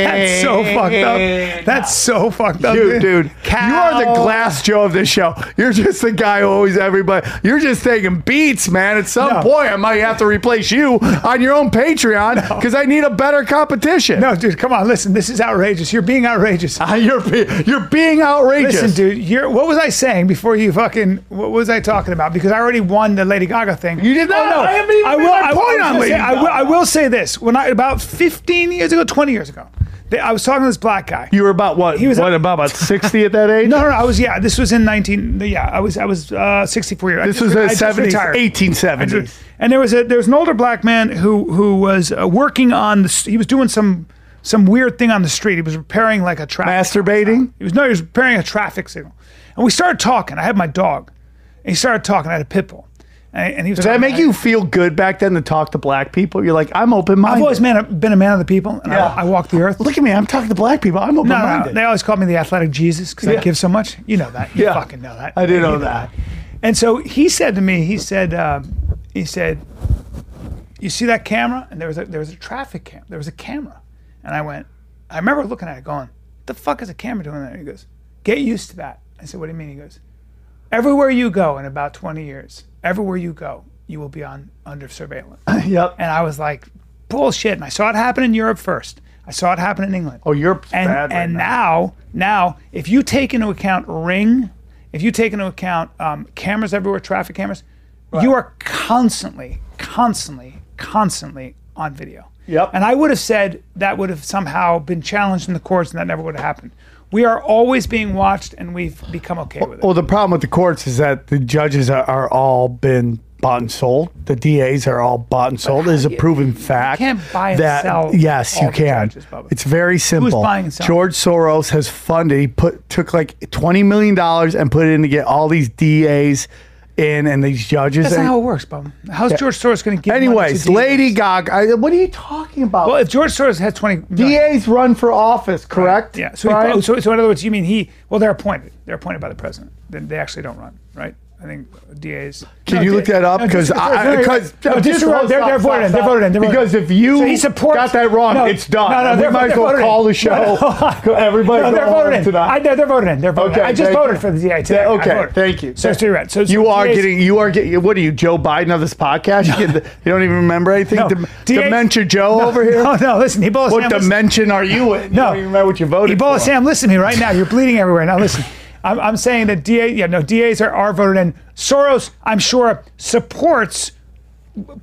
Speaker 3: Kelly,
Speaker 5: That's so fucked up. That's so fucked up,
Speaker 3: dude, dude, you are the
Speaker 5: Cow.
Speaker 3: glass Joe of this show. You're just the guy who always everybody. You're just taking beats, man. At some
Speaker 5: No.
Speaker 3: point, I might have to replace you on your own Patreon because I need a better competition.
Speaker 5: No, dude, come on. Listen, this is outrageous. You're being outrageous.
Speaker 3: You're, be- you're being outrageous.
Speaker 5: Listen, dude, you're, what was I saying before you fucking? What was I talking about? Because I already won the Lady Gaga thing.
Speaker 3: You did not.
Speaker 5: Oh, no,
Speaker 3: I haven't even
Speaker 5: I
Speaker 3: made
Speaker 5: will.
Speaker 3: my
Speaker 5: I,
Speaker 3: point
Speaker 5: I was
Speaker 3: on
Speaker 5: gonna say-
Speaker 3: Lady
Speaker 5: I will.
Speaker 3: Gaga.
Speaker 5: I will say this. When I about 15 years ago, 20 years ago, they, I was talking to this black guy.
Speaker 3: You were about what?
Speaker 5: He was-
Speaker 3: what about about sixty at that age?
Speaker 5: no, no, no, I was. Yeah, this was in 19. Yeah, I was. I was uh, 64 years.
Speaker 3: this was the seventies, eighteen seventies.
Speaker 5: And there was a there was an older black man who who was uh, working on the. s- He was doing some some weird thing on the street. He was repairing like a traffic.
Speaker 3: Masturbating.
Speaker 5: He was no, he was repairing a traffic signal, and we started talking. I had my dog, and he started talking. I had a pit bull, and, and he was.
Speaker 3: Did that make you feel good back then to talk to black people? You're like, I'm open minded.
Speaker 5: I've always man, been a man of the people, and
Speaker 3: Yeah.
Speaker 5: I, I walk the earth.
Speaker 3: Look at me, I'm talking to black people. I'm open
Speaker 5: no, no, no,
Speaker 3: minded.
Speaker 5: they always called me the athletic Jesus because
Speaker 3: Yeah.
Speaker 5: I give so much. You know that. You
Speaker 3: Yeah.
Speaker 5: fucking know that.
Speaker 3: I do
Speaker 5: You
Speaker 3: know that.
Speaker 5: And so he said to me, he said, um, he said, you see that camera? And there was a, there was a traffic cam. There was a camera, and I went. I remember looking at it, going, "The fuck is a camera doing there?" He goes, "Get used to that." I said, "What do you mean?" He goes, "Everywhere you go in about 20 years, everywhere you go, you will be on under surveillance."
Speaker 3: Yep.
Speaker 5: and I was like, "Bullshit!" And I saw it happen in Europe first. I saw it happen in England.
Speaker 3: Oh, Europe's
Speaker 5: and
Speaker 3: bad right
Speaker 5: and
Speaker 3: now.
Speaker 5: now, now, if you take into account Ring, if you take into account um, cameras everywhere, traffic cameras, you are constantly, constantly, constantly on video.
Speaker 3: Yep.
Speaker 5: And I would have said that would have somehow been challenged in the courts, and that never would have happened. We are always being watched, and we've become okay with it.
Speaker 3: Well, the problem with the courts is that the judges are, are all been bought and sold. The DAs are all bought and sold. It is a proven fact.
Speaker 5: can't buy and
Speaker 3: that,
Speaker 5: sell
Speaker 3: Yes,
Speaker 5: all
Speaker 3: you
Speaker 5: the
Speaker 3: can.
Speaker 5: judges, Bubba.
Speaker 3: it's very simple.
Speaker 5: buying and selling?
Speaker 3: George Soros has funded. He put took like twenty million dollars and put it in to get all these DAs in and these judges.
Speaker 5: That's
Speaker 3: and,
Speaker 5: not how it works, Bob. How's George Soros going to give? money to
Speaker 3: Anyways,
Speaker 5: DAs?
Speaker 3: Lady Gaga. I- what are you talking about?
Speaker 5: Well, if George Soros had twenty, million-
Speaker 3: DAs run for office, correct?
Speaker 5: Yeah. So, he-
Speaker 3: Brian?
Speaker 5: oh, so, so in other words, you mean he? Well, they're appointed. They're appointed by the president. Then they actually don't run, right? I think DAs.
Speaker 3: Can you look that up? Because I because
Speaker 5: no, just they're, they're voted in. They're voted in. They're voted in.
Speaker 3: Because if you
Speaker 5: So he supports-
Speaker 3: got that wrong,
Speaker 5: No,
Speaker 3: it's done.
Speaker 5: No, no,
Speaker 3: we
Speaker 5: they're,
Speaker 3: might as
Speaker 5: they're
Speaker 3: well
Speaker 5: voted
Speaker 3: call
Speaker 5: in.
Speaker 3: the show.
Speaker 5: No, no.
Speaker 3: Everybody
Speaker 5: no,
Speaker 3: go
Speaker 5: they're
Speaker 3: home
Speaker 5: voted in.
Speaker 3: tonight.
Speaker 5: I, they're, they're voted in. They're voted
Speaker 3: Okay,
Speaker 5: in. I just
Speaker 3: thank
Speaker 5: voted
Speaker 3: you.
Speaker 5: for the DA today.
Speaker 3: Th-
Speaker 5: I
Speaker 3: okay,
Speaker 5: voted.
Speaker 3: thank you.
Speaker 5: So, so you're right. So, so
Speaker 3: you are
Speaker 5: DAs
Speaker 3: getting you are getting what are you Joe Biden of this podcast? You, get the, you don't even remember anything.
Speaker 5: No,
Speaker 3: Dem-
Speaker 5: DAs
Speaker 3: Dementia Joe
Speaker 5: No,
Speaker 3: over here.
Speaker 5: No, no. Listen, Ebola
Speaker 3: What
Speaker 5: Sam. listen.
Speaker 3: dimension are you in? You
Speaker 5: No.
Speaker 3: don't even remember what you voted.
Speaker 5: Ebola
Speaker 3: for.
Speaker 5: Sam, listen to me right now. You're bleeding everywhere. Now listen. I'm, I'm saying that DA, yeah, no, DAs are, are voted in. Soros, I'm sure, supports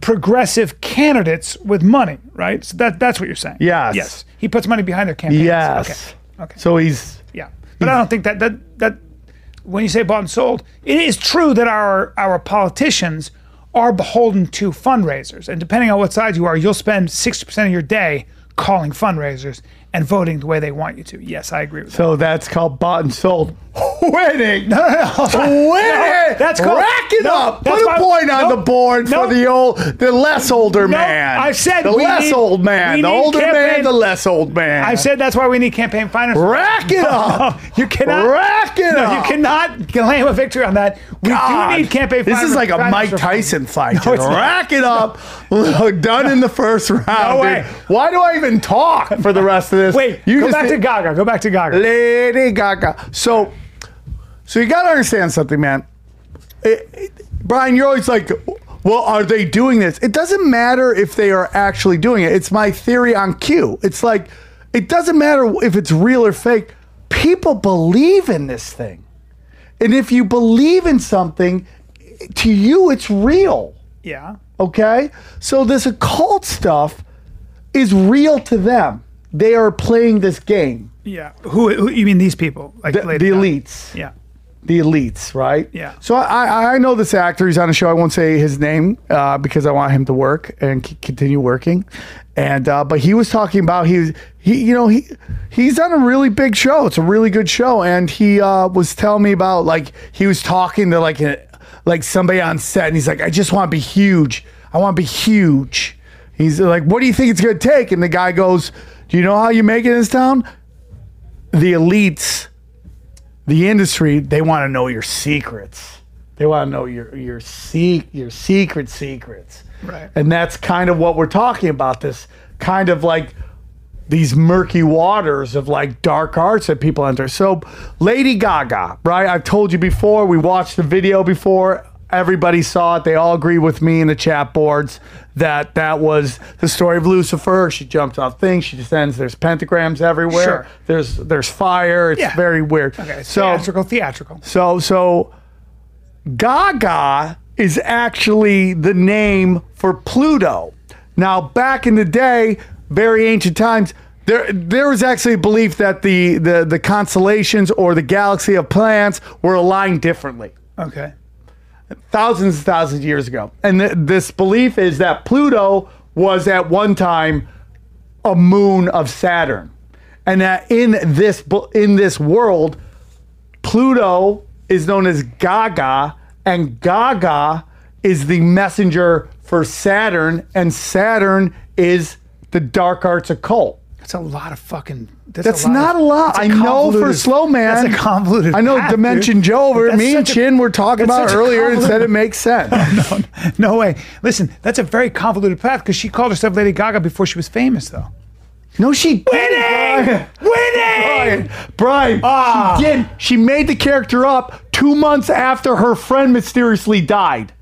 Speaker 5: progressive candidates with money, right? So that that's what you're saying.
Speaker 3: Yes.
Speaker 5: Yes. He puts money behind their campaigns.
Speaker 3: Yes.
Speaker 5: Okay. okay.
Speaker 3: So he's
Speaker 5: Yeah. But
Speaker 3: Hmm.
Speaker 5: I don't think that that that when you say bought and sold, it is true that our our politicians are beholden to fundraisers, and depending on what side you are, you'll spend sixty percent of your day calling fundraisers and voting the way they want you to. Yes, I agree with that.
Speaker 3: So that's called bought and sold. Winning.
Speaker 5: No, no, no.
Speaker 3: Winning.
Speaker 5: that's called-
Speaker 3: rack it
Speaker 5: no,
Speaker 3: up. Put
Speaker 5: that's
Speaker 3: a
Speaker 5: my-
Speaker 3: point on
Speaker 5: no,
Speaker 3: the board
Speaker 5: no.
Speaker 3: for the old, the less older
Speaker 5: No,
Speaker 3: man.
Speaker 5: I said
Speaker 3: the
Speaker 5: we
Speaker 3: less
Speaker 5: need-
Speaker 3: old man,
Speaker 5: we
Speaker 3: the
Speaker 5: need
Speaker 3: older man,
Speaker 5: campaign-
Speaker 3: the less old man.
Speaker 5: I said that's why we need campaign finance.
Speaker 3: rack it up.
Speaker 5: You cannot
Speaker 3: rack it
Speaker 5: No,
Speaker 3: up.
Speaker 5: you cannot claim a victory on that. We
Speaker 3: God.
Speaker 5: do need campaign
Speaker 3: This
Speaker 5: finance.
Speaker 3: is like a
Speaker 5: finance
Speaker 3: Mike
Speaker 5: reform.
Speaker 3: Tyson fight.
Speaker 5: No,
Speaker 3: dude.
Speaker 5: it's not.
Speaker 3: Rack it up. Done in the first round.
Speaker 5: No
Speaker 3: dude.
Speaker 5: way.
Speaker 3: Why do I even talk for the rest of this?
Speaker 5: Wait,
Speaker 3: you
Speaker 5: go
Speaker 3: just
Speaker 5: back
Speaker 3: did-
Speaker 5: to Gaga. Go back to Gaga.
Speaker 3: Lady Gaga. So, so you got to understand something, man. It- it- Brian, you're always like, well, are they doing this? It doesn't matter if they are actually doing it. It's my theory on Q. It's like, it doesn't matter if it's real or fake. People believe in this thing. And if you believe in something, to you, it's real.
Speaker 5: yeah.
Speaker 3: Okay? So this occult stuff is real to them. They are playing this game.
Speaker 5: Yeah. Who, who you mean these people? Like
Speaker 3: The,
Speaker 5: Lady
Speaker 3: the
Speaker 5: Gaga.
Speaker 3: elites
Speaker 5: Yeah.
Speaker 3: the elites, right?
Speaker 5: Yeah.
Speaker 3: So I, I- I know this actor. He's on a show. I won't say his name uh, because I want him to work and c- continue working. And uh, but he was talking about he was he you know he he's on a really big show. It's a really good show, and he uh, was telling me about like he was talking to like a, like somebody on set, and he's like, I just want to be huge. I want to be huge. He's like, What do you think it's gonna take? And the guy goes, Do you know how you make it in this town? The elites the industry they want to know your secrets they want to know your your se- your secret secrets
Speaker 5: Right.
Speaker 3: and that's kind of what we're talking about this kind of like these murky waters of like dark arts that people enter so lady gaga right i've told you before we watched the video before everybody saw it they all agree with me in the chat boards that that was the story of lucifer she jumps off things she descends there's pentagrams everywhere
Speaker 5: Sure.
Speaker 3: there's there's fire it's
Speaker 5: Yeah.
Speaker 3: very weird
Speaker 5: Okay. It's
Speaker 3: so
Speaker 5: theatrical, theatrical.
Speaker 3: so so Gaga is actually the name for Pluto. Now back in the day, very ancient times, there there was actually a belief that the the, the constellations or the galaxy of planets were aligned differently
Speaker 5: Okay.
Speaker 3: thousands and thousands of years ago. And th- this belief is that Pluto was at one time a moon of Saturn, and that in this bu- in this world, Pluto is known as Gaga, and Gaga is the messenger for Saturn, and Saturn is the dark arts occult.
Speaker 5: That's a lot of fucking. That's,
Speaker 3: That's
Speaker 5: a lot
Speaker 3: not
Speaker 5: of-
Speaker 3: a lot.
Speaker 5: that's
Speaker 3: I
Speaker 5: a
Speaker 3: know for
Speaker 5: convoluted-
Speaker 3: slow man.
Speaker 5: That's a convoluted.
Speaker 3: I know
Speaker 5: path,
Speaker 3: Dimension
Speaker 5: dude.
Speaker 3: Joe over
Speaker 5: That's
Speaker 3: me and
Speaker 5: such a-
Speaker 3: Chin were talking
Speaker 5: that's
Speaker 3: about
Speaker 5: such a
Speaker 3: earlier and said
Speaker 5: convoluted-
Speaker 3: it makes sense.
Speaker 5: no, no way. Listen, that's a very convoluted path because she called herself Lady Gaga before she was famous, though.
Speaker 3: No, she didn't. Brian.
Speaker 5: Winning!
Speaker 3: Brian, Brian,
Speaker 5: Ah.
Speaker 3: she did. She made the character up two months after her friend mysteriously died.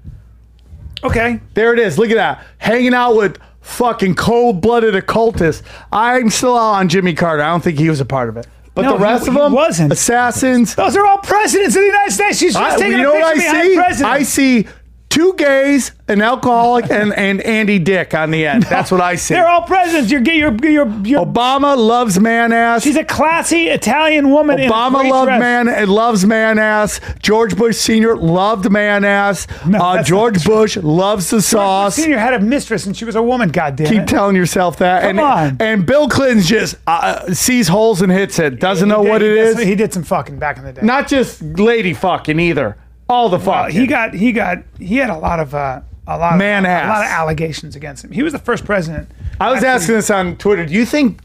Speaker 5: Okay.
Speaker 3: There it is. Look at that. Hanging out with fucking cold-blooded occultists. I'm still out on Jimmy Carter. I don't think he was a part of it. But
Speaker 5: No,
Speaker 3: the rest
Speaker 5: he-
Speaker 3: of
Speaker 5: he
Speaker 3: them,
Speaker 5: wasn't.
Speaker 3: assassins.
Speaker 5: Those are all presidents of the United States. She's just
Speaker 3: I,
Speaker 5: taking
Speaker 3: you
Speaker 5: a
Speaker 3: know what I
Speaker 5: picture behind
Speaker 3: see?
Speaker 5: presidents.
Speaker 3: I see two gays, an alcoholic, and, and Andy Dick on the end. That's what I see.
Speaker 5: They're all presidents. You're you're you're. you're
Speaker 3: Obama loves man ass.
Speaker 5: she's a classy Italian woman. in a
Speaker 3: Obama
Speaker 5: great
Speaker 3: loved
Speaker 5: dress.
Speaker 3: man and loves man ass. George Bush Senior loved man ass. uh,
Speaker 5: that's
Speaker 3: George Bush loves the sauce.
Speaker 5: Senior had a mistress and she was a woman. Goddamn.
Speaker 3: Keep telling yourself that. and,
Speaker 5: on.
Speaker 3: and Bill Clinton just uh, sees holes and hits it. Doesn't know what it is.
Speaker 5: He did some fucking back in the day.
Speaker 3: Not just lady fucking either. All the fuck.
Speaker 5: he got he got he had a lot of uh, a lot of,
Speaker 3: Man
Speaker 5: a lot
Speaker 3: ass.
Speaker 5: of allegations against him. He was the first president.
Speaker 3: I was asking this on Twitter. Do you think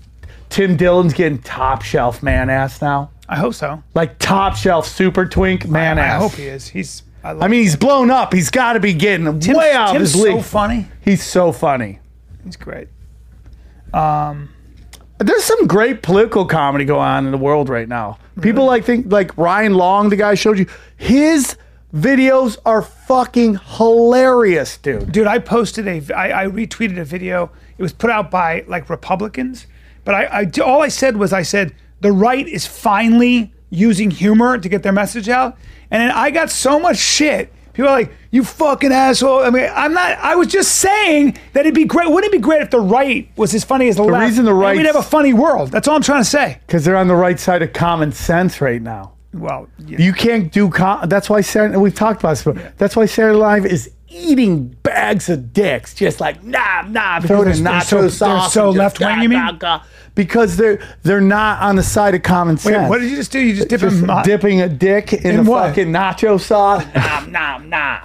Speaker 3: Tim Dillon's getting top shelf man ass now?
Speaker 5: I hope so.
Speaker 3: Like top shelf super twink man
Speaker 5: I
Speaker 3: ass.
Speaker 5: hope he is. He's. I, love
Speaker 3: I mean, he's blown up. He's got to be getting
Speaker 5: Tim's,
Speaker 3: way out of
Speaker 5: Tim's
Speaker 3: his league.
Speaker 5: so funny.
Speaker 3: he's so funny.
Speaker 5: He's great.
Speaker 3: There's some great political comedy going on in the world right now. People like think like Ryan Long, the guy I showed you, his videos are fucking hilarious, dude.
Speaker 5: dude i posted a I, I retweeted a video it was put out by like republicans but I, I all i said was i said the right is finally using humor to get their message out and then i got so much shit people are like you fucking asshole i mean i'm not i was just saying that it'd be great wouldn't it be great if the right was as funny as the, left
Speaker 3: reason the
Speaker 5: and
Speaker 3: right's-
Speaker 5: we'd have a funny world that's all i'm trying to say
Speaker 3: Because they're on the right side of common sense right now.
Speaker 5: well yeah.
Speaker 3: You can't do com- that's why Saturday, we've talked about this. But That's why Saturday Live is eating bags of dicks, just like knob knob, throwing
Speaker 5: they're- they're
Speaker 3: nacho
Speaker 5: so- they're
Speaker 3: sauce.
Speaker 5: so
Speaker 3: and just
Speaker 5: left-wing,
Speaker 3: gah,
Speaker 5: you mean?
Speaker 3: gah, gah, because they're they're not on the side of common sense.
Speaker 5: What did you just do? You just dip
Speaker 3: Just
Speaker 5: him.
Speaker 3: dipping a dick in,
Speaker 5: In
Speaker 3: the
Speaker 5: what?
Speaker 3: fucking nacho sauce. nom nom nom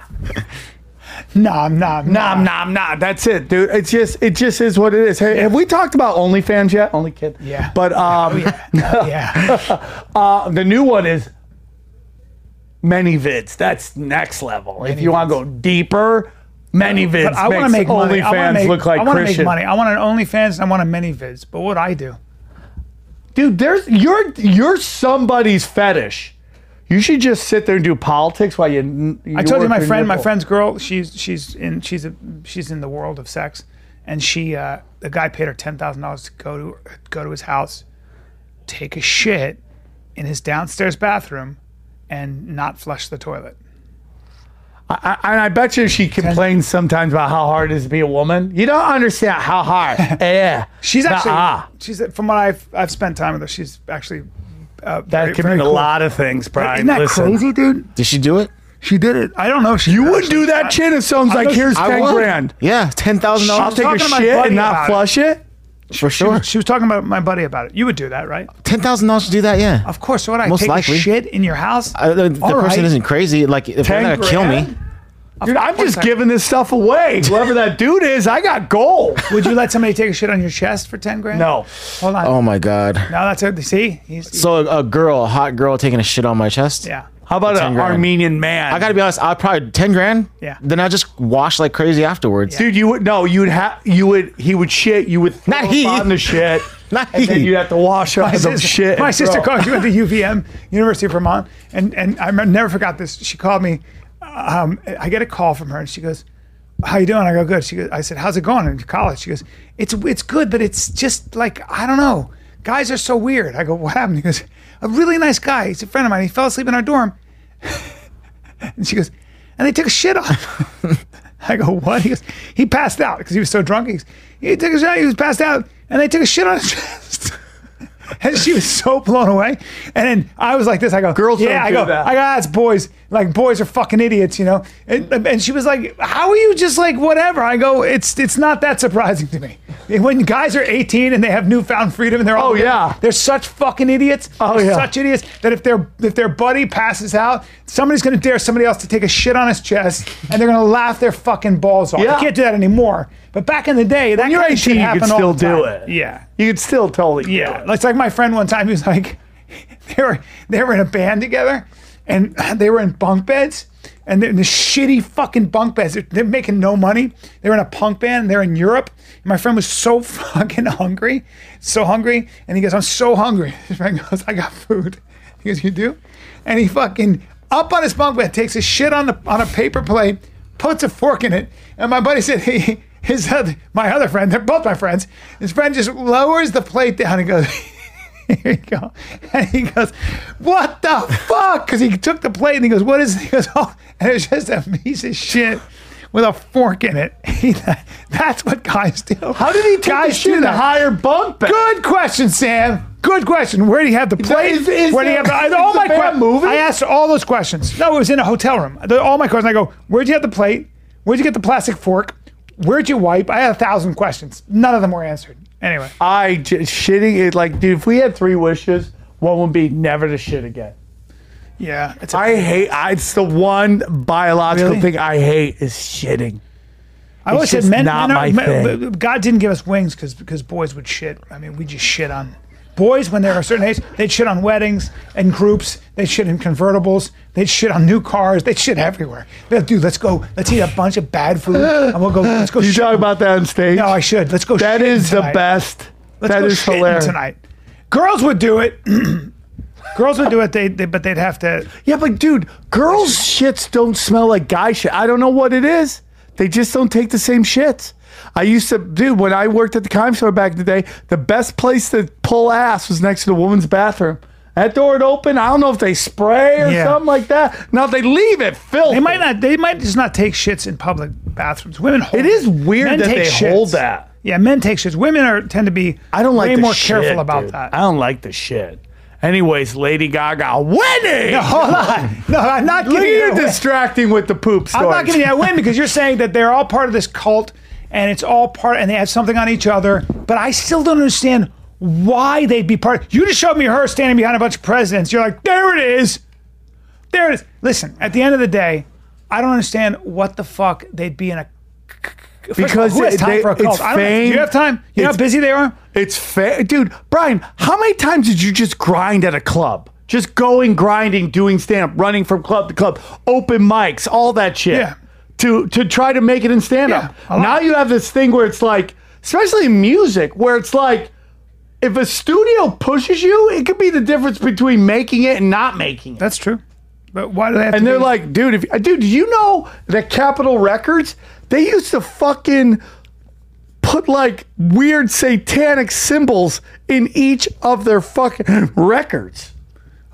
Speaker 5: Nah, nah, nah.
Speaker 3: nom nom nom. That's it, dude. It's just it just is what it is. Hey, have we talked about OnlyFans yet? Only kid.
Speaker 5: Yeah.
Speaker 3: But um,
Speaker 5: yeah.
Speaker 3: Uh, the new one is many vids. That's next level. if you want to go deeper, many vids.
Speaker 5: But I want to
Speaker 3: makes
Speaker 5: make money. I wanna
Speaker 3: OnlyFans
Speaker 5: make-
Speaker 3: look like
Speaker 5: I wanna
Speaker 3: Christian.
Speaker 5: make money. I want an OnlyFans and I want a mini vids. But what I do?
Speaker 3: Dude, there's you're you're somebody's fetish. You should just sit there and do politics while you. you
Speaker 5: I told you
Speaker 3: work
Speaker 5: my
Speaker 3: your
Speaker 5: friend, my
Speaker 3: nipple.
Speaker 5: friend's girl. She's she's in she's a she's in the world of sex, and she uh, the guy paid her ten thousand dollars to go to go to his house, take a shit in his downstairs bathroom, and not flush the toilet.
Speaker 3: I, I- and I bet you she complains sometimes about how hard it is to be a woman. You don't understand how hard. yeah,
Speaker 5: She's actually
Speaker 3: Nuh-uh.
Speaker 5: she's from what I've I've spent time with her. She's actually uh,
Speaker 3: that can mean a lot of things, Brian.
Speaker 5: Isn't that
Speaker 3: Listen.
Speaker 5: crazy, dude?
Speaker 4: Did she do it?
Speaker 5: She did it. I don't know. If she
Speaker 3: You
Speaker 5: did it,
Speaker 3: wouldn't do
Speaker 5: actually.
Speaker 3: that shit if someone's like,
Speaker 5: was-
Speaker 3: "Here's
Speaker 4: I
Speaker 3: ten
Speaker 4: would.
Speaker 3: grand."
Speaker 4: Yeah, ten thousand
Speaker 3: I'll
Speaker 4: dollars
Speaker 3: take a
Speaker 5: talking to my
Speaker 3: shit
Speaker 5: buddy
Speaker 3: and
Speaker 5: about
Speaker 3: not
Speaker 5: it.
Speaker 3: flush it.
Speaker 4: for
Speaker 5: She
Speaker 4: sure.
Speaker 5: was, she was talking about my buddy about it. You would do that, right?
Speaker 4: Ten thousand dollars to do that? Yeah.
Speaker 5: Of course. Would I
Speaker 4: Most
Speaker 5: take
Speaker 4: likely.
Speaker 5: a shit in your house?
Speaker 4: I- the the
Speaker 5: All
Speaker 4: person
Speaker 5: right.
Speaker 4: isn't crazy. Like if they're
Speaker 3: 10
Speaker 4: not gonna kill me,
Speaker 3: grand? Dude, I'm
Speaker 5: course
Speaker 3: just
Speaker 5: I-
Speaker 3: giving this stuff away. Whoever that dude is, I got gold.
Speaker 5: Would you let somebody take a shit on your chest for ten grand?
Speaker 3: No.
Speaker 5: Hold on.
Speaker 4: oh my god.
Speaker 5: Now that's it. See, he's
Speaker 4: So a, a girl, a hot girl, taking a shit on my chest.
Speaker 5: yeah.
Speaker 3: How about
Speaker 4: 10
Speaker 3: an
Speaker 4: grand.
Speaker 3: Armenian man?
Speaker 4: I gotta be honest. I probably ten grand.
Speaker 5: Yeah.
Speaker 4: Then I just wash like crazy afterwards.
Speaker 3: dude. You would no. You would have. You would. He would shit. You would
Speaker 4: Not
Speaker 3: throw
Speaker 4: he.
Speaker 3: up on the shit.
Speaker 4: Not
Speaker 3: and Then
Speaker 4: he.
Speaker 3: you'd have to wash up
Speaker 5: My
Speaker 3: the
Speaker 5: sister,
Speaker 3: shit.
Speaker 5: my
Speaker 3: and
Speaker 5: sister
Speaker 3: throw.
Speaker 5: called. She went to UVM, University of Vermont, and and I remember, never forgot this. She called me. Um, I get a call from her, and she goes, "How you doing?" I go, "Good." She goes, "I said, how's it going in college?" She goes, "It's it's good, but it's just like I don't know. Guys are so weird." I go, "What happened?" He goes, "A really nice guy. He's a friend of mine. He fell asleep in our dorm." and she goes, "And they took a shit on." him." I go, "What?" He goes, "He passed out because he was so drunk. He, goes, he took a shit. He was passed out, and they took a shit on his chest." and she was so blown away. And then I was like this. I go,
Speaker 3: Girls
Speaker 5: yeah.
Speaker 3: don't
Speaker 5: I
Speaker 3: do
Speaker 5: go,
Speaker 3: that.
Speaker 5: I go, that's boys. Like boys are fucking idiots, you know. And, and she was like, how are you just like whatever? I go, it's it's not that surprising to me. When guys are 18 and they have newfound freedom and they're all
Speaker 3: Oh, yeah.
Speaker 5: they're such fucking idiots.
Speaker 3: Oh,
Speaker 5: They're
Speaker 3: yeah.
Speaker 5: such idiots that if their if their buddy passes out, somebody's gonna dare somebody else to take a shit on his chest, and they're gonna laugh their fucking balls off.
Speaker 3: Yeah.
Speaker 5: You can't do that anymore. But back in the day, that
Speaker 3: you're
Speaker 5: kind of shit
Speaker 3: 18, you could
Speaker 5: happened all
Speaker 3: still
Speaker 5: the
Speaker 3: do
Speaker 5: time.
Speaker 3: it.
Speaker 5: Yeah,
Speaker 3: You could still totally. do
Speaker 5: yeah.
Speaker 3: it.
Speaker 5: It's like my friend one time, he was like, they were they were in a band together, and they were in bunk beds, and they're in the shitty fucking bunk beds. They're, they're making no money. They were in a punk band. They're in Europe. And my friend was so fucking hungry, so hungry, and he goes, "I'm so hungry." His friend goes, "I got food." He goes, "You do?" And he fucking up on his bunk bed, takes a shit on the on a paper plate, puts a fork in it, and my buddy said, "He." His other, my other friend, they're both my friends. His friend just lowers the plate down and goes, here you go. And he goes, What the fuck? Because he took the plate and he goes, What is it? He goes, Oh, and it was just a piece of shit with a fork in it. He, that's what guys do.
Speaker 3: How did he take
Speaker 5: guys
Speaker 3: the shit
Speaker 5: do
Speaker 3: in a
Speaker 5: that?
Speaker 3: higher bunk bed?
Speaker 5: Good question, Sam. Good question. Where do you have the plate?
Speaker 3: Is- is
Speaker 5: Where do you have
Speaker 3: the-
Speaker 5: the,
Speaker 3: is
Speaker 5: all
Speaker 3: the
Speaker 5: my
Speaker 3: band
Speaker 5: que-
Speaker 3: moving?
Speaker 5: I asked all those questions. No, it was in a hotel room. The- all my questions. I go, where'd you have the plate? Where'd you get the plastic fork? Where'd you wipe? I had a thousand questions. None of them were answered. Anyway,
Speaker 3: I just shitting it like, dude. If we had three wishes, one would be never to shit again.
Speaker 5: yeah, it's a
Speaker 3: I hate. I, it's the one biological
Speaker 5: Really?
Speaker 3: thing I hate is shitting.
Speaker 5: I always said
Speaker 3: just
Speaker 5: men,
Speaker 3: not
Speaker 5: men are,
Speaker 3: my
Speaker 5: men-
Speaker 3: thing.
Speaker 5: but God didn't give us wings because boys would shit. I mean, we just shit on boys when they're a certain age. They'd shit on weddings and groups. They'd shit in convertibles. They'd shit on new cars. They'd shit everywhere. They'd like, dude, let's go. Let's eat a bunch of bad food and we'll go. Let's go.
Speaker 3: You
Speaker 5: shit.
Speaker 3: talk about that on stage.
Speaker 5: No, I should. Let's go.
Speaker 3: That
Speaker 5: shitting
Speaker 3: is the
Speaker 5: tonight.
Speaker 3: best.
Speaker 5: Let's
Speaker 3: that
Speaker 5: go
Speaker 3: is
Speaker 5: shitting
Speaker 3: hilarious.
Speaker 5: tonight. Girls would do it. Girls would do it. They, they but they'd have to.
Speaker 3: Yeah, but dude, girls' shits don't smell like guy shit. I don't know what it is. They just don't take the same shits. I used to, dude, when I worked at the Kime store back in the day, the best place to pull ass was next to the woman's bathroom. That door would open. I don't know if they spray or
Speaker 5: Yeah.
Speaker 3: something like that. Now if they leave it filthy.
Speaker 5: They might not. They might just not take shits in public bathrooms. Women hold.
Speaker 3: It is weird
Speaker 5: men
Speaker 3: that
Speaker 5: take
Speaker 3: they
Speaker 5: shits.
Speaker 3: hold that.
Speaker 5: Yeah, men take shits. Women are tend to be.
Speaker 3: I don't like
Speaker 5: way
Speaker 3: the
Speaker 5: more
Speaker 3: shit,
Speaker 5: careful about
Speaker 3: dude.
Speaker 5: that.
Speaker 3: I don't like the shit. Anyways, Lady Gaga winning.
Speaker 5: Hold on. No, I'm not
Speaker 3: Look
Speaker 5: giving
Speaker 3: at
Speaker 5: it
Speaker 3: you
Speaker 5: away.
Speaker 3: distracting with the poop story.
Speaker 5: I'm not giving you that win because you're saying that they're all part of this cult and it's all part and they have something on each other. But I still don't understand why they'd be part. You just showed me her standing behind a bunch of presidents. You're like, there it is. There it is. Listen, at the end of the day, I don't understand what the fuck they'd be in a. First of all,
Speaker 3: Because
Speaker 5: who has
Speaker 3: they-
Speaker 5: time for a
Speaker 3: it's
Speaker 5: cult? I don't know. Do
Speaker 3: fame,
Speaker 5: you have time? You know how
Speaker 3: it's-
Speaker 5: busy they are.
Speaker 3: It's fair, dude. Brian, how many times did you just grind at a club? Just going grinding, doing stand up, running from club to club, open mics, all that shit.
Speaker 5: Yeah.
Speaker 3: To to try to make it in stand up.
Speaker 5: Yeah, a lot.
Speaker 3: now you have this thing where it's like, especially in music, where it's like, if a studio pushes you, it could be the difference between making it and not making it.
Speaker 5: That's true. But why do they have to?
Speaker 3: And they're
Speaker 5: be-
Speaker 3: like, dude, if dude, do you know that Capitol Records they used to fucking put like weird satanic symbols in each of their fucking records.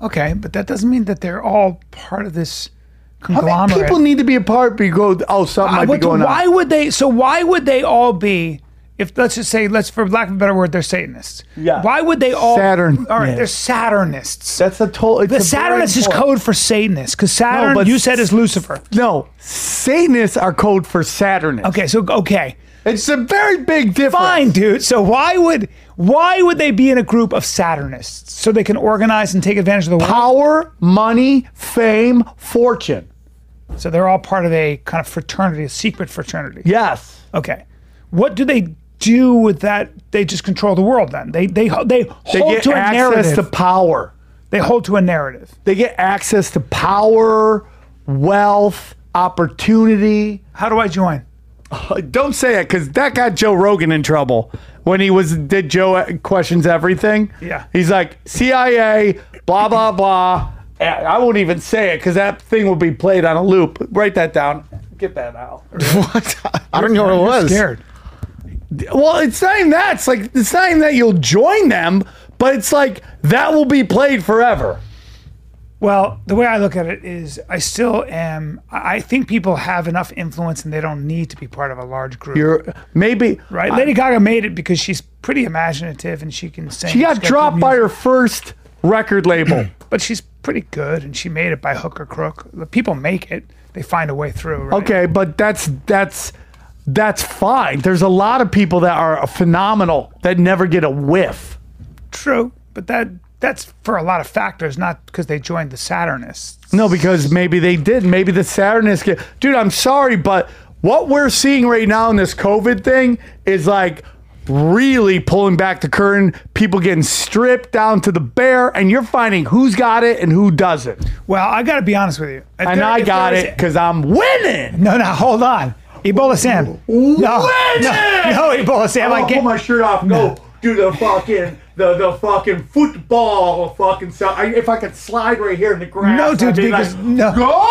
Speaker 5: okay, but that doesn't mean that they're all part of this
Speaker 3: I mean,
Speaker 5: conglomerate.
Speaker 3: people need to be a part. Be go. Oh, something
Speaker 5: I
Speaker 3: might be
Speaker 5: would-
Speaker 3: going
Speaker 5: why
Speaker 3: on.
Speaker 5: would they? So why would they all be? If let's just say, let's for lack of a better word, they're Satanists.
Speaker 3: Yeah.
Speaker 5: Why would they all
Speaker 3: Saturn-
Speaker 5: All right,
Speaker 3: yeah.
Speaker 5: they're Saturnists.
Speaker 3: That's a total.
Speaker 5: The Saturnist is code for Satanist because Saturn,
Speaker 3: but
Speaker 5: you said, is
Speaker 3: s-
Speaker 5: Lucifer.
Speaker 3: No, Satanists are code for Saturnus.
Speaker 5: Okay, so okay,
Speaker 3: it's a very big difference.
Speaker 5: fine, dude. So why would why would they be in a group of Saturnists so they can organize and take advantage of the world?
Speaker 3: Power, money, fame, fortune.
Speaker 5: So they're all part of a kind of fraternity, a secret fraternity.
Speaker 3: Yes.
Speaker 5: Okay. What do they do with that? They just control the world then. They they they hold
Speaker 3: They get
Speaker 5: to a
Speaker 3: access
Speaker 5: narrative.
Speaker 3: to power.
Speaker 5: they hold to a narrative.
Speaker 3: They get access to power, wealth, opportunity.
Speaker 5: How do I join?
Speaker 3: Uh, Don't say it because that got Joe Rogan in trouble when he was did Joe e, questions everything.
Speaker 5: Yeah.
Speaker 3: he's like CIA, blah blah blah. Eh, I won't even say it because that thing will be played on a loop. Write that down. Get that out.
Speaker 4: What? I don't know what it was.
Speaker 5: Scared.
Speaker 3: Well, it's not even that. It's like it's not even that you'll join them, but it's like that will be played forever.
Speaker 5: Well, the way I look at it is I still am I I think people have enough influence and they don't need to be part of a large group.
Speaker 3: You're maybe
Speaker 5: right? Lady Gaga made it because she's pretty imaginative and she can sing.
Speaker 3: She
Speaker 5: She's
Speaker 3: got
Speaker 5: got
Speaker 3: dropped
Speaker 5: good
Speaker 3: by
Speaker 5: music.
Speaker 3: her first record label.
Speaker 5: but she's pretty good and she made it by hook or crook. The people make it. They find a way through, right?
Speaker 3: Okay, but that's that's that's fine. There's a lot of people that are phenomenal that never get a whiff.
Speaker 5: True, but that that's for a lot of factors, not because they joined the Saturnists.
Speaker 3: No, because maybe they did. Maybe the Saturnists get. Dude, I'm sorry, but what we're seeing right now in this COVID thing is like really pulling back the curtain. People getting stripped down to the bare, and you're finding who's got it and who doesn't.
Speaker 5: Well, I got to be honest with you. If
Speaker 3: And
Speaker 5: there-
Speaker 3: I
Speaker 5: if
Speaker 3: got
Speaker 5: there
Speaker 3: it
Speaker 5: is-
Speaker 3: because I'm winning.
Speaker 5: No, no, hold on. Ebola Sam. No, no,
Speaker 3: Win it!
Speaker 5: no, Ebola Sam. I
Speaker 3: I'll
Speaker 5: can't.
Speaker 3: pull my shirt off and go do the fucking the the fucking football fucking stuff. I, if I could slide right here in the grass,
Speaker 5: No,
Speaker 3: I'd
Speaker 5: dude,
Speaker 3: be
Speaker 5: because-
Speaker 3: like,
Speaker 5: no.
Speaker 3: go.
Speaker 5: No,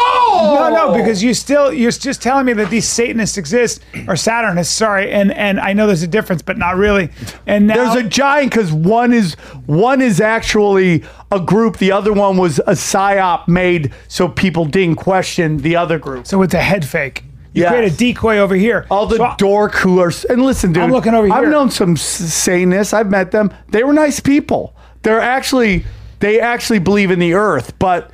Speaker 3: Oh.
Speaker 5: no, because you still you're just telling me that these Satanists exist or Saturnists, sorry, and and I know there's a difference, but not really. And now
Speaker 3: there's a giant because one is one is actually a group. The other one was a psyop made so people didn't question the other group.
Speaker 5: so it's a head fake. You
Speaker 3: Yes.
Speaker 5: create a decoy over here.
Speaker 3: All the
Speaker 5: So I-
Speaker 3: dork who are and listen, dude.
Speaker 5: I'm looking over
Speaker 3: I've
Speaker 5: here.
Speaker 3: known some s- Satanists. I've met them. They were nice people. They're actually they actually believe in the earth, but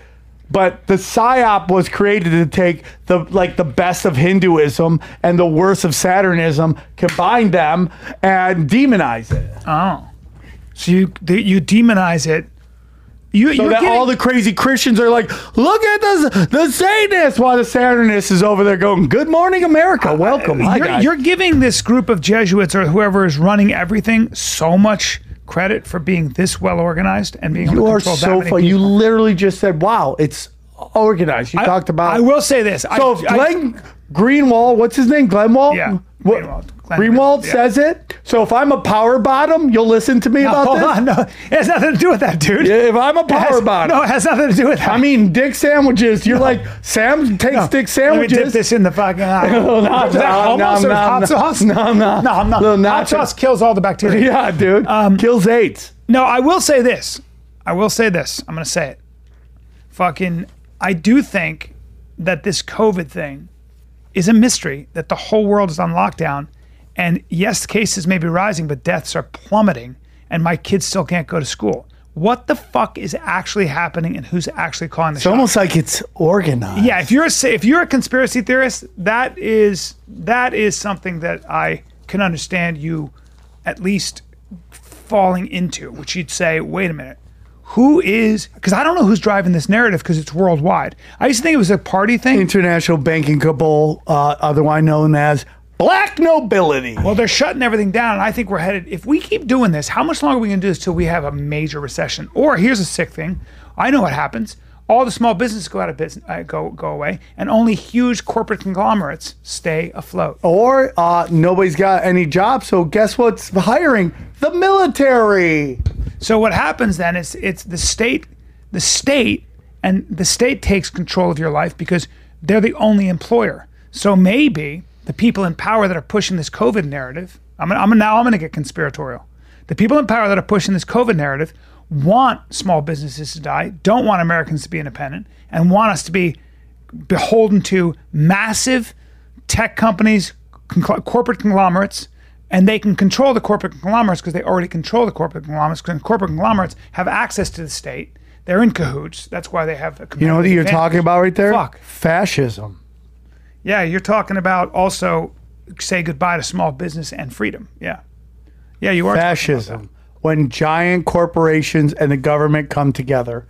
Speaker 3: but the psyop was created to take the like the best of Hinduism and the worst of Saturnism, combine them and demonize it.
Speaker 5: oh, so you you demonize it. You
Speaker 3: So
Speaker 5: you're
Speaker 3: that
Speaker 5: getting-
Speaker 3: all the crazy Christians are like, look at the the Satanists, while the Saturnist is over there going, "Good morning, America, welcome." Hi,
Speaker 5: you're,
Speaker 3: guys."
Speaker 5: you're giving this group of Jesuits or whoever is running everything so much credit for being this well organized and being
Speaker 3: You
Speaker 5: able
Speaker 3: are
Speaker 5: to control that
Speaker 3: so
Speaker 5: many
Speaker 3: far.
Speaker 5: people.
Speaker 3: You literally just said, "Wow, it's organized." You talked about.
Speaker 5: I will say this.
Speaker 3: So
Speaker 5: I,
Speaker 3: if Glenn Greenwald, what's his name? Glenwald.
Speaker 5: Yeah,
Speaker 3: What, Greenwald,
Speaker 5: Greenwald. Glenn Greenwald, yeah.
Speaker 3: says it. So if I'm a power bottom, you'll listen to me
Speaker 5: I,
Speaker 3: about
Speaker 5: hold
Speaker 3: this.
Speaker 5: on, no, it has nothing to do with that, dude.
Speaker 3: If I'm a
Speaker 5: It has-
Speaker 3: power bottom,
Speaker 5: No, it has nothing to do with that.
Speaker 3: I mean dick sandwiches. You're like Sam takes
Speaker 5: No.
Speaker 3: dick
Speaker 5: Oh, Let me
Speaker 3: sandwiches.
Speaker 5: dip this in the fucking.
Speaker 3: No, no,
Speaker 5: Is that
Speaker 3: no,
Speaker 5: hummus
Speaker 3: no,
Speaker 5: or
Speaker 3: no,
Speaker 5: hot
Speaker 3: no.
Speaker 5: sauce?
Speaker 3: No, no.
Speaker 5: no, I'm not.
Speaker 3: Little
Speaker 5: hot
Speaker 3: nacho.
Speaker 5: sauce kills all the bacteria.
Speaker 3: Yeah, dude.
Speaker 5: Um,
Speaker 3: Kills eight.
Speaker 5: No, I will say this. I will say this. I'm going to say it. Fucking, I do think that this COVID thing is a mystery that the whole world is on lockdown. And yes, cases may be rising, but deaths are plummeting, and my kids still can't go to school. what the fuck is actually happening and who's actually calling the
Speaker 3: It's
Speaker 5: shots.
Speaker 3: almost like it's organized.
Speaker 5: yeah, if you're a sa- if you're a conspiracy theorist, that is that is something that I can understand you at least falling into, which you'd say, wait a minute, who is? Because I don't know who's driving this narrative because it's worldwide. I used to think it was a party thing.
Speaker 3: International Banking Cabal, uh, otherwise known as Black Nobility.
Speaker 5: Well, they're shutting everything down, and I think we're headed. If we keep doing this, how much longer are we going to do this till we have a major recession? Or here's a sick thing: I know what happens. All the small businesses go out of business, uh, go go away, and only huge corporate conglomerates stay afloat.
Speaker 3: Or uh, nobody's got any job, so guess what's hiring? The military.
Speaker 5: So what happens then is it's the state, the state, and the state takes control of your life because they're the only employer. So maybe the people in power that are pushing this COVID narrative, I'm, I'm now I'm going to get conspiratorial. The people in power that are pushing this COVID narrative want small businesses to die, don't want Americans to be independent, and want us to be beholden to massive tech companies, con- corporate conglomerates, and they can control the corporate conglomerates because they already control the corporate conglomerates. Because corporate conglomerates have access to the state, they're in cahoots. That's why they have. A
Speaker 3: You know what you're talking about right there?
Speaker 5: Fuck.
Speaker 3: Fascism.
Speaker 5: Yeah, you're talking about also say goodbye to small business and freedom. Yeah, yeah, you are.
Speaker 3: Fascism. When giant corporations and the government come together.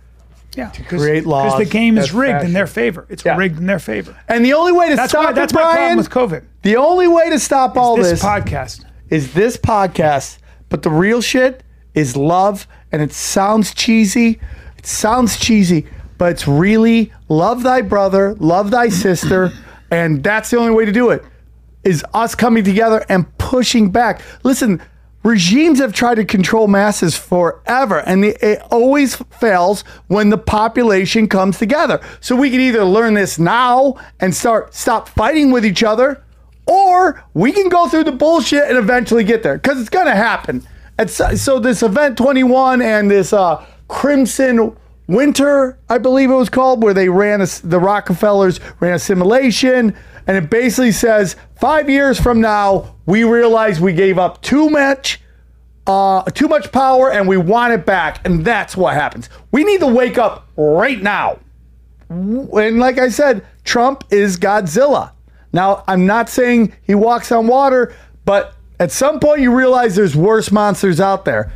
Speaker 5: yeah, to
Speaker 3: create laws
Speaker 5: because the game is
Speaker 3: that's
Speaker 5: rigged
Speaker 3: fashion.
Speaker 5: in their favor. It's
Speaker 3: Yeah.
Speaker 5: rigged in their favor.
Speaker 3: And the only way to
Speaker 5: That's
Speaker 3: stop
Speaker 5: why.
Speaker 3: it,
Speaker 5: That's my
Speaker 3: Brian,
Speaker 5: problem with COVID.
Speaker 3: the only way to stop all
Speaker 5: This,
Speaker 3: this
Speaker 5: podcast.
Speaker 3: is this podcast, but the real shit is love. And it sounds cheesy. It sounds cheesy, but it's really love thy brother, love thy sister. and that's the only way to do it is us coming together and pushing back. Listen, regimes have tried to control masses forever, and it, it always fails when the population comes together. So we can either learn this now and start stop fighting with each other, or we can go through the bullshit and eventually get there because it's gonna happen. And so, so this event 21 and this uh, Crimson Winter, I believe it was called, where they ran a s the Rockefellers ran a simulation, and it basically says five years from now we realize we gave up too much, uh, too much power, and we want it back, and that's what happens. We need to wake up right now. And like I said, Trump is Godzilla. Now, I'm not saying he walks on water, but at some point you realize there's worse monsters out there.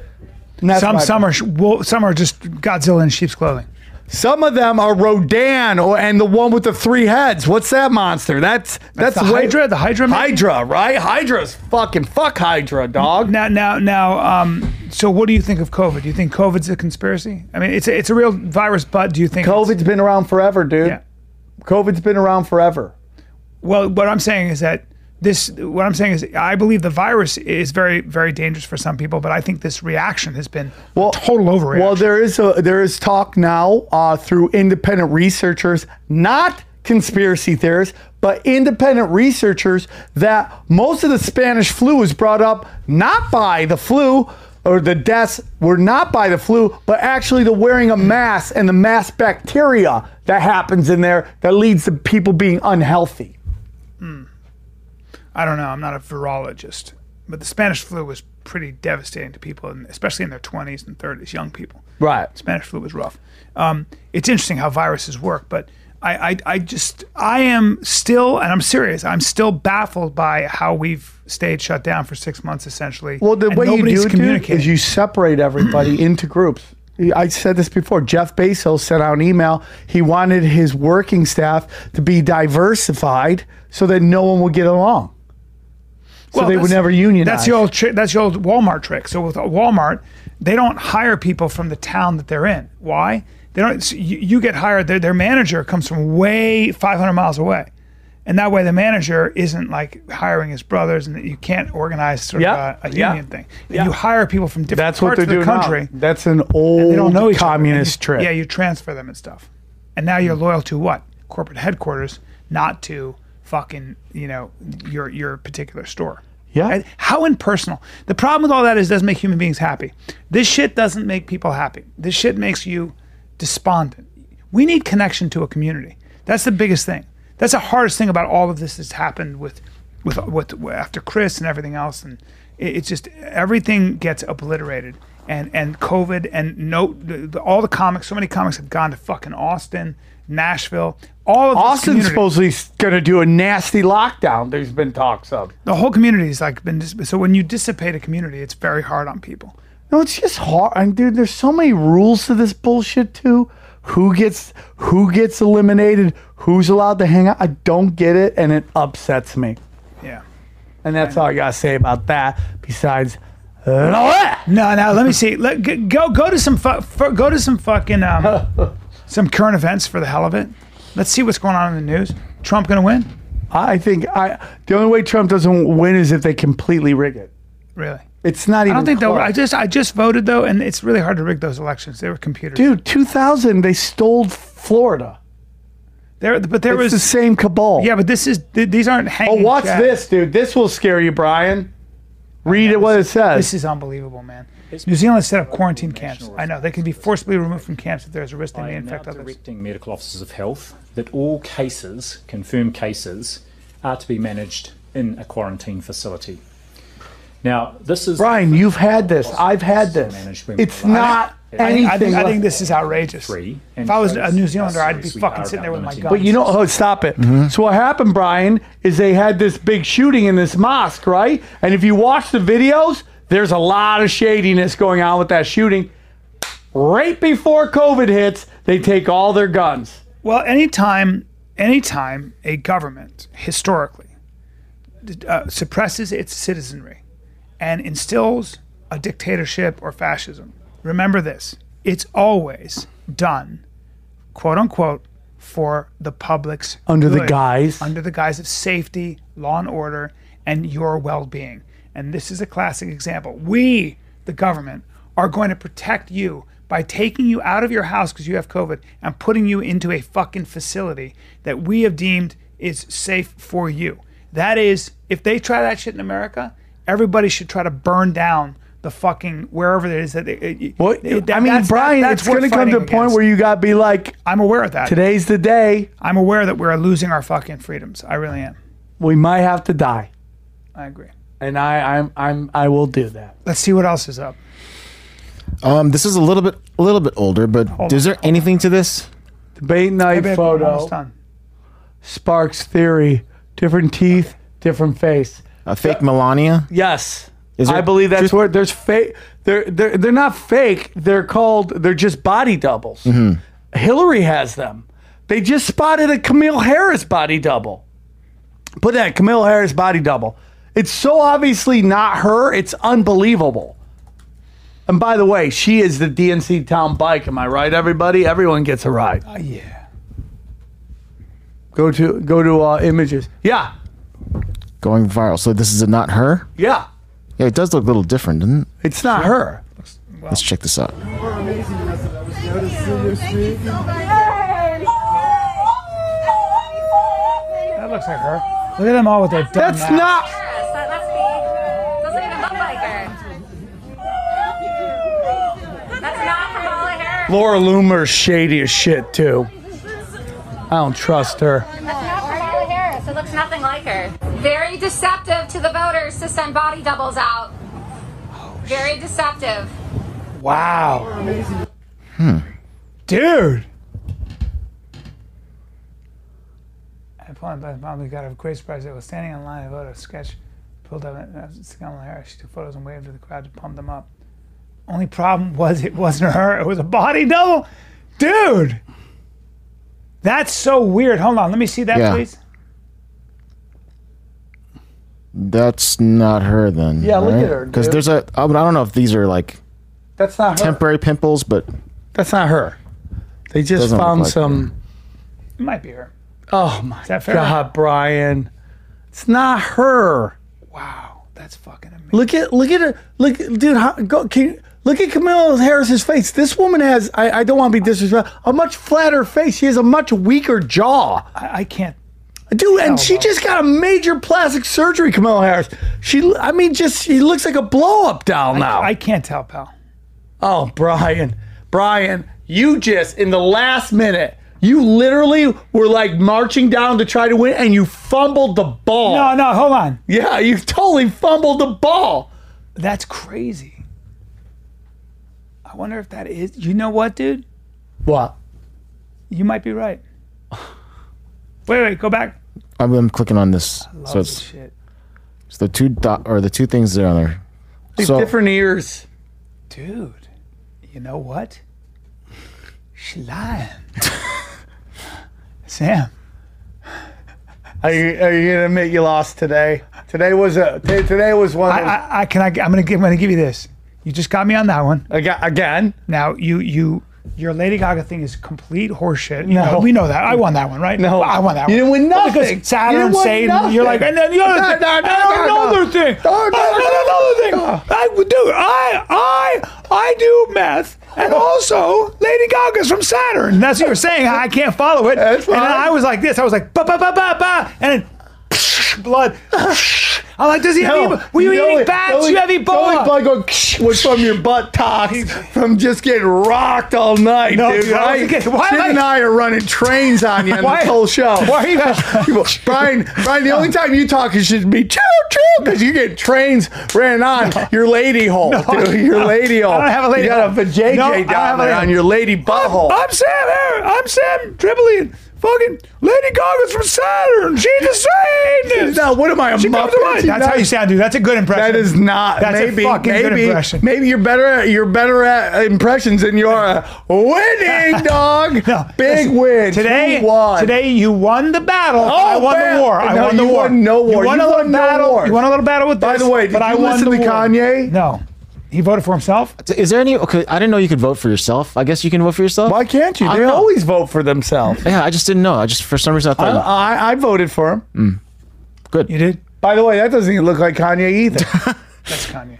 Speaker 3: And that's
Speaker 5: Some
Speaker 3: my-
Speaker 5: some are sh- wo- some are just Godzilla in sheep's clothing.
Speaker 3: Some of them are Rodan or and the one with the three heads. What's that monster? That's that's,
Speaker 5: the
Speaker 3: way-
Speaker 5: Hydra? The Hydra man?
Speaker 3: Hydra, right? Hydra's fucking fuck Hydra, dog.
Speaker 5: Now, now, now. Um, so, what do you think of COVID? Do you think COVID's a conspiracy? I mean, it's a, it's a real virus, but do you think it's-
Speaker 3: COVID's been around forever, dude.
Speaker 5: Yeah.
Speaker 3: COVID's been around forever.
Speaker 5: Well, what I'm saying is that this. What I'm saying is, I believe the virus is very, very dangerous for some people, but I think this reaction has been
Speaker 3: Well,
Speaker 5: total overreaction.
Speaker 3: Well, there is a there is talk now uh, through independent researchers, not conspiracy theorists, but independent researchers that most of the Spanish flu was brought up not by the flu or the deaths were not by the flu, but actually the wearing a mask and the mass bacteria that happens in there that leads to people being unhealthy.
Speaker 5: I don't know. I'm not a virologist, but the Spanish flu was pretty devastating to people, and especially in their 20s and 30s, young people.
Speaker 3: Right.
Speaker 5: Spanish flu was rough. Um, it's interesting how viruses work, but I, I, I just, I am still, and I'm serious, I'm still baffled by how we've stayed shut down for six months essentially.
Speaker 3: Well, the
Speaker 5: and
Speaker 3: way you
Speaker 5: nobody's
Speaker 3: do it dude,
Speaker 5: communicating.
Speaker 3: is you separate everybody into groups. I said this before. Jeff Bezos sent out an email. He wanted his working staff to be diversified so that no one would get along. So
Speaker 5: Well,
Speaker 3: they would
Speaker 5: that's-
Speaker 3: never unionize.
Speaker 5: That's the old tri- that's the old Walmart trick. So with Walmart, they don't hire people from the town that they're in. Why? They don't. so you, you get hired. Their their manager comes from way 500 miles away, and that way the manager isn't like hiring his brothers, and you can't organize sort
Speaker 3: Yeah,
Speaker 5: of a, a
Speaker 3: yeah,
Speaker 5: union thing. You hire people from different
Speaker 3: That's what
Speaker 5: parts
Speaker 3: they're doing
Speaker 5: of the country.
Speaker 3: now. That's an old
Speaker 5: They don't know each other, and
Speaker 3: communist
Speaker 5: you-
Speaker 3: trick. Hmm.
Speaker 5: Yeah, you transfer them and stuff, and now you're loyal to what corporate headquarters, not to fucking you know your your particular store.
Speaker 3: Yeah.
Speaker 5: And How impersonal. The problem with all that is it doesn't make human beings happy. This shit doesn't make people happy. This shit makes you despondent. We need connection to a community. That's the biggest thing. That's the hardest thing about all of this that's happened with with with after Chris and everything else and it, it's just everything gets obliterated and and COVID and no, the, the- all the comics. So many comics have gone to fucking Austin, Nashville, all of this
Speaker 3: Austin's
Speaker 5: community.
Speaker 3: supposedly going to do a nasty lockdown. There's been talks of.
Speaker 5: the whole community is like been dis- so when you dissipate a community it's very hard on people
Speaker 3: No, it's just hard. And dude, there's so many rules to this bullshit too. Who gets who gets eliminated? Who's allowed to hang out? I don't get it, and it upsets me.
Speaker 5: yeah
Speaker 3: And that's all I gotta say about that. Besides, Lola!
Speaker 5: no no let me see let, g- go go to some fu- fu- go to some fucking um, some current events for the hell of it let's see what's going on in the news trump gonna win
Speaker 3: I think I the only way Trump doesn't win is if they completely rig it.
Speaker 5: really
Speaker 3: It's not even.
Speaker 5: i don't think though
Speaker 3: close.
Speaker 5: i just i just voted though and it's really hard to rig those elections they were computers
Speaker 3: Dude, 2000 they stole Florida.
Speaker 5: there but there
Speaker 3: It's
Speaker 5: was
Speaker 3: the same cabal.
Speaker 5: yeah but this is th- these aren't hanging
Speaker 3: Oh, watch
Speaker 5: chads.
Speaker 3: this, dude. This will scare you, Brian. Read it what it says.
Speaker 5: This is unbelievable, man. New Zealand set up quarantine camps. I know they can be forcibly removed from camps if there is a risk they
Speaker 8: I
Speaker 5: may
Speaker 8: am now
Speaker 5: infect others.
Speaker 8: directing medical officers of health that all cases, confirmed cases, are to be managed in a quarantine facility. Now, this is
Speaker 3: Brian, you've had this. I've had this.
Speaker 8: Management.
Speaker 3: It's not
Speaker 8: I
Speaker 5: I think,
Speaker 3: anything.
Speaker 5: I think
Speaker 3: like-
Speaker 5: this is outrageous.
Speaker 8: Three, and
Speaker 5: If I was a
Speaker 8: shows
Speaker 5: New Zealander,
Speaker 8: how
Speaker 5: I'd be
Speaker 8: serious we
Speaker 5: fucking
Speaker 8: are
Speaker 5: sitting
Speaker 8: about
Speaker 5: there with my
Speaker 8: limiting
Speaker 5: gun.
Speaker 3: But you know, oh, stop it.
Speaker 5: Mm-hmm.
Speaker 3: So what happened, Brian, is they had this big shooting in this mosque, right? And if you watch the videos, there's a lot of shadiness going on with that shooting. Right before COVID hits, they take all their guns.
Speaker 5: Well, anytime, anytime a government historically uh, suppresses its citizenry and instills a dictatorship or fascism, remember this: it's always done, quote unquote, for the public's
Speaker 3: Under the
Speaker 5: good,
Speaker 3: guise.
Speaker 5: under the guise of safety, law and order, and your well-being. And this is a classic example. We, the government, are going to protect you by taking you out of your house because you have COVID and putting you into a fucking facility that we have deemed is safe for you. That is, if they try that shit in America, everybody should try to burn down the fucking wherever it is that they. it-
Speaker 3: What?
Speaker 5: it-
Speaker 3: I
Speaker 5: that-
Speaker 3: mean,
Speaker 5: that's- that-
Speaker 3: Brian,
Speaker 5: that's
Speaker 3: it's
Speaker 5: worth
Speaker 3: going to come to a
Speaker 5: fighting
Speaker 3: point
Speaker 5: against.
Speaker 3: where you got to be like,
Speaker 5: I'm aware of that.
Speaker 3: today's the day.
Speaker 5: I'm aware that we're losing our fucking freedoms. I really am.
Speaker 3: We might have to die.
Speaker 5: I agree.
Speaker 3: And I, I'm, I'm, I will do that.
Speaker 5: Let's see what else is up.
Speaker 4: Um, this is a little bit a little bit older, but is there anything to this?
Speaker 3: Debate night
Speaker 5: Babe,
Speaker 3: photo.
Speaker 5: we're almost done.
Speaker 3: Sparks theory. Different teeth, different face.
Speaker 4: A fake Melania?
Speaker 3: Yes.
Speaker 4: Is
Speaker 3: I
Speaker 4: it-
Speaker 3: believe that's
Speaker 4: just-
Speaker 3: where there's fake. They're, they're they're not fake. They're called. They're just body doubles. Hillary has them. They just spotted a Camille Harris body double. Put that Camille Harris body double. It's so obviously not her. It's unbelievable. And by the way, she is the DNC town bike. Am I right, everybody? Everyone gets a ride.
Speaker 5: Oh, yeah.
Speaker 3: Go to go to uh, images. Yeah,
Speaker 4: Going viral. So this is not her?
Speaker 3: yeah.
Speaker 4: Yeah, it does look a little different, doesn't it?
Speaker 3: It's not her.
Speaker 4: Let's check this out.
Speaker 5: That looks like her. Look at them all with their dumb
Speaker 3: That's
Speaker 5: masks.
Speaker 3: not.
Speaker 9: Doesn't even look like her. That's not Kamala Harris.
Speaker 3: Laura Loomer's shady as shit too. I don't trust her.
Speaker 9: That's not Kamala Harris. It looks nothing like her. Very deceptive to the voters to send body doubles out. Very deceptive.
Speaker 3: Wow. Hmm.
Speaker 5: Hmm.
Speaker 3: Dude.
Speaker 5: I pulled up, mom, we got a great surprise. I was standing in line. I wrote a sketch, pulled up, and I was Kamala Harris. She took photos and waved to the crowd to pump them up. Only problem was it wasn't her. It was a body double, dude. That's so weird. Hold on, let me see that,
Speaker 4: Yeah.
Speaker 5: please.
Speaker 4: That's not her then.
Speaker 3: Yeah, look at her,
Speaker 4: Because
Speaker 3: dude.
Speaker 4: there's a I I don't know if these are like
Speaker 3: That's not her.
Speaker 4: temporary pimples, but
Speaker 3: That's not her. They just
Speaker 4: Doesn't look
Speaker 3: found
Speaker 4: like
Speaker 3: some.
Speaker 5: It might be her.
Speaker 3: Oh my
Speaker 5: that fair?
Speaker 3: God, Brian. It's not her.
Speaker 5: Wow, that's fucking amazing.
Speaker 3: Look at look at her. Look, dude. How, go, can you, look at Camille Harris's face. This woman has. I, I don't want to be disrespectful. A much flatter face. She has a much weaker jaw.
Speaker 5: I, I can't.
Speaker 3: Dude, and she
Speaker 5: no.
Speaker 3: just got a major plastic surgery, Camilla Harris. She, I mean, just she looks like a blow up doll now.
Speaker 5: I can't tell, pal.
Speaker 3: oh, Brian, Brian, you just in the last minute, you literally were like marching down to try to win, and you fumbled the
Speaker 4: Oh.
Speaker 3: ball.
Speaker 5: No, no, hold on.
Speaker 3: Yeah, you totally fumbled the ball.
Speaker 5: That's crazy. wonder if that is. You know what, dude?
Speaker 3: What?
Speaker 5: You might be right. Wait, wait, go back.
Speaker 4: I'm, I'm clicking on this.
Speaker 5: Love
Speaker 4: So
Speaker 5: this
Speaker 4: it's,
Speaker 5: shit.
Speaker 4: it's the two dot or the two things that are on there. So
Speaker 3: Different ears.
Speaker 5: Dude, you know what? She lying. Sam,
Speaker 3: Are you, are you gonna admit you lost today? Today was a t- today was one. of
Speaker 5: I,
Speaker 3: those-
Speaker 5: I, I can I, I'm gonna give, I'm gonna give you this. You just got me on that one.
Speaker 3: Aga- again.
Speaker 5: Now you you your Lady Gaga thing is complete horseshit. You
Speaker 3: No.
Speaker 5: know, we know that. I won that one, right?
Speaker 3: No.
Speaker 5: I won that one.
Speaker 3: You didn't win
Speaker 5: Well,
Speaker 3: nothing.
Speaker 5: Because Saturn
Speaker 3: You
Speaker 5: and
Speaker 3: won
Speaker 5: Satan, you're like,
Speaker 3: nothing.
Speaker 5: and then the other
Speaker 3: No,
Speaker 5: thing,
Speaker 3: no, no,
Speaker 5: and
Speaker 3: no,
Speaker 5: another
Speaker 3: no.
Speaker 5: thing,
Speaker 3: No, no,
Speaker 5: and
Speaker 3: no,
Speaker 5: another thing.
Speaker 3: no.
Speaker 5: I would do. I I I do meth, and also Lady Gaga's from Saturn. And that's what you were saying. I can't follow it.
Speaker 3: That's
Speaker 5: And then
Speaker 3: fine.
Speaker 5: I was like this. I was like ba ba ba ba ba, and then blood. I'm like, does he have? Ebola? Were you,
Speaker 3: know
Speaker 5: eating
Speaker 3: it-
Speaker 5: bats?
Speaker 3: the only-
Speaker 5: you have
Speaker 3: the only
Speaker 5: Ebola.
Speaker 3: blood going was from your butt tox from just getting rocked all night,
Speaker 5: No,
Speaker 3: dude.
Speaker 5: dude, I
Speaker 3: right?
Speaker 5: wasn't getting- why am
Speaker 3: Jim
Speaker 5: I-
Speaker 3: and I are running trains on you on
Speaker 5: Why-
Speaker 3: this whole show.
Speaker 5: Why are you guys?
Speaker 3: People- Brian, Brian, the only time you talk is should be choo choo because you get trains ran on your lady hole, dude. Your lady hole.
Speaker 5: I don't have a lady
Speaker 3: You got
Speaker 5: hole.
Speaker 3: a JJ
Speaker 5: No, I
Speaker 3: down
Speaker 5: don't have a
Speaker 3: there
Speaker 5: lady-
Speaker 3: on your lady butthole.
Speaker 5: I'm Sam Aaron. I'm Sam Dribbling. Fucking Lady Gaga's from Saturn. She's the same.
Speaker 3: now, what am I? A
Speaker 5: She comes
Speaker 3: Muppet?
Speaker 5: to mind.
Speaker 3: You
Speaker 5: That's how
Speaker 3: know?
Speaker 5: you sound, dude. That's a good impression.
Speaker 3: That is not.
Speaker 5: That's a
Speaker 3: maybe,
Speaker 5: fucking
Speaker 3: maybe,
Speaker 5: good impression.
Speaker 3: Maybe you're better. At, you're better at impressions, and you're a winning dog.
Speaker 5: No,
Speaker 3: Big
Speaker 5: listen,
Speaker 3: win.
Speaker 5: Today,
Speaker 3: Two one.
Speaker 5: today you won the battle.
Speaker 3: Oh,
Speaker 5: I won
Speaker 3: man.
Speaker 5: the war. I
Speaker 3: No,
Speaker 5: won the
Speaker 3: you
Speaker 5: war.
Speaker 3: won no war.
Speaker 5: You won
Speaker 3: You
Speaker 5: a little
Speaker 3: won no
Speaker 5: battle.
Speaker 3: war.
Speaker 5: You won a little battle with this.
Speaker 3: By the way, did
Speaker 5: but I
Speaker 3: you
Speaker 5: won
Speaker 3: listen
Speaker 5: the
Speaker 3: to
Speaker 5: war.
Speaker 3: Kanye?
Speaker 5: No, he voted for himself.
Speaker 4: is there any? Okay, I didn't know you could vote for yourself. I guess you can vote for yourself.
Speaker 3: Why can't you?
Speaker 4: I
Speaker 3: They
Speaker 4: know.
Speaker 3: always vote for themselves.
Speaker 4: Yeah, I just didn't know. I just for some reason I
Speaker 3: I,
Speaker 4: thought
Speaker 3: I, I voted for him.
Speaker 4: good.
Speaker 5: You did.
Speaker 3: By the way, that doesn't even look like Kanye either.
Speaker 5: That's Kanye.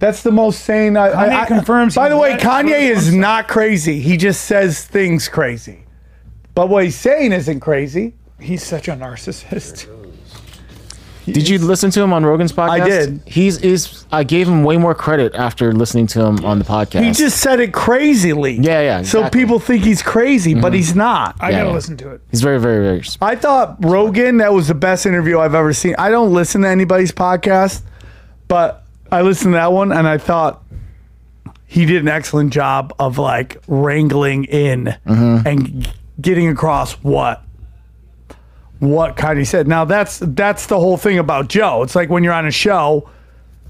Speaker 3: That's the most sane. I,
Speaker 5: Kanye
Speaker 3: I, I-
Speaker 5: confirms
Speaker 3: By
Speaker 5: he
Speaker 3: the way,
Speaker 5: was-
Speaker 3: Kanye is not crazy. He just says things crazy. But what he's saying isn't crazy.
Speaker 5: He's such a narcissist.
Speaker 4: Did you listen to him on Rogan's podcast?
Speaker 3: I did.
Speaker 4: He's is. I gave him way more credit after listening to him on the podcast.
Speaker 3: He just said it crazily.
Speaker 4: Yeah, yeah,
Speaker 3: So
Speaker 4: exactly. Mm-hmm.
Speaker 3: people think he's crazy, but he's not.
Speaker 5: I
Speaker 4: Yeah,
Speaker 5: gotta
Speaker 4: yeah.
Speaker 5: listen to it.
Speaker 4: He's very, very, very.
Speaker 3: I thought Rogan, that was the best interview I've ever seen. I don't listen to anybody's podcast, but I listened to that one and I thought he did an excellent job of like wrangling in and getting across what what Kanye said. Now that's that's the whole thing about Joe. It's like when you're on a show,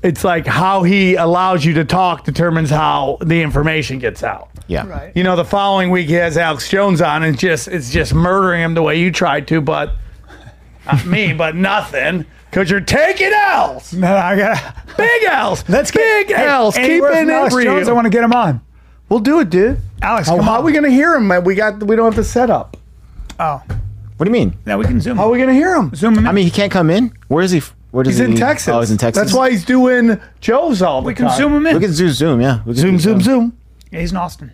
Speaker 3: it's like how he allows you to talk determines how the information gets out
Speaker 4: Yeah.
Speaker 3: you know, the following week he has Alex Jones on and just it's just murdering him the way you tried to, but not me, but nothing. Cause you're taking L's,
Speaker 5: Man, I gotta.
Speaker 3: big L's,
Speaker 5: Let's get
Speaker 3: big L's,
Speaker 5: Hey,
Speaker 3: keeping
Speaker 5: anywhere from
Speaker 3: it
Speaker 5: Alex
Speaker 3: real.
Speaker 5: Jones, I want to get him on.
Speaker 3: we'll do it, dude.
Speaker 5: Alex,
Speaker 3: How,
Speaker 5: come
Speaker 3: how
Speaker 5: on.
Speaker 3: are we gonna hear him? man? We got we don't have the setup.
Speaker 5: Oh,
Speaker 4: What do you mean?
Speaker 5: now we can zoom.
Speaker 3: How are we gonna hear him?
Speaker 5: zoom him in.
Speaker 4: I mean, he can't come in. Where is he? f- Where does
Speaker 3: Mm, He's
Speaker 4: he?
Speaker 3: in Texas.
Speaker 4: Oh, he's in Texas.
Speaker 3: That's why he's doing Joe's all the
Speaker 5: we can
Speaker 3: time.
Speaker 5: zoom him in.
Speaker 4: we can do Zoom. Yeah. We can
Speaker 3: zoom,
Speaker 4: do
Speaker 3: zoom, zoom.
Speaker 5: Yeah, he's in Austin.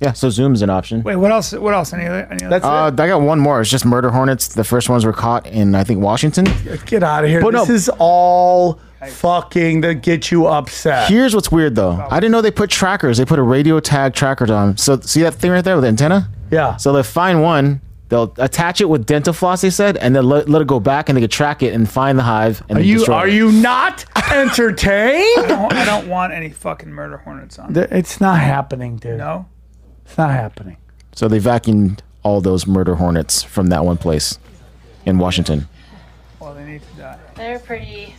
Speaker 4: Yeah. So Zoom's an option.
Speaker 5: Wait, what else? What else? Any other? Any other?
Speaker 3: That's
Speaker 4: Uh, I got one more. It's just murder hornets. The first ones were caught in I think Washington.
Speaker 3: it. Get out of here.
Speaker 4: but
Speaker 3: this
Speaker 4: no.
Speaker 3: is all fucking to get you upset.
Speaker 4: Here's what's weird though.
Speaker 3: Oh.
Speaker 4: I didn't know they put trackers. They put a radio tag tracker on. So see that thing right there with the antenna?
Speaker 3: yeah.
Speaker 4: So they find one, they'll attach it with dental floss. They said, and then let, let it go back, and they could track it and find the hive. And
Speaker 3: are you are you not entertained?
Speaker 5: I don't- I don't want any fucking murder hornets on.
Speaker 3: Th- It's not happening, dude.
Speaker 5: No.
Speaker 3: It's not happening.
Speaker 4: So they vacuumed all those murder hornets from that one place in Washington.
Speaker 5: Well, they need to die.
Speaker 10: They're pretty.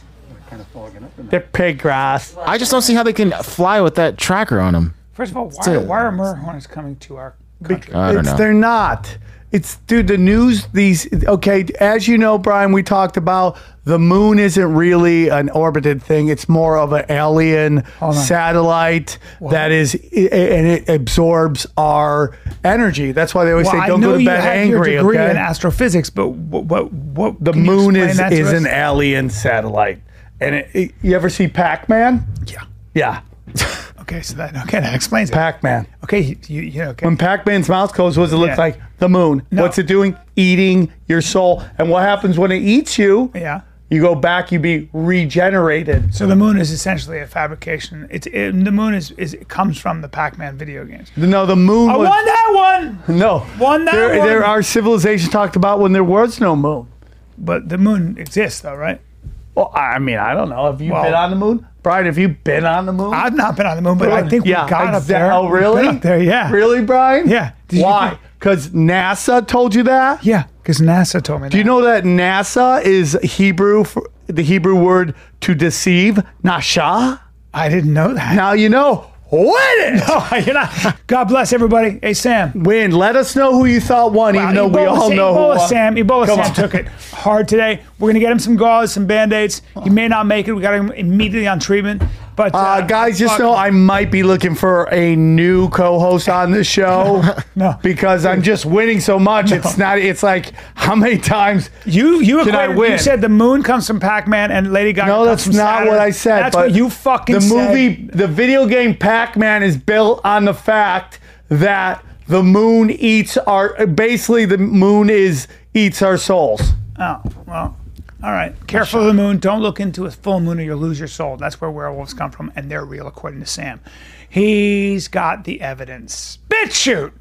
Speaker 3: They're pig grass.
Speaker 4: I just don't see how they can fly with that tracker on them.
Speaker 5: First of all, why,
Speaker 4: a-
Speaker 5: why are murder hornets coming to our country?
Speaker 4: I don't
Speaker 3: It's-
Speaker 4: know.
Speaker 3: They're not. It's dude. The news. These okay. As you know, Brian, we talked about the moon isn't really an orbited thing. It's more of an alien
Speaker 5: on.
Speaker 3: satellite that is, i- i- and it absorbs our energy. That's why they always
Speaker 5: Well,
Speaker 3: say,
Speaker 5: I
Speaker 3: "Don't
Speaker 5: know
Speaker 3: go to
Speaker 5: you
Speaker 3: bed
Speaker 5: have
Speaker 3: angry."
Speaker 5: your degree
Speaker 3: Okay.
Speaker 5: in astrophysics, but what what, what
Speaker 3: the
Speaker 5: can you
Speaker 3: moon
Speaker 5: explain
Speaker 3: is
Speaker 5: that to
Speaker 3: is
Speaker 5: us?
Speaker 3: an alien satellite, and it, it- you ever see Pac Man?
Speaker 5: yeah.
Speaker 3: Yeah,
Speaker 5: Okay, so that okay that explains it.
Speaker 3: Pac Man.
Speaker 5: Okay, you, you yeah, okay.
Speaker 3: When Pac-Man's mouth closed, what does it look
Speaker 5: Yeah.
Speaker 3: like? The moon.
Speaker 5: No.
Speaker 3: What's it doing? Eating your soul. And what happens when it eats you?
Speaker 5: yeah.
Speaker 3: You go back. You be regenerated.
Speaker 5: So the moon is essentially a fabrication. It's it, the moon is, is it comes from the Pac-Man video games.
Speaker 3: No, the moon.
Speaker 5: I
Speaker 3: was,
Speaker 5: won that one,
Speaker 3: No,
Speaker 5: Won that
Speaker 3: there,
Speaker 5: one.
Speaker 3: there are civilizations talked about when there was no moon.
Speaker 5: but the moon exists though, right?
Speaker 3: Well, I mean, I don't know. Oh, Have you
Speaker 5: Well-
Speaker 3: been on the moon?
Speaker 7: Brian, have you been on the moon?
Speaker 5: I've not been on the moon, but I think
Speaker 3: Yeah,
Speaker 5: we got up
Speaker 7: exa-
Speaker 5: there.
Speaker 7: Oh,
Speaker 5: We've been
Speaker 7: really?
Speaker 5: up there, yeah.
Speaker 7: Really, Brian?
Speaker 5: Yeah. Did you-
Speaker 7: Why? Because NASA told you that?
Speaker 5: Yeah, because NASA told me.
Speaker 3: Do you
Speaker 5: that.
Speaker 3: know that NASA is Hebrew for the Hebrew word to deceive, Nasha?
Speaker 5: I didn't know that.
Speaker 3: Now you know. Win it.
Speaker 5: No, you're not. God bless everybody. Hey, Sam.
Speaker 3: Win. Let us know who you thought won, even though we
Speaker 5: Ebola,
Speaker 3: all
Speaker 5: Sam-
Speaker 3: know
Speaker 5: Ebola
Speaker 3: who uh, won.
Speaker 5: Sam. Ebola Sam took it hard today. We're gonna get him some gauze, some band aids. He may not make it. We got him immediately on treatment. But uh,
Speaker 3: Uh, guys, just
Speaker 5: fuck.
Speaker 3: know I might be looking for a new co-host on this show.
Speaker 5: No.
Speaker 3: because I'm just winning so much. It's not. It's like how many times?
Speaker 5: You you
Speaker 3: Can I
Speaker 5: equated-
Speaker 3: win?
Speaker 5: You said the moon comes from Pac-Man and Lady Gaga.
Speaker 3: No,
Speaker 5: comes
Speaker 3: that's
Speaker 5: from
Speaker 3: not
Speaker 5: Saturn.
Speaker 3: what I said.
Speaker 5: That's
Speaker 3: but
Speaker 5: what you fucking
Speaker 3: The
Speaker 5: said.
Speaker 3: movie, the video game Pac-Man is built on the fact that the moon eats our. Basically, the moon is eats our souls.
Speaker 5: Oh well. All right. Careful of the moon. Don't look into a full moon or you'll lose your soul. That's where werewolves come from, and they're real according to Sam. He's got the evidence. Bitch shoot.